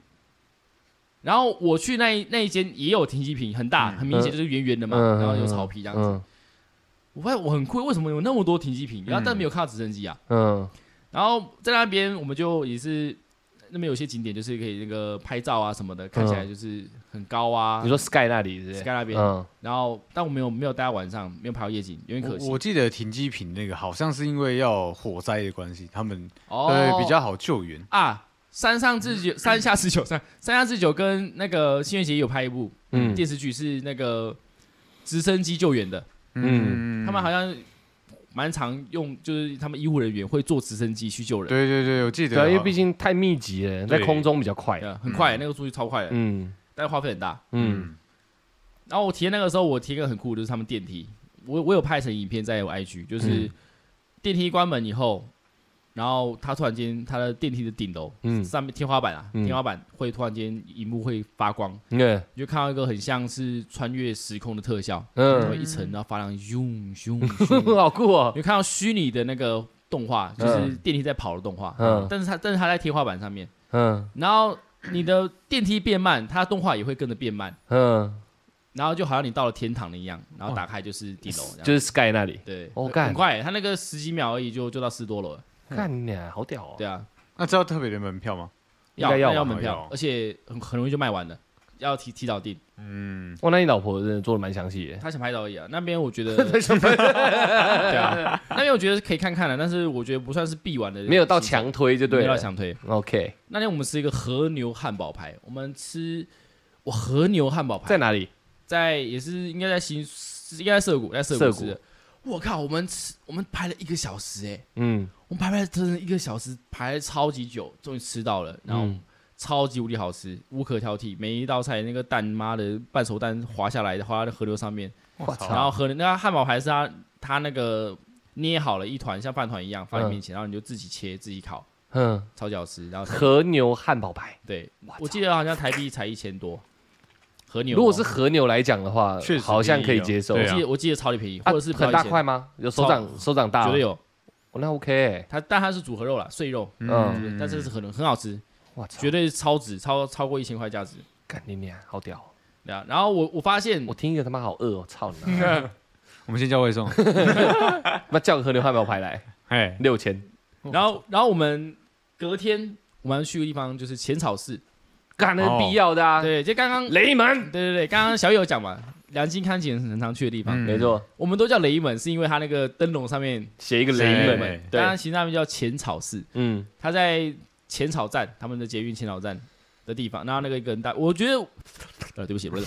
Speaker 3: 然后我去那一那一间也有停机坪，很大，很明显就是圆圆的嘛，然后有草皮这样子。
Speaker 1: 嗯
Speaker 3: 我发现我很酷，为什么有那么多停机坪？然后
Speaker 4: 嗯
Speaker 3: 但没有看到直升机啊。
Speaker 1: 嗯
Speaker 3: 然后在那边我们就也是那边有些景点就是可以那个拍照啊什么的，看起来就是很高啊
Speaker 1: 嗯嗯，你。说 Sky 那里是不是
Speaker 3: Sky 那边，
Speaker 1: 嗯
Speaker 3: 然后但我没有没有待到晚上，没有拍到夜景，有点可
Speaker 4: 我
Speaker 3: 惜。
Speaker 4: 我记得停机坪那个好像是因为要火灾的关系，他们
Speaker 3: 哦，
Speaker 4: 对比较好救援。
Speaker 3: 啊，山上
Speaker 4: [LAUGHS]
Speaker 3: 智久，山下智久，山山下智久跟那个新垣结衣有拍一部
Speaker 1: 嗯
Speaker 3: 电视剧，是那个直升机救援的，
Speaker 1: 嗯
Speaker 4: 嗯，
Speaker 3: 他们好像蛮常用，就是他们医护人员会坐直升机去救人，
Speaker 4: 对对对，我记得
Speaker 1: 对
Speaker 4: 好，
Speaker 1: 啊，因为毕竟太密集了，在
Speaker 4: 对
Speaker 1: 空中比较快
Speaker 3: 对。啊，很快，那个速度超快的，
Speaker 1: 嗯
Speaker 3: 但花费很大。
Speaker 1: 嗯
Speaker 4: 嗯
Speaker 3: 然后我体验那个时候，我体验一个很酷，就是他们电梯，我我有拍成影片在我 IG，就是
Speaker 4: 嗯
Speaker 3: 电梯关门以后，然后他突然间他的电梯的顶楼，
Speaker 1: 嗯
Speaker 3: 上面天花板啊，
Speaker 1: 嗯
Speaker 3: 天花板会突然间荧幕会发光，
Speaker 1: 嗯
Speaker 3: 你就看到一个很像是穿越时空的特效，然后
Speaker 1: 嗯，
Speaker 3: 一层然后发亮，咻
Speaker 1: [LAUGHS]
Speaker 3: 咻咻，
Speaker 1: 好酷哦
Speaker 3: 你。就看到虚拟的那个动画，就是
Speaker 1: 嗯
Speaker 3: 电梯在跑的动画，
Speaker 1: 嗯
Speaker 3: 但是它但是它在天花板上面，
Speaker 1: 嗯
Speaker 3: 然后你的电梯变慢，它动画也会跟着变慢，
Speaker 1: 嗯，
Speaker 3: 然后就好像你到了天堂了一样，然后打开就是地楼，这
Speaker 1: 就是
Speaker 3: 样
Speaker 1: Sky 那里。
Speaker 3: 对，
Speaker 1: 哦
Speaker 3: 很
Speaker 1: 干
Speaker 3: 很快，它那个十几秒而已就就到四多楼了，
Speaker 1: 看你啊好屌哦。
Speaker 3: 对啊，
Speaker 4: 那这要特别的门票吗？
Speaker 1: 应该要
Speaker 3: 那
Speaker 1: 吧
Speaker 3: 要门
Speaker 4: 要
Speaker 3: 票，而且很很容易就卖完了，要提提早订，
Speaker 4: 嗯，
Speaker 1: 哇，那你老婆真的做的蛮详细的。
Speaker 3: 他想拍照而已啊，那边我觉
Speaker 1: [LAUGHS]
Speaker 3: 得， [LAUGHS] 对啊，那边我觉得是可以看看的，但是我觉得不算是必玩的，
Speaker 1: 没有到，强推就
Speaker 3: 没
Speaker 1: 对
Speaker 3: 有到
Speaker 1: 了。
Speaker 3: 强推。
Speaker 1: OK，
Speaker 3: 那天我们吃一个和牛汉堡排，我们吃我和牛汉堡排，
Speaker 1: 在哪里？
Speaker 3: 在也是应该在新，应该在涩谷，在涩
Speaker 1: 涩
Speaker 3: 谷
Speaker 1: 谷
Speaker 3: 吃的。我靠，我们吃我们排了一个小时哎、
Speaker 1: 嗯
Speaker 3: 我们排排整整一个小时，排了超级久，终于吃到了，然后
Speaker 1: 嗯
Speaker 3: 超级无敌好吃，无可挑剔。每一道菜那个蛋妈的半熟蛋滑下来，滑到河流上面，
Speaker 4: 我
Speaker 1: 操
Speaker 3: 然后和那个汉堡排是他他那个捏好了一团，像饭团一样放在你面前，然后你就自己切自己烤，
Speaker 1: 嗯，
Speaker 3: 超级好吃。然后
Speaker 1: 和牛汉堡排。
Speaker 3: 对
Speaker 1: 哇，
Speaker 3: 我
Speaker 1: 操
Speaker 3: 记得好像台币才一千多，和牛哦。
Speaker 1: 如果是和牛来讲的话
Speaker 4: 确，实
Speaker 1: 好像可以
Speaker 4: 便宜哦
Speaker 1: 接受。
Speaker 4: 对
Speaker 3: 我
Speaker 4: 啊
Speaker 3: 记得我记得超级便宜，
Speaker 1: 啊
Speaker 3: 或者是不
Speaker 1: 很
Speaker 3: 到
Speaker 1: 大
Speaker 3: 1000
Speaker 1: 块，吗？有手掌手掌大吗？
Speaker 3: 绝对有。
Speaker 1: 哦，那 OK 欸。
Speaker 3: 它但它是组合肉啦，碎肉，
Speaker 1: 嗯
Speaker 3: 但是是很很好吃，
Speaker 1: 我操
Speaker 3: 绝，对是超值，超超过一千块价值。
Speaker 1: 干你娘，好屌哦！
Speaker 3: 对啊，然后我我发现
Speaker 1: 我听着他妈好饿哦，操你妈！
Speaker 3: [LAUGHS]
Speaker 4: 我们先叫外送，
Speaker 1: 那叫个和牛汉堡排
Speaker 3: [LAUGHS]
Speaker 1: 来
Speaker 4: 哎，
Speaker 1: 六千，
Speaker 3: 然后，然后我们隔天我们去个地方，就是浅草寺。
Speaker 1: 干那是必要的啊。
Speaker 3: 对，就刚刚，对
Speaker 1: 雷门，
Speaker 3: 对对，刚刚小友讲嘛，良心看景很常去的地方，
Speaker 4: 嗯
Speaker 1: 没错，
Speaker 3: 我们都叫雷门，是因为它那个灯笼上面，
Speaker 1: 写一个
Speaker 4: 雷
Speaker 1: 雷
Speaker 4: 门
Speaker 1: 门。
Speaker 3: 当
Speaker 1: 对
Speaker 3: 然，其实那边叫浅草寺，
Speaker 1: 嗯
Speaker 3: 它在浅草站，他们的捷运浅草站的地方。然后那个一个很大，我觉得， [LAUGHS] 呃，对不起，不是。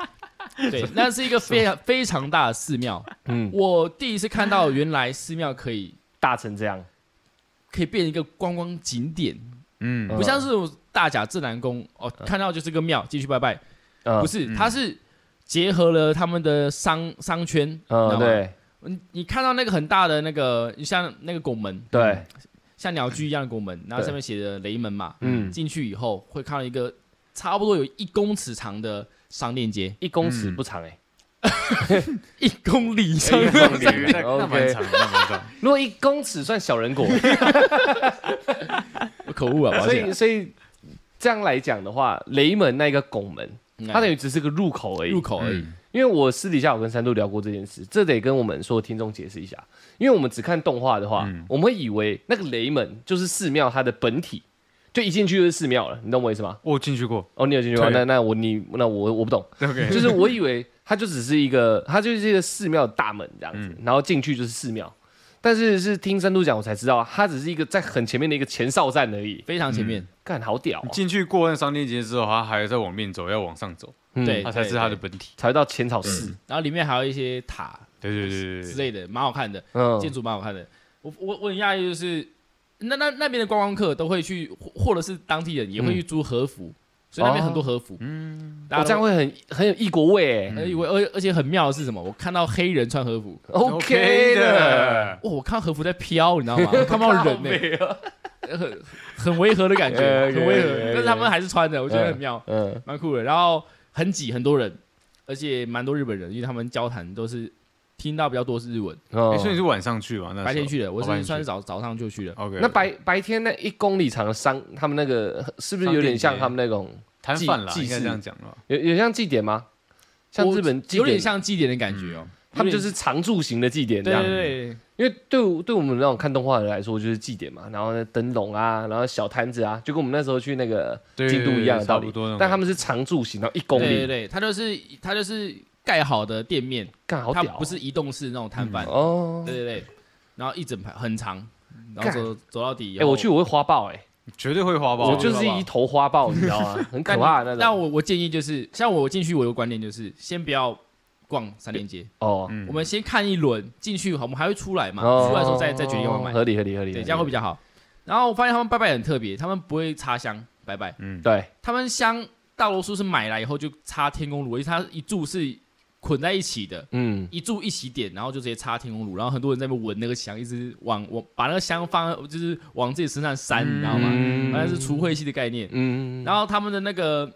Speaker 3: [LAUGHS] 对，那是一个 [LAUGHS] 非常非常大的寺庙。
Speaker 1: 嗯，
Speaker 3: 我第一次看到，原来寺庙可以
Speaker 1: 大成这样，
Speaker 3: 可以变一个观光景点，
Speaker 4: 嗯 [LAUGHS]
Speaker 3: 不像是我大甲镇南宫哦，看到就是个庙，进去拜拜。
Speaker 1: 嗯
Speaker 3: 不是，
Speaker 4: 嗯
Speaker 3: 它是结合了他们的商商圈，你知道
Speaker 1: 嗯，
Speaker 3: 吗？
Speaker 1: 对
Speaker 3: 你你看到那个很大的那个，你像那个拱门，
Speaker 1: 对，
Speaker 3: 像鸟居一样的拱门，然后
Speaker 1: 对
Speaker 3: 上面写着雷门嘛，
Speaker 1: 嗯，
Speaker 3: 进去以后会看到一个差不多有一公尺长的商店街，
Speaker 1: 一公尺不长
Speaker 3: 欸
Speaker 1: 哎。
Speaker 3: 一公里长。
Speaker 4: 那蛮长，那蛮长。
Speaker 1: 如果一公尺算小
Speaker 3: [LAUGHS]
Speaker 1: 人国，
Speaker 3: 口误啊，抱
Speaker 1: 所
Speaker 3: 歉
Speaker 1: 以所以这样来讲的话，雷门那个拱门，
Speaker 3: 嗯
Speaker 1: 它等嗯于只是个入口而已
Speaker 3: 入。口而
Speaker 4: 嗯
Speaker 3: 已。
Speaker 1: 因为我私底下有跟三度聊过这件事，这得跟我们所有听众解释一下。因为我们只看动画的话，
Speaker 4: 嗯
Speaker 1: 我们会以为那个雷门就是寺庙它的本体，就一进去就是寺庙了，你懂我意思吗？
Speaker 4: 我进去过
Speaker 1: 哦，你有进去吗？
Speaker 4: 对
Speaker 1: 那那我你那我我不懂，
Speaker 4: ，OK，
Speaker 1: 就是我以为它就只是一个，它就是一个寺庙的大门这样子，
Speaker 4: 嗯
Speaker 1: 然后进去就是寺庙。但是是听深度讲，我才知道它只是一个在很前面的一个前哨站而已。
Speaker 3: 非常前面，
Speaker 1: 干，好屌哦、
Speaker 4: 你进去过那商店街之后，它还要再往面走，要往上走，
Speaker 1: 嗯
Speaker 3: 对
Speaker 4: 它才是它的本体。
Speaker 1: 才会到浅草寺。
Speaker 3: 然后里面还有一些塔
Speaker 4: 对对对
Speaker 3: 之
Speaker 4: 对
Speaker 3: 类的，蛮好看的。
Speaker 1: 嗯，
Speaker 3: 建筑蛮好看的。我我我很讶异，就是那那那边的观光客都会去，或或者是当地人也会去租和服，所以那边很多和服，嗯，大嗯
Speaker 1: 我嗯哦
Speaker 3: 家
Speaker 1: 这样
Speaker 3: 都
Speaker 1: 会很很有异国味哎
Speaker 3: 而且而而且很妙的是什么？我看到黑人穿和服，
Speaker 1: ，OK 的，
Speaker 3: 哇，我看到和服在飘，你知道吗？我看不到人呢、
Speaker 1: 呢，
Speaker 3: 很很违和的感觉，
Speaker 1: Okay,
Speaker 3: 很违和
Speaker 1: okay, okay.
Speaker 3: 但是他们还是穿的，我觉得很妙，
Speaker 1: 嗯，
Speaker 3: 蛮酷的。然后很挤，很多人，而且蛮多日本人，因为他们交谈都是听到比较多是日文。
Speaker 1: 哦
Speaker 4: 诶哎所以你是晚上去嘛？那时候
Speaker 3: 白天去的，我
Speaker 4: 哦白
Speaker 3: 是
Speaker 4: 天
Speaker 3: 算是
Speaker 4: 去
Speaker 3: 早早上就去了。
Speaker 4: OK，
Speaker 1: 那白白天那一公里长的商，他们那个是不是有点像他们那种
Speaker 4: 摊贩啦，
Speaker 1: 祭
Speaker 4: 应该
Speaker 1: 祭祀
Speaker 4: 这样讲了。
Speaker 1: 有有像祭典吗？像
Speaker 3: 我
Speaker 1: 日本祭
Speaker 3: 有点
Speaker 1: 典，
Speaker 3: 像祭典的感觉哦，
Speaker 1: 他们
Speaker 3: 有
Speaker 1: 就
Speaker 3: 点
Speaker 1: 是常驻型的祭典这
Speaker 3: 对
Speaker 1: 样。
Speaker 3: 对对，
Speaker 1: 因为对我对我们那种看动画的人来说，就是祭典嘛，然后呢灯笼啊，然后小摊子啊，就跟我们那时候去那个
Speaker 4: 对
Speaker 1: 京都一样的道理
Speaker 4: 差不多那。种
Speaker 1: 但他们是常驻型，然后一公
Speaker 3: 对对
Speaker 1: 里，
Speaker 3: 对，它就是它就是盖好的店面，
Speaker 1: 干好
Speaker 3: 它
Speaker 1: 屌哦！
Speaker 3: 不是移动式那种摊贩，
Speaker 1: 哦，
Speaker 3: 对对对，然后一整排很长，然
Speaker 1: 干
Speaker 3: 后走走到底。
Speaker 1: 哎，我去我会花豹哎，
Speaker 4: 绝对会花吧？
Speaker 1: 我
Speaker 3: 我
Speaker 1: 就
Speaker 3: 觉得
Speaker 1: 是一头花豹，你知道
Speaker 3: [LAUGHS]
Speaker 1: 吗？很可怕的那
Speaker 3: 那
Speaker 1: 种。
Speaker 3: 我我建议就是，像我进去我有个观念就是，先不要逛三连街，
Speaker 1: 哦，
Speaker 4: 嗯
Speaker 3: 我们先看一轮进去，我们还会出来嘛，
Speaker 1: 哦
Speaker 3: 出来的时候再再决定要不要买，
Speaker 1: 合理合理合理，
Speaker 3: 对，这样会比
Speaker 1: 较
Speaker 3: 较好。然后我发现他们拜拜很特别，他们不会插香拜拜，
Speaker 4: 嗯，
Speaker 1: 对。
Speaker 3: 他们香大多数是买来以后就插天宫炉，因为它一柱是捆在一起的。
Speaker 1: 嗯，
Speaker 3: 一柱一起点，然后就直接插天宫炉，然后很多人在那边闻那个香，一直往往把那个香放，就是往自己身上扇，你知道吗？
Speaker 1: 嗯
Speaker 3: 反正是除晦气的概念。
Speaker 1: 嗯，
Speaker 3: 然后他们的那个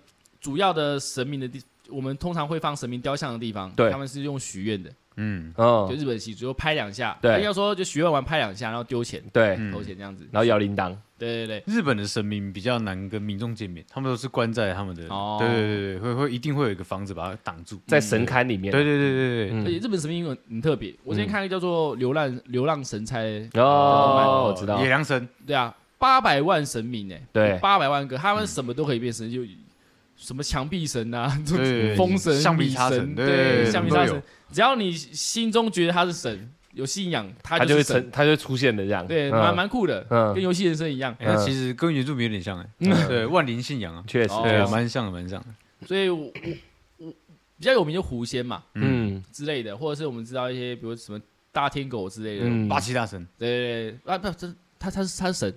Speaker 3: 主要的神明的地，我们通常会放神明雕像的地方，
Speaker 1: 对
Speaker 3: 他们是用许愿的，
Speaker 4: 嗯，
Speaker 3: 就
Speaker 1: 哦，
Speaker 3: 日本习俗，就拍两下，
Speaker 1: 对
Speaker 3: 应该说就许愿完拍两下，然后丢钱，
Speaker 1: 对，
Speaker 4: 嗯
Speaker 3: 投钱这样子，
Speaker 1: 然后摇铃铛，
Speaker 3: 对对
Speaker 4: 日本的神明比较难跟民众见面，他们都是关在他们的，
Speaker 3: 哦
Speaker 4: 对对对对，会会一定会有一个房子把它挡住。
Speaker 1: 在神龛里面，
Speaker 4: 对对对对对，
Speaker 3: 嗯对，而且
Speaker 1: 嗯，
Speaker 3: 日本神明很很特别，我之前
Speaker 1: 嗯
Speaker 3: 看一个叫做《流浪流浪神差》，
Speaker 1: 哦，我知道
Speaker 4: 野，良神，
Speaker 3: 对啊，八百万神明哎，
Speaker 1: 对
Speaker 3: 八百万个，他们什么都可以变神，就什么墙壁神啊，
Speaker 4: 对
Speaker 3: 风神、
Speaker 4: 橡皮
Speaker 3: 米
Speaker 4: 擦神
Speaker 3: 神，
Speaker 4: 对对对
Speaker 3: 对，
Speaker 4: 对
Speaker 3: 橡皮
Speaker 4: 都
Speaker 3: 擦
Speaker 4: 有
Speaker 3: 神，只要你心中觉得他是神，有信仰，他
Speaker 1: 他就会
Speaker 3: 是神。
Speaker 1: 成，他就会出现的这样，
Speaker 3: 对，
Speaker 1: 嗯
Speaker 3: 蛮蛮酷的，
Speaker 1: 嗯
Speaker 3: 跟游戏人生一样。
Speaker 4: 诶哎那其实跟原著名有点像哎，对，万灵信仰啊，
Speaker 1: 确实，
Speaker 3: 哦
Speaker 4: 对
Speaker 1: 确
Speaker 4: 啊，
Speaker 1: 实
Speaker 4: 蛮像的，蛮像的。
Speaker 3: 所以我，我我比较有名就狐仙嘛
Speaker 1: 嗯
Speaker 3: 之类的，或者是我们知道一些，比如什么大天狗之类的。
Speaker 1: 嗯，
Speaker 4: 八岐大神，
Speaker 3: 对对对，啊不，这他他是他是神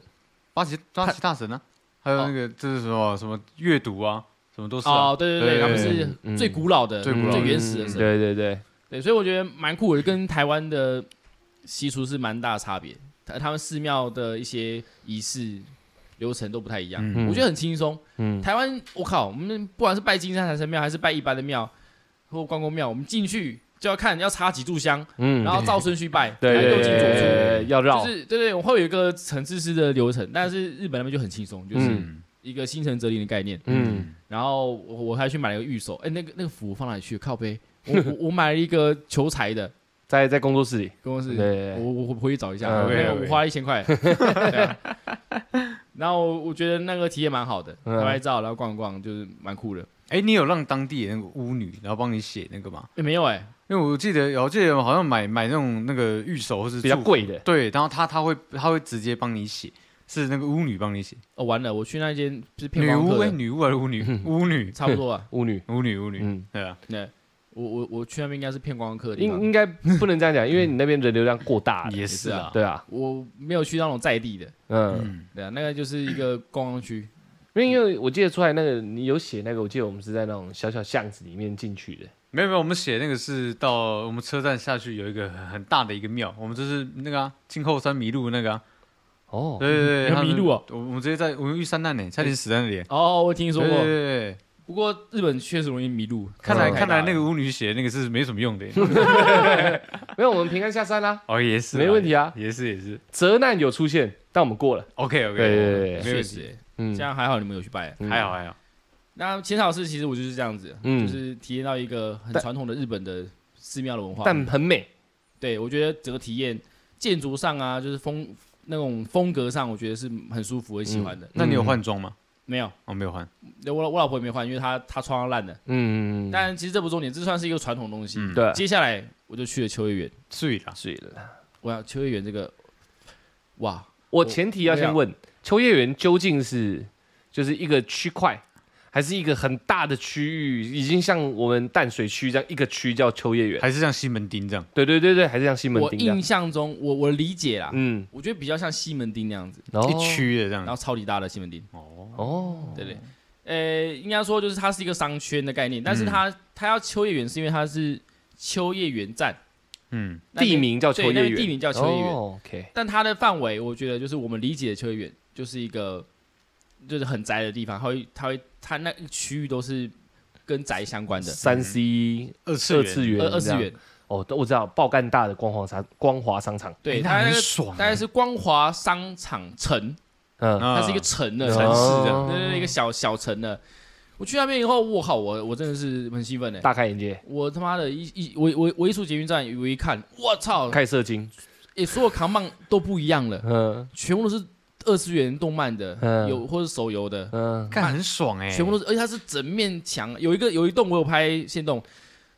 Speaker 4: 八岐八岐大神啊，还有那个
Speaker 1: 哦
Speaker 4: 这是什么什么阅读啊，什么都是啊
Speaker 3: 哦，，对对对，
Speaker 4: 对
Speaker 3: 他们
Speaker 1: 嗯
Speaker 3: 是最古老的、
Speaker 4: 最古老的嗯
Speaker 3: 原始的神。
Speaker 1: 对对对，
Speaker 3: 对，所以我觉得蛮酷的，跟台湾的习俗是蛮大的差别。他他们寺庙的一些仪式流程都不太一样，
Speaker 4: 嗯
Speaker 3: 我觉得很轻松。
Speaker 1: 嗯，
Speaker 3: 台湾，我靠，我们不管是拜金山财神庙，还是拜一般的庙或关公庙，我们进去就要看要插几炷香，
Speaker 1: 嗯，
Speaker 3: 然后照顺序拜，
Speaker 1: [LAUGHS] 对
Speaker 3: 然后
Speaker 1: 对对
Speaker 3: 右进左出，
Speaker 1: 对，要绕
Speaker 3: 就，是对对，我会有一个层次式的流程。但是日本那边就很轻松，就是
Speaker 1: 嗯
Speaker 3: 一个心诚则灵的概念。
Speaker 1: 嗯，
Speaker 3: 然后我我还去买了个玉手，哎，那个那个符放哪里去？靠背，我我我买了一个求财的，
Speaker 1: 在在工作室里，
Speaker 3: 跟我是
Speaker 1: 对对对
Speaker 3: 我我我回去找一下，
Speaker 1: 嗯
Speaker 3: 那个
Speaker 4: OK，OK
Speaker 3: 我花了一千
Speaker 1: [LAUGHS]
Speaker 3: 块，对啊然后我觉得那个体验蛮好的，
Speaker 1: 嗯
Speaker 3: 拍拍照，然后逛逛，就是蛮酷的。
Speaker 4: 哎，你有让当地的那个巫女，然后帮你写那个吗？
Speaker 3: 诶没有哎，
Speaker 4: 因为我记得，我记得好像买买那种那个玉手或是
Speaker 1: 比较
Speaker 4: 祝
Speaker 1: 贵的，
Speaker 4: 对，然后他他会他会直接帮你写，是那个巫女帮你写，
Speaker 3: 哦完了，我去那间就是骗
Speaker 4: 女
Speaker 3: 观光
Speaker 4: 巫
Speaker 3: 客
Speaker 4: 哎，
Speaker 3: 的，
Speaker 4: 女巫还是巫女？巫女，
Speaker 3: 差不多啊。
Speaker 1: 巫女，
Speaker 4: 巫女，巫女，
Speaker 1: 嗯，
Speaker 4: 对啊，
Speaker 3: 对，我我我去那边应该是骗观光客的地
Speaker 1: 应
Speaker 3: 方，
Speaker 1: 应该不能这样讲，因为你那边人流量过大了，
Speaker 4: 也
Speaker 3: 是
Speaker 4: 是
Speaker 3: 啊
Speaker 4: 啊，
Speaker 1: 对啊，
Speaker 3: 我没有去那种在地的，
Speaker 1: 嗯，
Speaker 3: 对啊，那个就是一
Speaker 4: [COUGHS]
Speaker 3: 个观光区。
Speaker 1: 因为因为我记得出来那个你有写那个，我记得我们是在那种小小巷子里面进去的，
Speaker 4: 没有没有，我们写那个是到我们车站下去有一个很很大的一个庙，我们就是那个啊，进后山迷路那个啊，
Speaker 1: 哦，
Speaker 4: 对对对，
Speaker 3: 有
Speaker 4: 他们
Speaker 3: 迷路哦，
Speaker 4: 我我们直接在我们遇三难呢，差点死在那里，
Speaker 3: 哦，我
Speaker 4: 对
Speaker 3: 听说
Speaker 4: 对对
Speaker 3: 过，
Speaker 4: 对，
Speaker 3: 不过日本确实容易迷路，
Speaker 4: 看来
Speaker 3: 太
Speaker 4: 看来那
Speaker 3: 大
Speaker 4: 个
Speaker 3: 了
Speaker 4: 巫女写的那个是没什么用的，
Speaker 1: 没有，我们平安下山啦，
Speaker 4: 哦也是啊，
Speaker 1: 没问题啊，
Speaker 4: 也是也是
Speaker 1: 责难有出现，但我们过了，
Speaker 4: ，OK OK，
Speaker 1: 对对对对
Speaker 4: 没
Speaker 3: 确
Speaker 4: 问
Speaker 3: 实
Speaker 4: 题，
Speaker 3: 欸，
Speaker 1: 嗯
Speaker 3: 这，样还好你们有去拜啊。
Speaker 1: 嗯
Speaker 4: 还好还好，
Speaker 3: 那浅草寺其实我就是这样子，
Speaker 1: 嗯
Speaker 3: 就是体验到一个很
Speaker 1: 但
Speaker 3: 传统的日本的寺庙的文化。
Speaker 1: 但很美，
Speaker 3: 对我觉得整个体验建筑上啊，就是风那种风格上，我觉得是很舒服、很喜欢的。
Speaker 4: 那你有换装吗？
Speaker 3: 没有，
Speaker 4: 哦没有换，
Speaker 3: 我老我老婆也没换，因为她她穿到烂的。
Speaker 1: 嗯，
Speaker 3: 但其实这不重点，这算是一个传统东西。
Speaker 4: 嗯
Speaker 1: 对，啊
Speaker 3: 接下来我就去了秋叶原，
Speaker 4: 醉啦，
Speaker 1: 醉了。
Speaker 3: 我要秋叶原这个，哇，
Speaker 1: 我前提要先问，秋叶原究竟是就是一个区块，还是一个很大的区域，已经像我们淡水区这样一个区叫秋叶原。
Speaker 4: 还是像西门町这样，
Speaker 1: 对对对对，还是像西门
Speaker 3: 我
Speaker 1: 町这样
Speaker 3: 印。象中，我我理解啦，
Speaker 1: 嗯，
Speaker 3: 我觉得比较像西门町那样子，
Speaker 1: 然后
Speaker 4: 一区的这
Speaker 3: 然后
Speaker 4: 样。
Speaker 3: 超级大的西门町，
Speaker 4: 哦，
Speaker 1: 哦，
Speaker 3: 对不对？呃，应该说就是它是一个商圈的概念，
Speaker 1: 嗯
Speaker 3: 但是它、它要秋叶原是因为它是秋叶原站，
Speaker 4: 嗯，
Speaker 3: 那边
Speaker 1: 地名哦叫秋
Speaker 3: 对
Speaker 1: 叶
Speaker 3: 那边
Speaker 1: 原，
Speaker 3: 地名叫秋叶原，
Speaker 1: 哦 OK，
Speaker 3: 但它的范围我觉得就是我们理解的秋叶原就是一个就是很宅的地方，它会它会它那个区域都是跟宅相关的，
Speaker 1: 三 C
Speaker 4: 二次
Speaker 1: 二
Speaker 4: 元
Speaker 1: 次元，
Speaker 3: 二二次
Speaker 1: 这样
Speaker 3: 元，
Speaker 1: 哦，我知道爆干大的光华商光华商场，
Speaker 3: 对，
Speaker 4: 哎
Speaker 3: 它那
Speaker 4: 很
Speaker 3: 个
Speaker 4: 爽
Speaker 1: 啊
Speaker 3: 大概是光华商场城，
Speaker 1: 嗯，
Speaker 4: 啊
Speaker 3: 它是一个城的
Speaker 4: 城市的
Speaker 3: 对对对，一个小小城的。我去那边以后，我靠，我我真的是很兴奋呢。欸
Speaker 1: 大开眼界，
Speaker 3: 我他妈的一一我我我一出捷运站，我一看，我操，
Speaker 1: 开射精，
Speaker 3: 诶，所有扛棒都不一样了，
Speaker 1: 嗯
Speaker 3: 全部都是二次元动漫的，
Speaker 1: 嗯
Speaker 3: 有或者手游的，
Speaker 1: 嗯，
Speaker 4: 看很爽哎，
Speaker 3: 全部都是，而且它是整面墙，有一个有一栋我有拍线动，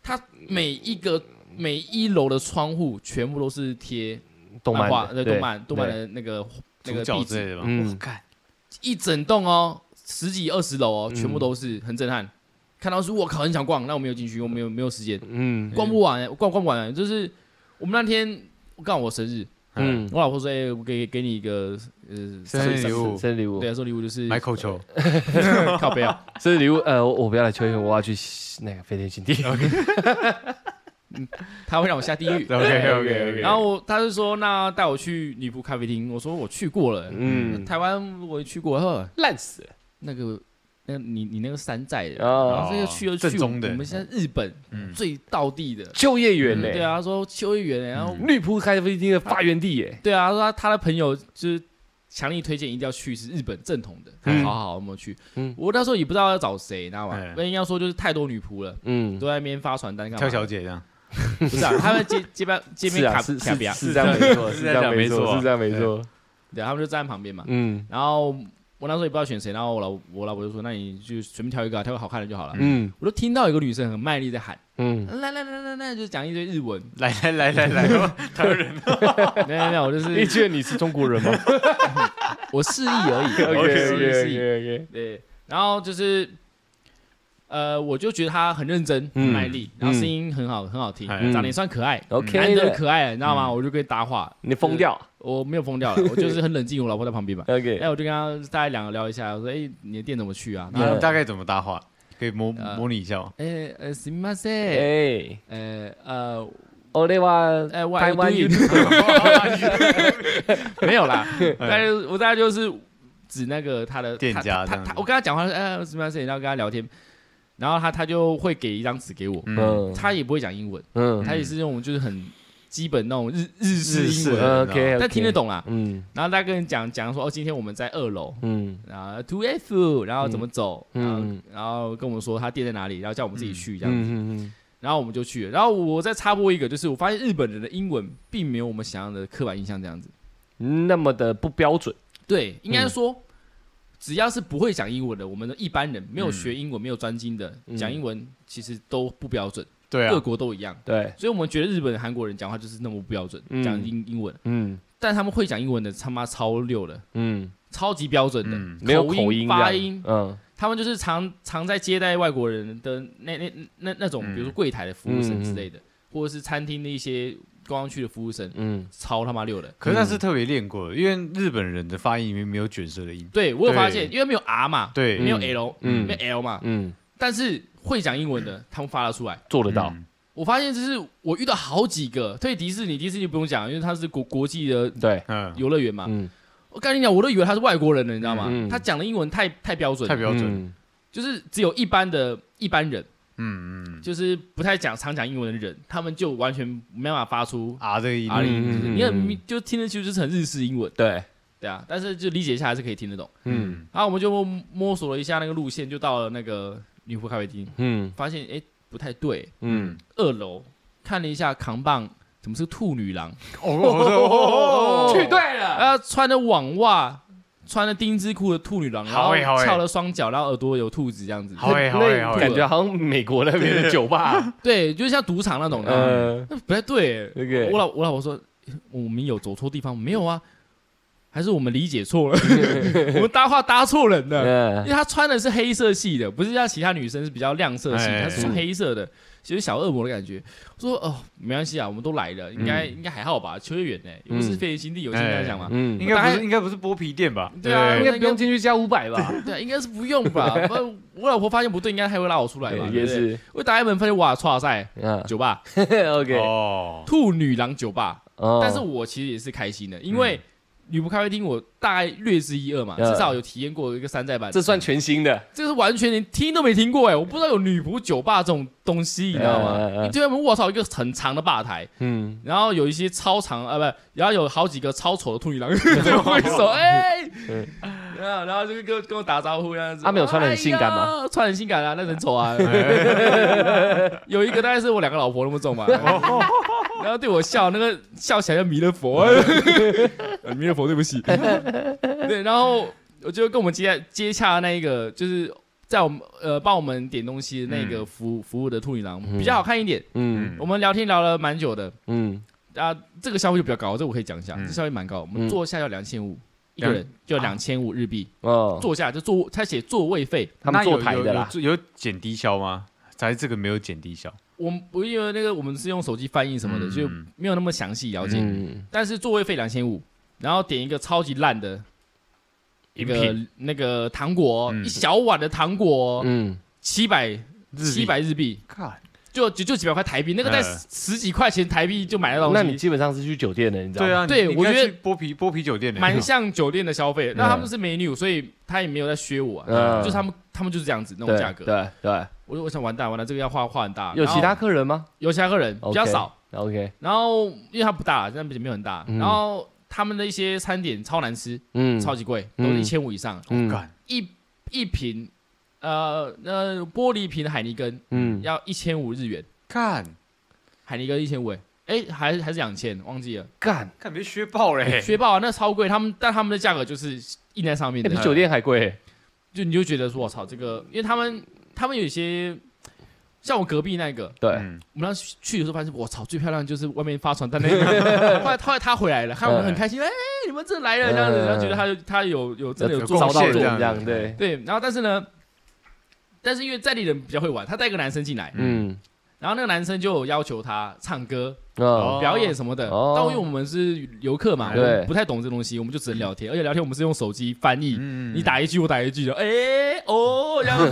Speaker 3: 它每一个每一楼的窗户全部都是贴
Speaker 1: 动漫
Speaker 3: 画，呃
Speaker 1: 的
Speaker 3: 对动漫动漫的那个那
Speaker 4: 主
Speaker 3: 个
Speaker 4: 角
Speaker 3: 壁
Speaker 4: 之
Speaker 3: 纸，
Speaker 4: 类的吧。
Speaker 1: 嗯
Speaker 4: 我看
Speaker 3: 一整栋哦，十几二十楼哦，
Speaker 1: 嗯
Speaker 3: 全部都是，很震撼。看到说我靠，很想逛，那我没有进去，我没有没有时间，
Speaker 1: 嗯
Speaker 3: 逛不完，逛逛不完，就是我们那天刚好我生日，
Speaker 1: 嗯，
Speaker 3: 我老婆说：“哎、我给给你一个呃
Speaker 4: 生
Speaker 1: 哎
Speaker 4: 日礼物
Speaker 1: 生日礼物
Speaker 3: 对，，她说礼物就是 [LAUGHS]
Speaker 4: 买口球，
Speaker 3: 靠背啊，
Speaker 1: 生日礼物，呃，我我不要来秋叶原，我要去那个飞天新地，
Speaker 3: 她会让我下地
Speaker 4: [LAUGHS]
Speaker 3: 狱。
Speaker 4: OK，OK，OK
Speaker 3: 然后我她就说：“那带我去女仆咖啡厅。”我说：“我去过了，
Speaker 1: [LAUGHS] 嗯，
Speaker 3: 台湾我也去过。呵，
Speaker 1: 烂死了
Speaker 3: 那个，那你你那个山寨的，
Speaker 1: 啊！
Speaker 3: 然后这个去就去
Speaker 4: 正宗的
Speaker 3: 我们现在日本
Speaker 4: 嗯，
Speaker 3: 最道地的，
Speaker 1: 秋叶原
Speaker 3: 嗯
Speaker 1: 嘞，
Speaker 3: 对，啊，她说秋叶原、然后、
Speaker 4: 嗯
Speaker 1: 绿铺咖啡厅的发源地耶，
Speaker 3: 对啊，她说她她的朋友就是强力推荐一定要去是日本正统的，
Speaker 1: 嗯
Speaker 3: 好好好，我们去。
Speaker 1: 嗯啊
Speaker 3: 我那时候也不知道要找谁，你知道吗？
Speaker 4: 嗯
Speaker 3: 那应该说就是太多女仆了。
Speaker 1: 嗯，
Speaker 3: 都在那边发传单干嘛？
Speaker 4: 跳小姐这样，
Speaker 3: 不是、啊，他们街街边街
Speaker 1: 是
Speaker 3: 边
Speaker 1: 啊，
Speaker 3: 卡
Speaker 1: 是
Speaker 3: 卡比
Speaker 1: 是
Speaker 3: 亚，
Speaker 1: 是这样 [LAUGHS] 没错，是这样没错，是这样没
Speaker 4: 没
Speaker 1: 错
Speaker 4: 错，
Speaker 3: 对，他们就站在旁边嘛。
Speaker 1: 嗯
Speaker 3: 然后我那时候也不知道选谁，然后我老我老婆就说：“那你就随便挑一个啊、挑个好看的就好了。
Speaker 1: 嗯
Speaker 3: 我就听到有个女生很卖力在喊
Speaker 1: 嗯：“
Speaker 3: 来来来来来！”就讲一堆日文。
Speaker 4: 来来来来来，台湾人
Speaker 3: 没有没有，我就
Speaker 1: [LAUGHS] 你
Speaker 3: 是
Speaker 1: 觉得哎你是中国人吗 [LAUGHS]
Speaker 3: 我示意而已，
Speaker 1: ？OK
Speaker 3: 我
Speaker 1: OK
Speaker 3: 示意示意。
Speaker 1: OK OK，
Speaker 3: 对，然后就是呃，我就觉得她很认真、很
Speaker 1: 嗯
Speaker 3: 卖力，然
Speaker 1: 嗯
Speaker 3: 后声音很好，很好听，
Speaker 4: 嗯
Speaker 3: 长得也算可爱，
Speaker 1: OK
Speaker 3: 难得
Speaker 1: 的
Speaker 3: 可爱，你知道吗？我就跟她搭话，
Speaker 1: 嗯你疯掉
Speaker 3: 我没有疯掉了，我就是很冷静，我老婆在旁边嘛。
Speaker 1: OK，
Speaker 3: 哎，我就跟他大概两个聊一下，我说：“哎，你的店怎么去啊？”
Speaker 4: 你
Speaker 3: 然后
Speaker 4: 们大概怎么搭话？可以模
Speaker 3: 呃
Speaker 4: 模拟一下
Speaker 3: [LAUGHS]
Speaker 4: 哦。
Speaker 3: 哎呃，すみません，
Speaker 1: 哎，
Speaker 3: 呃呃，
Speaker 1: 我的话，
Speaker 3: 哎，我
Speaker 1: 台湾 [LAUGHS]
Speaker 3: 没有啦，但是我大概就是指那个他的
Speaker 4: 店家这
Speaker 3: 他他
Speaker 4: 样
Speaker 3: 他
Speaker 4: 子
Speaker 3: 我跟他讲话，呃，すみません，然后跟他聊天，然后他他就会给一张纸给我，
Speaker 4: 嗯，
Speaker 1: 嗯
Speaker 3: 他也不会讲英文，
Speaker 1: 嗯
Speaker 3: 他也是那种就是很基本那种日日式
Speaker 4: 日
Speaker 3: 英
Speaker 4: 式
Speaker 1: 嗯
Speaker 3: 文，
Speaker 4: 的
Speaker 1: ，OK，
Speaker 3: 但听得，懂啦。
Speaker 1: 嗯
Speaker 3: 然后他跟你讲讲说，哦，今天我们在二楼，
Speaker 1: 嗯
Speaker 3: 然后 to F，然后怎么走，
Speaker 1: 嗯
Speaker 3: 然后然后跟我们说他店在哪里，然后叫我们自己去这样子，
Speaker 1: 嗯嗯
Speaker 3: 然后我们就去了。然后我再插播一个，就是我发现日本人的英文并没有我们想象的刻板印象这样子。
Speaker 1: 嗯，那么的不标准，
Speaker 3: 对，应该说、
Speaker 1: 嗯
Speaker 3: 只要是不会讲英文的，我们的一般人没有学英文、没有专精的，
Speaker 1: 嗯
Speaker 3: 讲英文其实都不标准，
Speaker 4: 对
Speaker 3: 各
Speaker 4: 啊，
Speaker 3: 国都一样。
Speaker 1: 对，
Speaker 3: 所以我们觉得日本、韩国人讲话就是那么不标准，
Speaker 1: 嗯
Speaker 3: 讲英英文，
Speaker 1: 嗯
Speaker 3: 但他们会讲英文的他妈超溜的，
Speaker 1: 嗯，
Speaker 3: 超级标准的，
Speaker 4: 嗯
Speaker 1: 没有
Speaker 3: 口
Speaker 1: 口音，
Speaker 3: 发音，
Speaker 1: 嗯
Speaker 3: 他们就是常常在接待外国人的那那那那种，
Speaker 4: 嗯
Speaker 3: 比如说柜台的服务生之类的，或者是餐厅的一些观光区的服务生，
Speaker 1: 嗯
Speaker 3: 超他妈溜的。
Speaker 4: 可是那是特别练过的，因为日本人的发音里面没有卷舌的音。
Speaker 3: 对我有
Speaker 4: 对
Speaker 3: 发现，因为没有 R 嘛，
Speaker 4: 对
Speaker 3: 没有 L，
Speaker 1: 嗯
Speaker 3: 没有 L 嘛，
Speaker 1: 嗯，
Speaker 3: 但是会讲英文的他们发得出来。
Speaker 1: 做得
Speaker 4: 嗯
Speaker 1: 到，
Speaker 3: 我发现就是我遇到好几个，对迪士尼，迪士尼不用讲，因为它是国国际的
Speaker 1: 对，
Speaker 4: 嗯，
Speaker 3: 游乐园嘛。
Speaker 1: 嗯，
Speaker 3: 我跟你讲，我都以为他是外国人了，你知道吗？
Speaker 1: 嗯
Speaker 3: 他讲的英文太太标准了，
Speaker 4: 太标准。
Speaker 1: 嗯，
Speaker 3: 就是只有一般的一般人。
Speaker 4: 嗯嗯
Speaker 3: 就是不太讲常讲英文的人，他们就完全没办法发出，
Speaker 4: ，R 啊这个音
Speaker 3: 阿里
Speaker 1: 嗯嗯嗯
Speaker 3: 你很明就听得出就是很日式英文，
Speaker 1: 对，
Speaker 3: 对啊，但是就理解一下还是可以听得懂。
Speaker 1: 嗯
Speaker 4: 嗯，
Speaker 3: 然后我们就摸摸索了一下那个路线，就到了那个女仆咖啡厅，
Speaker 1: 嗯
Speaker 3: 发现哎不太对，
Speaker 1: 嗯，
Speaker 3: 二楼看了一下扛棒，怎么是兔女郎？
Speaker 4: 哦哦
Speaker 1: 去对了，
Speaker 3: 啊，穿着网袜。穿着丁字裤的兔女郎，然
Speaker 4: 好
Speaker 3: 后
Speaker 4: 欸好欸
Speaker 3: 翘了双脚，然后耳朵有兔子这样子，
Speaker 4: 好欸好欸好
Speaker 1: 感
Speaker 4: 欸，
Speaker 1: 觉好像美国那边的酒吧，
Speaker 3: 对，就像赌场那种的，
Speaker 1: [LAUGHS] 嗯
Speaker 3: 不太对欸。 [LAUGHS]
Speaker 1: ，OK，
Speaker 3: 我老我老婆说，我们有走错地方没有啊？还是我们理解错了， [LAUGHS] 我们搭话搭错人了。因
Speaker 1: 嗯
Speaker 3: 为她穿的是黑色系的，不是像其他女生是比较亮色系，
Speaker 4: 哎
Speaker 3: 她是穿黑色的，其实小恶魔的感觉。我说哦，没关系啊，我们都来了，应该、应该还好吧？秋叶原呢、又不是
Speaker 1: 嗯
Speaker 3: 飞行新地，有些人这样想嘛。
Speaker 1: 嗯，
Speaker 4: 应
Speaker 1: 应
Speaker 4: 该不
Speaker 3: 大概
Speaker 4: 是应该不是剥皮店吧？
Speaker 3: 对啊
Speaker 1: 该不用进去加五百 [LAUGHS] 吧？
Speaker 3: 对啊，应该是不用吧？不然我老婆发现不对，应该还会拉我出来嘛。
Speaker 1: 对
Speaker 3: 对
Speaker 1: 哎也
Speaker 3: 不对，
Speaker 1: 是，
Speaker 3: 我打开门发现哇，哇塞，
Speaker 1: 嗯
Speaker 3: 酒吧，
Speaker 1: [LAUGHS] ，OK，
Speaker 4: 哦，
Speaker 3: 兔女郎酒吧。
Speaker 1: 哦
Speaker 3: 但是我其实也是开心的，因为女仆咖啡厅我大概略知一二嘛，
Speaker 1: 嗯
Speaker 3: 至少有体验过一个山寨版。
Speaker 1: 这算全新的，
Speaker 3: 这是完全连听都没听过哎，我不知道有女仆酒吧这种东西，你知道吗？
Speaker 1: 嗯嗯嗯
Speaker 3: 你对他们我操一个很长的吧台，
Speaker 1: 嗯，
Speaker 3: 然后有一些超长啊，不，然后有好几个超丑的兔女郎 [LAUGHS] 对我
Speaker 1: [LAUGHS]
Speaker 3: 挥手，哎、
Speaker 1: 嗯
Speaker 3: 然后然后就是跟我跟我打招呼这样子。
Speaker 1: 阿美有穿得很性感吗
Speaker 3: 哎呀穿得很性感啊，那很丑
Speaker 1: [LAUGHS]
Speaker 3: 啊。有一个大概是我两个老婆那么重吧，然后对我笑，那个笑起来像弥
Speaker 1: [LAUGHS]
Speaker 3: 勒佛，呃弥勒佛对不起。 [LAUGHS] 对，然后我就跟我们接接洽的那一个，就是在我们呃帮我们点东西的那个服务、服务的兔女郎
Speaker 1: 嗯
Speaker 3: 比较好看一点。
Speaker 1: 嗯
Speaker 3: 我们聊天聊了蛮久的，
Speaker 1: 嗯，
Speaker 3: 啊，这个消费就比较高，这我可以讲一下，
Speaker 4: 嗯
Speaker 3: 这消费蛮高，我们
Speaker 1: 嗯
Speaker 3: 坐下要两千五一个
Speaker 4: 两
Speaker 3: 人，就两千五日币，
Speaker 1: 哦，
Speaker 3: 坐下就坐，他写座位费，
Speaker 1: 他们
Speaker 4: 那有
Speaker 1: 坐台
Speaker 4: 有
Speaker 1: 的啦，
Speaker 4: 有有减低消吗？才这个没有减低消，
Speaker 3: 我们不因为那个我们是用手机翻译什么的，
Speaker 4: 嗯
Speaker 3: 就没有那么详细了解，
Speaker 1: 嗯，
Speaker 3: 但是座位费两千五，然后点一个超级烂的。一
Speaker 4: 饮
Speaker 3: 个那个糖果哦，
Speaker 4: 嗯
Speaker 3: 一小碗的糖果哦，
Speaker 1: 嗯，
Speaker 3: 七百
Speaker 4: 日
Speaker 3: 七百日币，
Speaker 4: 看
Speaker 3: 就就就几百块台币，那个在
Speaker 4: 嗯
Speaker 3: 十几块钱台币就买得到东西。
Speaker 1: 那你基本上是去酒店的，你知道
Speaker 4: 对
Speaker 1: 吗？
Speaker 4: 啊，
Speaker 3: 对
Speaker 4: 你
Speaker 3: 我
Speaker 4: 应该
Speaker 3: 觉得
Speaker 4: 去剥皮剥皮酒店的，
Speaker 3: 蛮像酒店的消费。那
Speaker 1: 嗯
Speaker 3: 他们是 menu，所以他也没有在削我啊，
Speaker 1: 嗯
Speaker 3: 就是他们他们就是这样子那种
Speaker 1: 对
Speaker 3: 价格。
Speaker 1: 对对，
Speaker 3: 我就我想完蛋完蛋，这个要画画很大。
Speaker 1: 有
Speaker 3: 然后
Speaker 1: 其他客人吗
Speaker 3: 有其他个人比较少，
Speaker 1: ？OK，
Speaker 3: 然后因为它不大，但也没有很大。
Speaker 1: 嗯
Speaker 3: 然后他们的一些餐点超难吃，
Speaker 1: 嗯，
Speaker 3: 超级贵，都
Speaker 1: 嗯
Speaker 3: 一千五以上，
Speaker 1: 嗯
Speaker 4: 哦干
Speaker 3: 一一瓶呃呃玻璃瓶的海尼根
Speaker 1: 嗯，
Speaker 3: 要一千五日元，
Speaker 4: 看
Speaker 3: 海尼根一千五，哎还还是两千，忘记了。
Speaker 1: 干，
Speaker 4: 看别削爆欸嘞，
Speaker 3: 雪豹啊那超贵，他们但他们的价格就是印在上面
Speaker 1: 哎
Speaker 3: 的
Speaker 1: 比。酒店还贵，
Speaker 3: 就你就觉得说，我操，这个，因为他们他们有一些像我隔壁那个，
Speaker 1: 对，
Speaker 4: 嗯，
Speaker 3: 我们当时去的时候发现，我操，最漂亮就是外面发传单那个。后来后来他回来了，看我们很开心，哎，你们这来了这样子，
Speaker 1: 嗯
Speaker 3: 然后觉得他就他有有真的有
Speaker 4: 有
Speaker 3: 做
Speaker 1: 遭
Speaker 4: 贡
Speaker 1: 到
Speaker 4: 献
Speaker 1: 人
Speaker 4: 这
Speaker 1: 这
Speaker 4: 样
Speaker 1: 样，对，
Speaker 3: 对，然后但是呢，但是因为在地人比较会玩，他带一个男生进来，
Speaker 1: 嗯，
Speaker 3: 然后那个男生就有要求他唱歌、
Speaker 1: 哦，
Speaker 3: 表演什么的。
Speaker 1: 哦
Speaker 3: 但因为我们是游客嘛，我
Speaker 1: 对
Speaker 3: 们不太懂这东西，我们就只能聊天，而且聊天我们是用手机翻译，
Speaker 4: 嗯
Speaker 3: 你打一句，我打一句的，哎、哦，然后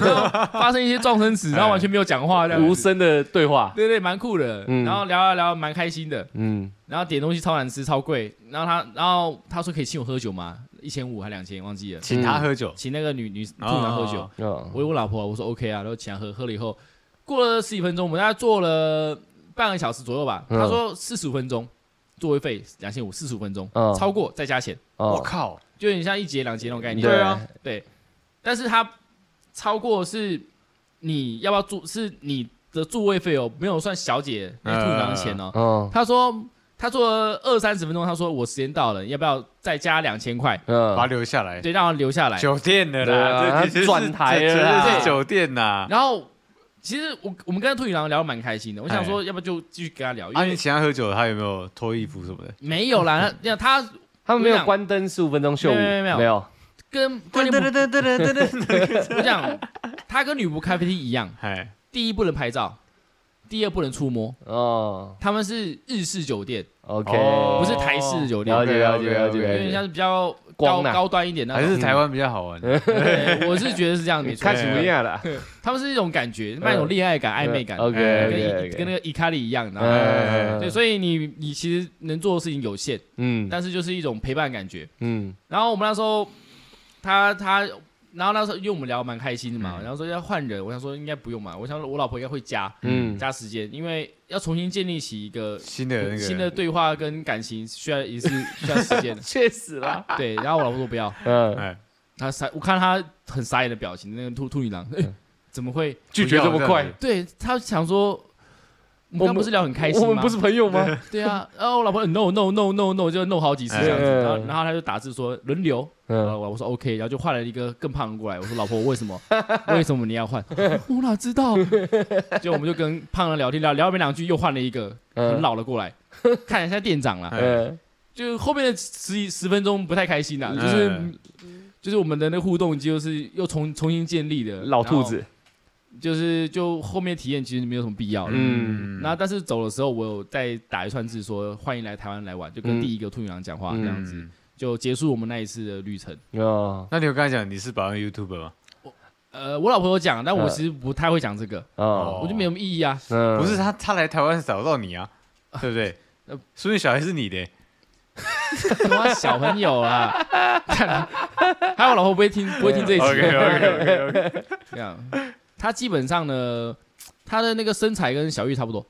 Speaker 3: 发生一些
Speaker 1: [LAUGHS]
Speaker 3: 撞声词，然后完全没有讲话，这样
Speaker 1: 哎无
Speaker 3: 子，
Speaker 1: 声的对话，
Speaker 3: 对对，蛮酷的。
Speaker 1: 嗯
Speaker 3: 然后聊啊聊聊，蛮开心的。
Speaker 1: 嗯，
Speaker 3: 然后点东西超难吃，超贵。然后他，然后他说可以请我喝酒吗？一千五还两千，忘记了。
Speaker 4: 请他喝酒，
Speaker 3: 请那个女女兔
Speaker 4: 哦
Speaker 3: 娘喝酒，
Speaker 1: 哦，
Speaker 3: 我我老婆，我说 OK 啊，然后请她喝，喝了以后，过了十几分钟，我们大概坐了半个小时左右吧。
Speaker 1: 嗯
Speaker 3: 他说四十五分钟，座位费两千五，四十五分钟，
Speaker 1: 嗯
Speaker 3: 超过再加钱，
Speaker 4: 我
Speaker 1: 哦，
Speaker 4: 靠，
Speaker 3: 就有点像一节两节那种概念。
Speaker 4: 对啊，
Speaker 3: 对，但是它超过是你要不要住，是你的住位费哦，没有算小姐那个兔娘的钱哦。
Speaker 1: 哦，
Speaker 3: 他说他做了二三十分钟，他说我时间到了，要不要再加两千块？
Speaker 1: 嗯
Speaker 4: 把他留下来，
Speaker 3: 对，让他留下来。
Speaker 4: 酒店的
Speaker 1: 对啊
Speaker 4: 啦，这这这
Speaker 1: 转
Speaker 4: 是
Speaker 1: 台
Speaker 4: 这
Speaker 1: 了啦
Speaker 4: 这这
Speaker 3: 对
Speaker 4: 是酒店
Speaker 1: 啊
Speaker 4: 呐，
Speaker 3: 然后其实我我们跟兔女郎聊得蛮开心的，我
Speaker 1: 哎
Speaker 3: 想说要不要就继续跟他聊，因
Speaker 4: 啊，你
Speaker 3: 为
Speaker 4: 请他喝酒，他有没有脱衣服什么的？
Speaker 3: 没有
Speaker 1: 嗯
Speaker 3: 啦，那他
Speaker 1: 他们没有关灯十五分钟秀舞，
Speaker 3: 没有没有
Speaker 1: 没有，
Speaker 3: 跟关键不 [LAUGHS] 我讲，他跟女仆咖啡厅一样，
Speaker 4: 哎，
Speaker 3: 第一不能拍照，第二不能触摸，
Speaker 1: 哦
Speaker 3: 他们是日式酒店，
Speaker 1: ，OK，
Speaker 4: 哦
Speaker 3: 不是台式酒店。
Speaker 1: 了解了解
Speaker 4: OK，OK，OK
Speaker 1: 哦了解
Speaker 3: 有点
Speaker 1: 了
Speaker 3: 像是比较高
Speaker 1: 光啊
Speaker 3: 高端一点的
Speaker 4: 还
Speaker 3: 那种，
Speaker 4: 是台湾比较好玩，
Speaker 3: 对我是觉得是这样，没
Speaker 1: 解，
Speaker 3: 错
Speaker 1: [LAUGHS] 看。什么样了？
Speaker 3: 他们是一种感觉，那种恋爱感、暧昧感，哎
Speaker 1: OK
Speaker 3: 跟
Speaker 1: OK 嗯
Speaker 3: 跟那
Speaker 1: OK，
Speaker 3: 个伊卡里一样，你知道吗？
Speaker 4: 哎
Speaker 3: 对，所以你你其实能做的事情有限，
Speaker 1: 嗯
Speaker 3: 但是就是一种陪伴感觉。
Speaker 1: 嗯
Speaker 3: 然后我们那时候，他他，然后那时候因为我们聊得蛮开心的嘛，
Speaker 4: 嗯
Speaker 3: 然后说要换人，我想说应该不用嘛，我想说我老婆应该会加
Speaker 1: 嗯。
Speaker 3: 加时间，因为要重新建立起一个
Speaker 4: 新的那个
Speaker 3: 新的对话跟感情，需要也是需要时间
Speaker 1: 确实啦，
Speaker 3: 对，然后我老婆说不要，
Speaker 1: 嗯，
Speaker 4: 哎，
Speaker 3: 他傻，我看他很傻眼的表情，那个兔兔女郎，哎、
Speaker 1: 嗯
Speaker 3: [LAUGHS] 怎么会？
Speaker 1: 拒绝这么快，
Speaker 3: 对他想说，我们刚不是聊很开心吗？
Speaker 1: 我们不是朋友吗？
Speaker 3: 对啊，然后我老婆 no no no no no 就 no 好几次这样子，
Speaker 1: 嗯
Speaker 3: 然后然后他就打字说轮流，然
Speaker 1: [LAUGHS] 嗯
Speaker 3: 后我老婆说 OK，然后就换了一个更胖的过来，我说老婆为什么 [LAUGHS] 为什么你要换？ [LAUGHS] 我哪知道？就我们就跟胖的聊天聊聊没两句，又换了一个很
Speaker 1: 嗯 [LAUGHS]
Speaker 3: 老的过来，看一下店长了，
Speaker 1: 嗯
Speaker 3: 就后面的十几十分钟不太开心啦，
Speaker 4: 嗯
Speaker 3: 就是就是我们的那个互动就是又重重新建立的，
Speaker 1: 老兔子，
Speaker 3: 就是就后面体验其实没有什么必要了。
Speaker 1: 嗯，
Speaker 3: 那但是走的时候，我有再打一串字说欢迎来台湾来玩，就跟
Speaker 1: 嗯
Speaker 3: 第一个兔女郎讲话
Speaker 1: 嗯
Speaker 3: 这样子，就结束我们那一次的旅程。
Speaker 1: 哦，
Speaker 4: 那你有跟他讲你是百万 YouTuber 吗？
Speaker 3: 呃，我老婆有讲，但我
Speaker 1: 呃
Speaker 3: 其实不太会讲这个，
Speaker 1: 哦，
Speaker 3: 我就没什么意义啊。 [LAUGHS]
Speaker 1: 嗯
Speaker 4: 不是他，他来台湾找到你啊，对不对
Speaker 3: 呃？
Speaker 4: 说明小孩是你的欸，
Speaker 3: 什么小朋友 [LAUGHS] 啦，还有我老婆不会听，不会听这一集。
Speaker 4: OK，OK，OK，OK
Speaker 3: 这样，她基本上呢，她的那个身材跟小玉差不多，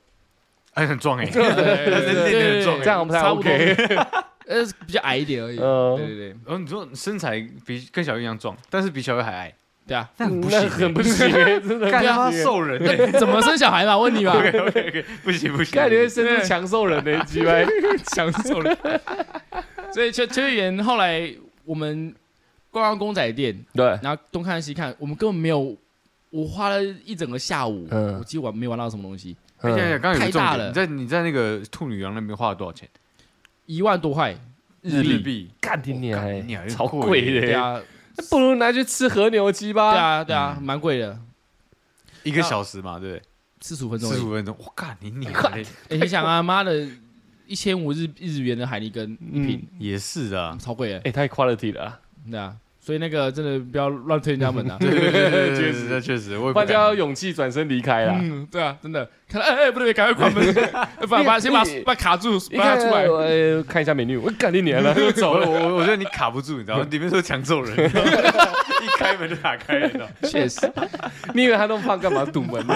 Speaker 4: 哎，很壮哎，
Speaker 3: [LAUGHS] 对
Speaker 4: 很壮
Speaker 1: 这样
Speaker 4: 哎。
Speaker 1: 我们才
Speaker 3: 差不多
Speaker 1: OK，
Speaker 3: 呃，比较矮一点而已。
Speaker 1: 嗯
Speaker 3: 对对对，
Speaker 4: 哦，你说身材比跟小鱼一样壮，但是比小鱼还矮，
Speaker 3: 对啊，
Speaker 4: 那很不行
Speaker 1: 那
Speaker 4: 欸，
Speaker 1: 很不行，哎真的
Speaker 4: [LAUGHS] 干
Speaker 1: 很
Speaker 4: 他妈
Speaker 1: 不行。
Speaker 4: 兽人 [LAUGHS] 欸
Speaker 3: 那怎么生小孩嘛？问 [LAUGHS] 你嘛，
Speaker 4: [LAUGHS] ，OK，OK，OK，不行不行，嗯
Speaker 1: 看你会甚至强兽人的鸡掰，
Speaker 3: 享受了。 [LAUGHS] 所以邱邱议员后来我们逛逛公仔店，
Speaker 1: 对，
Speaker 3: 然后东看西看，我们根本没有，我花了一整个下午，
Speaker 1: 嗯
Speaker 3: 我几乎玩没玩到什么东西，
Speaker 4: 哎等一下等一下刚刚有个
Speaker 3: 太
Speaker 4: 重
Speaker 3: 大
Speaker 4: 点，
Speaker 3: 了
Speaker 4: 你在你在那个兔女郎那边花了多少钱？
Speaker 3: 一万多块，
Speaker 1: 日币
Speaker 4: 币，
Speaker 1: 干你娘
Speaker 4: 干
Speaker 1: 欸
Speaker 4: 你娘
Speaker 1: 超
Speaker 4: 又贵
Speaker 1: 贵的
Speaker 3: 对
Speaker 1: 欸，
Speaker 3: 啊，
Speaker 1: 那不如拿去吃和牛鸡
Speaker 3: 对
Speaker 1: 吧。
Speaker 3: 啊，对啊，蛮贵的，
Speaker 4: 一个小时嘛，对
Speaker 3: 四十
Speaker 4: 不
Speaker 3: 五分
Speaker 4: 对？
Speaker 3: 钟
Speaker 4: 四
Speaker 3: 而
Speaker 4: 十
Speaker 3: 已。
Speaker 4: 五分钟，我干你你
Speaker 3: 哎你想啊，妈的，一千五日日元的海蛎羹一瓶，
Speaker 4: 也是的
Speaker 3: [LAUGHS]
Speaker 4: 啊，
Speaker 3: 超贵的，
Speaker 1: 哎，太 quality 了啊，
Speaker 3: 对啊，所以那个真的不要乱推人家门啊。
Speaker 4: 对对对
Speaker 1: 确
Speaker 4: 对，确
Speaker 1: 实
Speaker 4: 实啊确实，我也
Speaker 1: 不
Speaker 4: 不
Speaker 1: 然就要
Speaker 4: 敢。
Speaker 1: 有勇气转身离开啦。
Speaker 3: 嗯，对啊，真的，看到哎哎，不对，赶快关门，哎把把先把
Speaker 1: 你
Speaker 3: 把卡住，
Speaker 1: 一
Speaker 3: 把它
Speaker 1: 看
Speaker 3: 出来。
Speaker 1: 呃，看一下美女，我干你
Speaker 4: [LAUGHS]
Speaker 1: 娘了，就走
Speaker 4: 我
Speaker 1: 了。
Speaker 4: 我我觉得你卡不住，你知道吗？里面都是抢走人， [LAUGHS] 一开门就打开了你知道吗，
Speaker 3: [LAUGHS] 确实，
Speaker 1: 你以为他那么胖，干嘛堵门呢？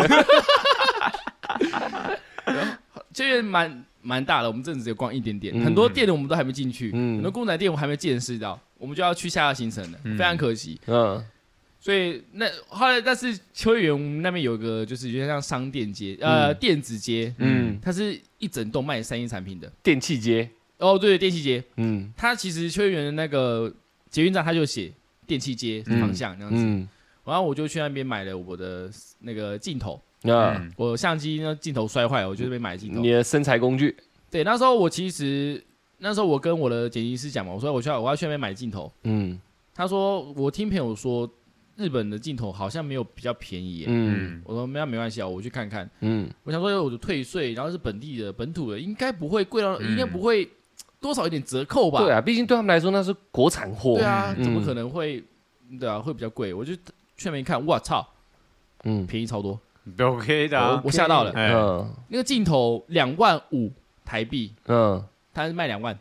Speaker 3: 就是蛮蛮大的，我们这阵子有逛一点点，
Speaker 1: 嗯
Speaker 3: 很多店我们都还没进去，
Speaker 1: 嗯
Speaker 3: 很多公仔店我还没见识到，我们就要去下个行程了，
Speaker 4: 嗯
Speaker 3: 非常可惜。
Speaker 1: 嗯，
Speaker 3: 所以那后来，但是秋叶原我们那边有一个就是有点像商店街，呃，
Speaker 1: 嗯
Speaker 3: 电子街，
Speaker 1: 嗯
Speaker 3: 它是一整栋卖三 E 产品的。
Speaker 1: 电器街，
Speaker 3: 哦，对，电器街，
Speaker 1: 嗯
Speaker 3: 它其实秋叶原的那个捷运站，它就写电器街方向这样子。
Speaker 1: 嗯，
Speaker 3: 然后我就去那边买了我的那个镜头，
Speaker 1: 那
Speaker 4: 嗯
Speaker 3: 我相机那镜头摔坏了，我就那边买镜头
Speaker 1: 啊你。的身材工具，
Speaker 3: 对，那时候我其实那时候我跟我的剪辑师讲嘛，我说我需要我要去那边买镜头，
Speaker 1: 嗯
Speaker 3: 他说我听朋友说日本的镜头好像没有比较便宜耶。
Speaker 1: 嗯
Speaker 4: 嗯，
Speaker 3: 我说没有没关系啊，我去看看。
Speaker 1: 嗯
Speaker 3: 我想说我就退税，然后是本地的本土的，应该不会贵到，
Speaker 4: 嗯
Speaker 3: 应该不会多少有点折扣吧？
Speaker 1: 对啊，毕竟对他们来说那是国产货
Speaker 3: 对，啊，
Speaker 1: 嗯
Speaker 3: 怎么可能会？对啊，会比较贵。我就去那边看，哇操，
Speaker 1: 嗯
Speaker 3: 便宜超多！
Speaker 4: 不 OK 的啊
Speaker 3: 我，我吓到了，
Speaker 4: 哎
Speaker 1: 嗯
Speaker 3: 那个镜头两万五台币，
Speaker 1: 嗯，
Speaker 3: 它是卖两万，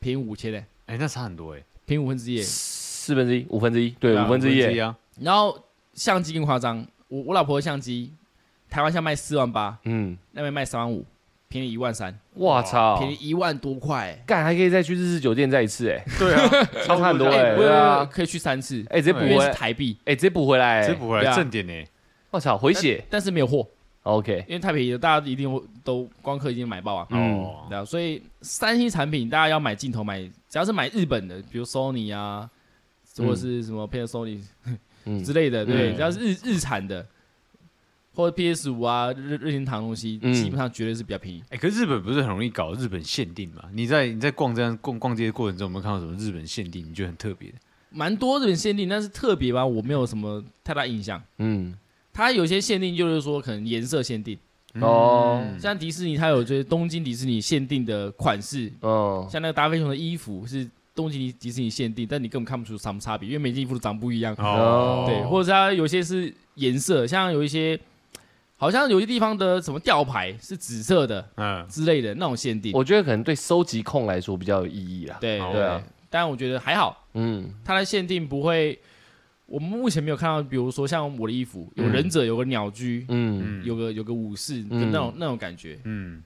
Speaker 3: 便宜五千嘞，
Speaker 4: 哎，那差很多哎，
Speaker 3: 便宜五分之一耶。
Speaker 1: 四分之一，五分之一，对，
Speaker 3: 对啊
Speaker 1: 五分之一耶，
Speaker 4: 啊，
Speaker 3: 然后相机更夸张，我我老婆的相机，台湾现在卖四万八，
Speaker 1: 嗯，
Speaker 3: 那边卖三万五，便宜一万三，
Speaker 1: 我操，
Speaker 3: 便宜一万多块耶。
Speaker 1: 干还可以再去日式酒店再一次，
Speaker 4: [LAUGHS]
Speaker 1: 哎，
Speaker 4: 对啊，
Speaker 1: 差很多
Speaker 4: 对
Speaker 1: 哎，
Speaker 3: 不
Speaker 1: 对啊，
Speaker 3: 可以去三次，
Speaker 1: 哎，直接补
Speaker 3: 因为
Speaker 1: 回
Speaker 3: 是
Speaker 1: 来，
Speaker 3: 台币，
Speaker 1: 哎，直接补回来，
Speaker 4: 这
Speaker 1: 哎
Speaker 4: 补回
Speaker 3: 对
Speaker 4: 来
Speaker 3: 啊
Speaker 4: 正点呢，
Speaker 1: 我操，回血
Speaker 3: 但是没有货，
Speaker 1: ，OK，
Speaker 3: 因为太便宜了，大家一定会都光刻一定买爆啊。
Speaker 1: 嗯
Speaker 4: 哦，
Speaker 3: 对啊，所以三星产品大家要买镜头买，只要是买日本的，比如 Sony 啊，或者是什么 Panasonic
Speaker 1: 嗯
Speaker 3: 之类的，对，
Speaker 4: 嗯
Speaker 3: 只要是日日产的，或者 PS 五啊、任任天堂的东西，
Speaker 1: 嗯
Speaker 3: 基本上绝对是比较便宜。
Speaker 4: 哎，可是日本不是很容易搞日本限定嘛？你在你在逛这样逛逛街的过程中，有没有看到什么日本限定？你觉得很特别的？
Speaker 3: 蛮多日本限定，但是特别吧，我没有什么太大印象。
Speaker 1: 嗯，
Speaker 3: 它有些限定就是说可能颜色限定，
Speaker 1: 哦，
Speaker 3: 嗯像迪士尼它有就是东京迪士尼限定的款式，
Speaker 1: 嗯，
Speaker 3: 像那个达菲熊的衣服是东京迪士尼限定，但你根本看不出什么差别，因为每件衣服都长不一样。
Speaker 1: 哦
Speaker 3: 对，或者是它有些是颜色，像有一些好像有些地方的什么吊牌是紫色的
Speaker 4: 嗯，
Speaker 3: 之类的那种限定。
Speaker 1: 我觉得可能对收集控来说比较有意义啦，
Speaker 3: 对
Speaker 4: 哦
Speaker 1: 哦对啊，
Speaker 3: 但我觉得还好，
Speaker 1: 嗯
Speaker 3: 它的限定不会，我们目前没有看到，比如说像我的衣服有忍者，有个鸟居，
Speaker 1: 嗯
Speaker 4: 嗯
Speaker 3: 有个有个武士，就
Speaker 1: 嗯
Speaker 3: 那种那种感觉，
Speaker 4: 嗯，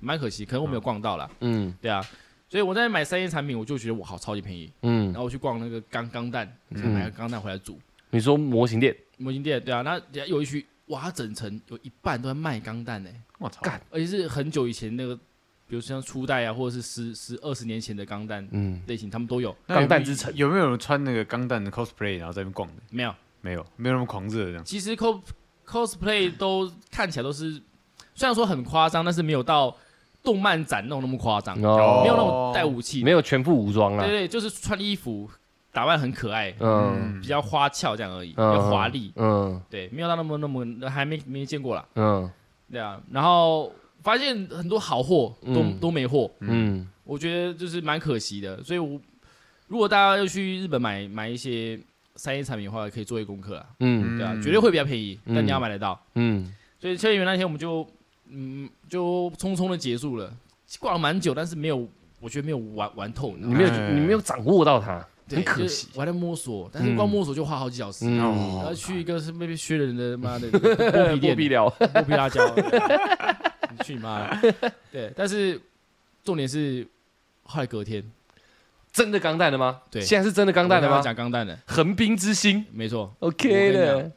Speaker 3: 蛮可惜，可能我没有逛到啦。
Speaker 1: 嗯
Speaker 3: 对啊，所以我在买三 A 产品，我就觉得我好超级便宜，
Speaker 1: 嗯
Speaker 3: 然，后我去逛那个钢钢蛋，
Speaker 4: 嗯
Speaker 3: 买个钢蛋回来煮，
Speaker 1: 你说模型店，
Speaker 3: 模型店对啊，那人家有一区哇，它整层有一半都在卖钢蛋呢、
Speaker 4: 我操，
Speaker 1: 干
Speaker 3: 而且是很久以前那个，比如像初代啊，或者是十十二十年前的钢弹
Speaker 1: 嗯，
Speaker 3: 类型，他们都有。
Speaker 4: 那有没
Speaker 1: 钢
Speaker 4: 有
Speaker 1: 弹之城
Speaker 4: 有没有人穿那个钢弹的 cosplay 然后在那边逛的？
Speaker 3: 没有，
Speaker 4: 没有，没有那么狂热这样。
Speaker 3: 其实 cos cosplay 都看起来都是，虽然说很夸张，但是没有到动漫展弄那么夸张，没
Speaker 1: 哦
Speaker 3: 有那种带武器，
Speaker 1: 没有全副武装啦
Speaker 3: 啊对，对，就是穿衣服打扮很可爱，
Speaker 1: 嗯
Speaker 4: 嗯
Speaker 3: 比较花俏这样而已，比
Speaker 1: 嗯，
Speaker 3: 较华丽，
Speaker 1: 嗯
Speaker 3: 对，没有到那么那么还没没见过啦，
Speaker 1: 嗯
Speaker 3: 对啊，然后发现很多好货都、
Speaker 1: 嗯
Speaker 3: 都没货，
Speaker 1: 嗯
Speaker 3: 我觉得就是蛮可惜的，所以我如果大家要去日本买买一些三 A 产品的话，可以做一功课啊，
Speaker 1: 嗯
Speaker 3: 对啊，
Speaker 4: 嗯
Speaker 3: 绝对会比较便宜，
Speaker 1: 嗯
Speaker 3: 但你要买得到。
Speaker 1: 嗯，
Speaker 3: 所以秋叶原那天我们就嗯就匆匆的结束了，逛了蛮久，但是没有，我觉得没有玩玩透，你
Speaker 1: 你
Speaker 3: 知道吗
Speaker 1: 没有
Speaker 4: 哎
Speaker 1: 你没有掌握到它，
Speaker 3: 对
Speaker 1: 很可
Speaker 3: 就是
Speaker 1: 惜。
Speaker 3: 我还在摸索，但是光摸索就花好几小时。
Speaker 1: 嗯
Speaker 3: 然
Speaker 4: 哦
Speaker 3: 后去一个是被被削人的
Speaker 1: [LAUGHS]
Speaker 3: 妈的剥皮
Speaker 1: 不必
Speaker 3: 店，
Speaker 1: 聊，
Speaker 3: 剥皮辣椒，你去你妈的！对，但是重点是后来隔天，
Speaker 1: [LAUGHS] 真的钢弹的吗？
Speaker 3: 对
Speaker 1: 现在是真的钢弹的
Speaker 3: 我刚刚
Speaker 1: 吗？
Speaker 3: 讲钢弹的，
Speaker 1: 横滨之星
Speaker 3: 没错，
Speaker 1: ，OK
Speaker 3: 我跟
Speaker 1: 的，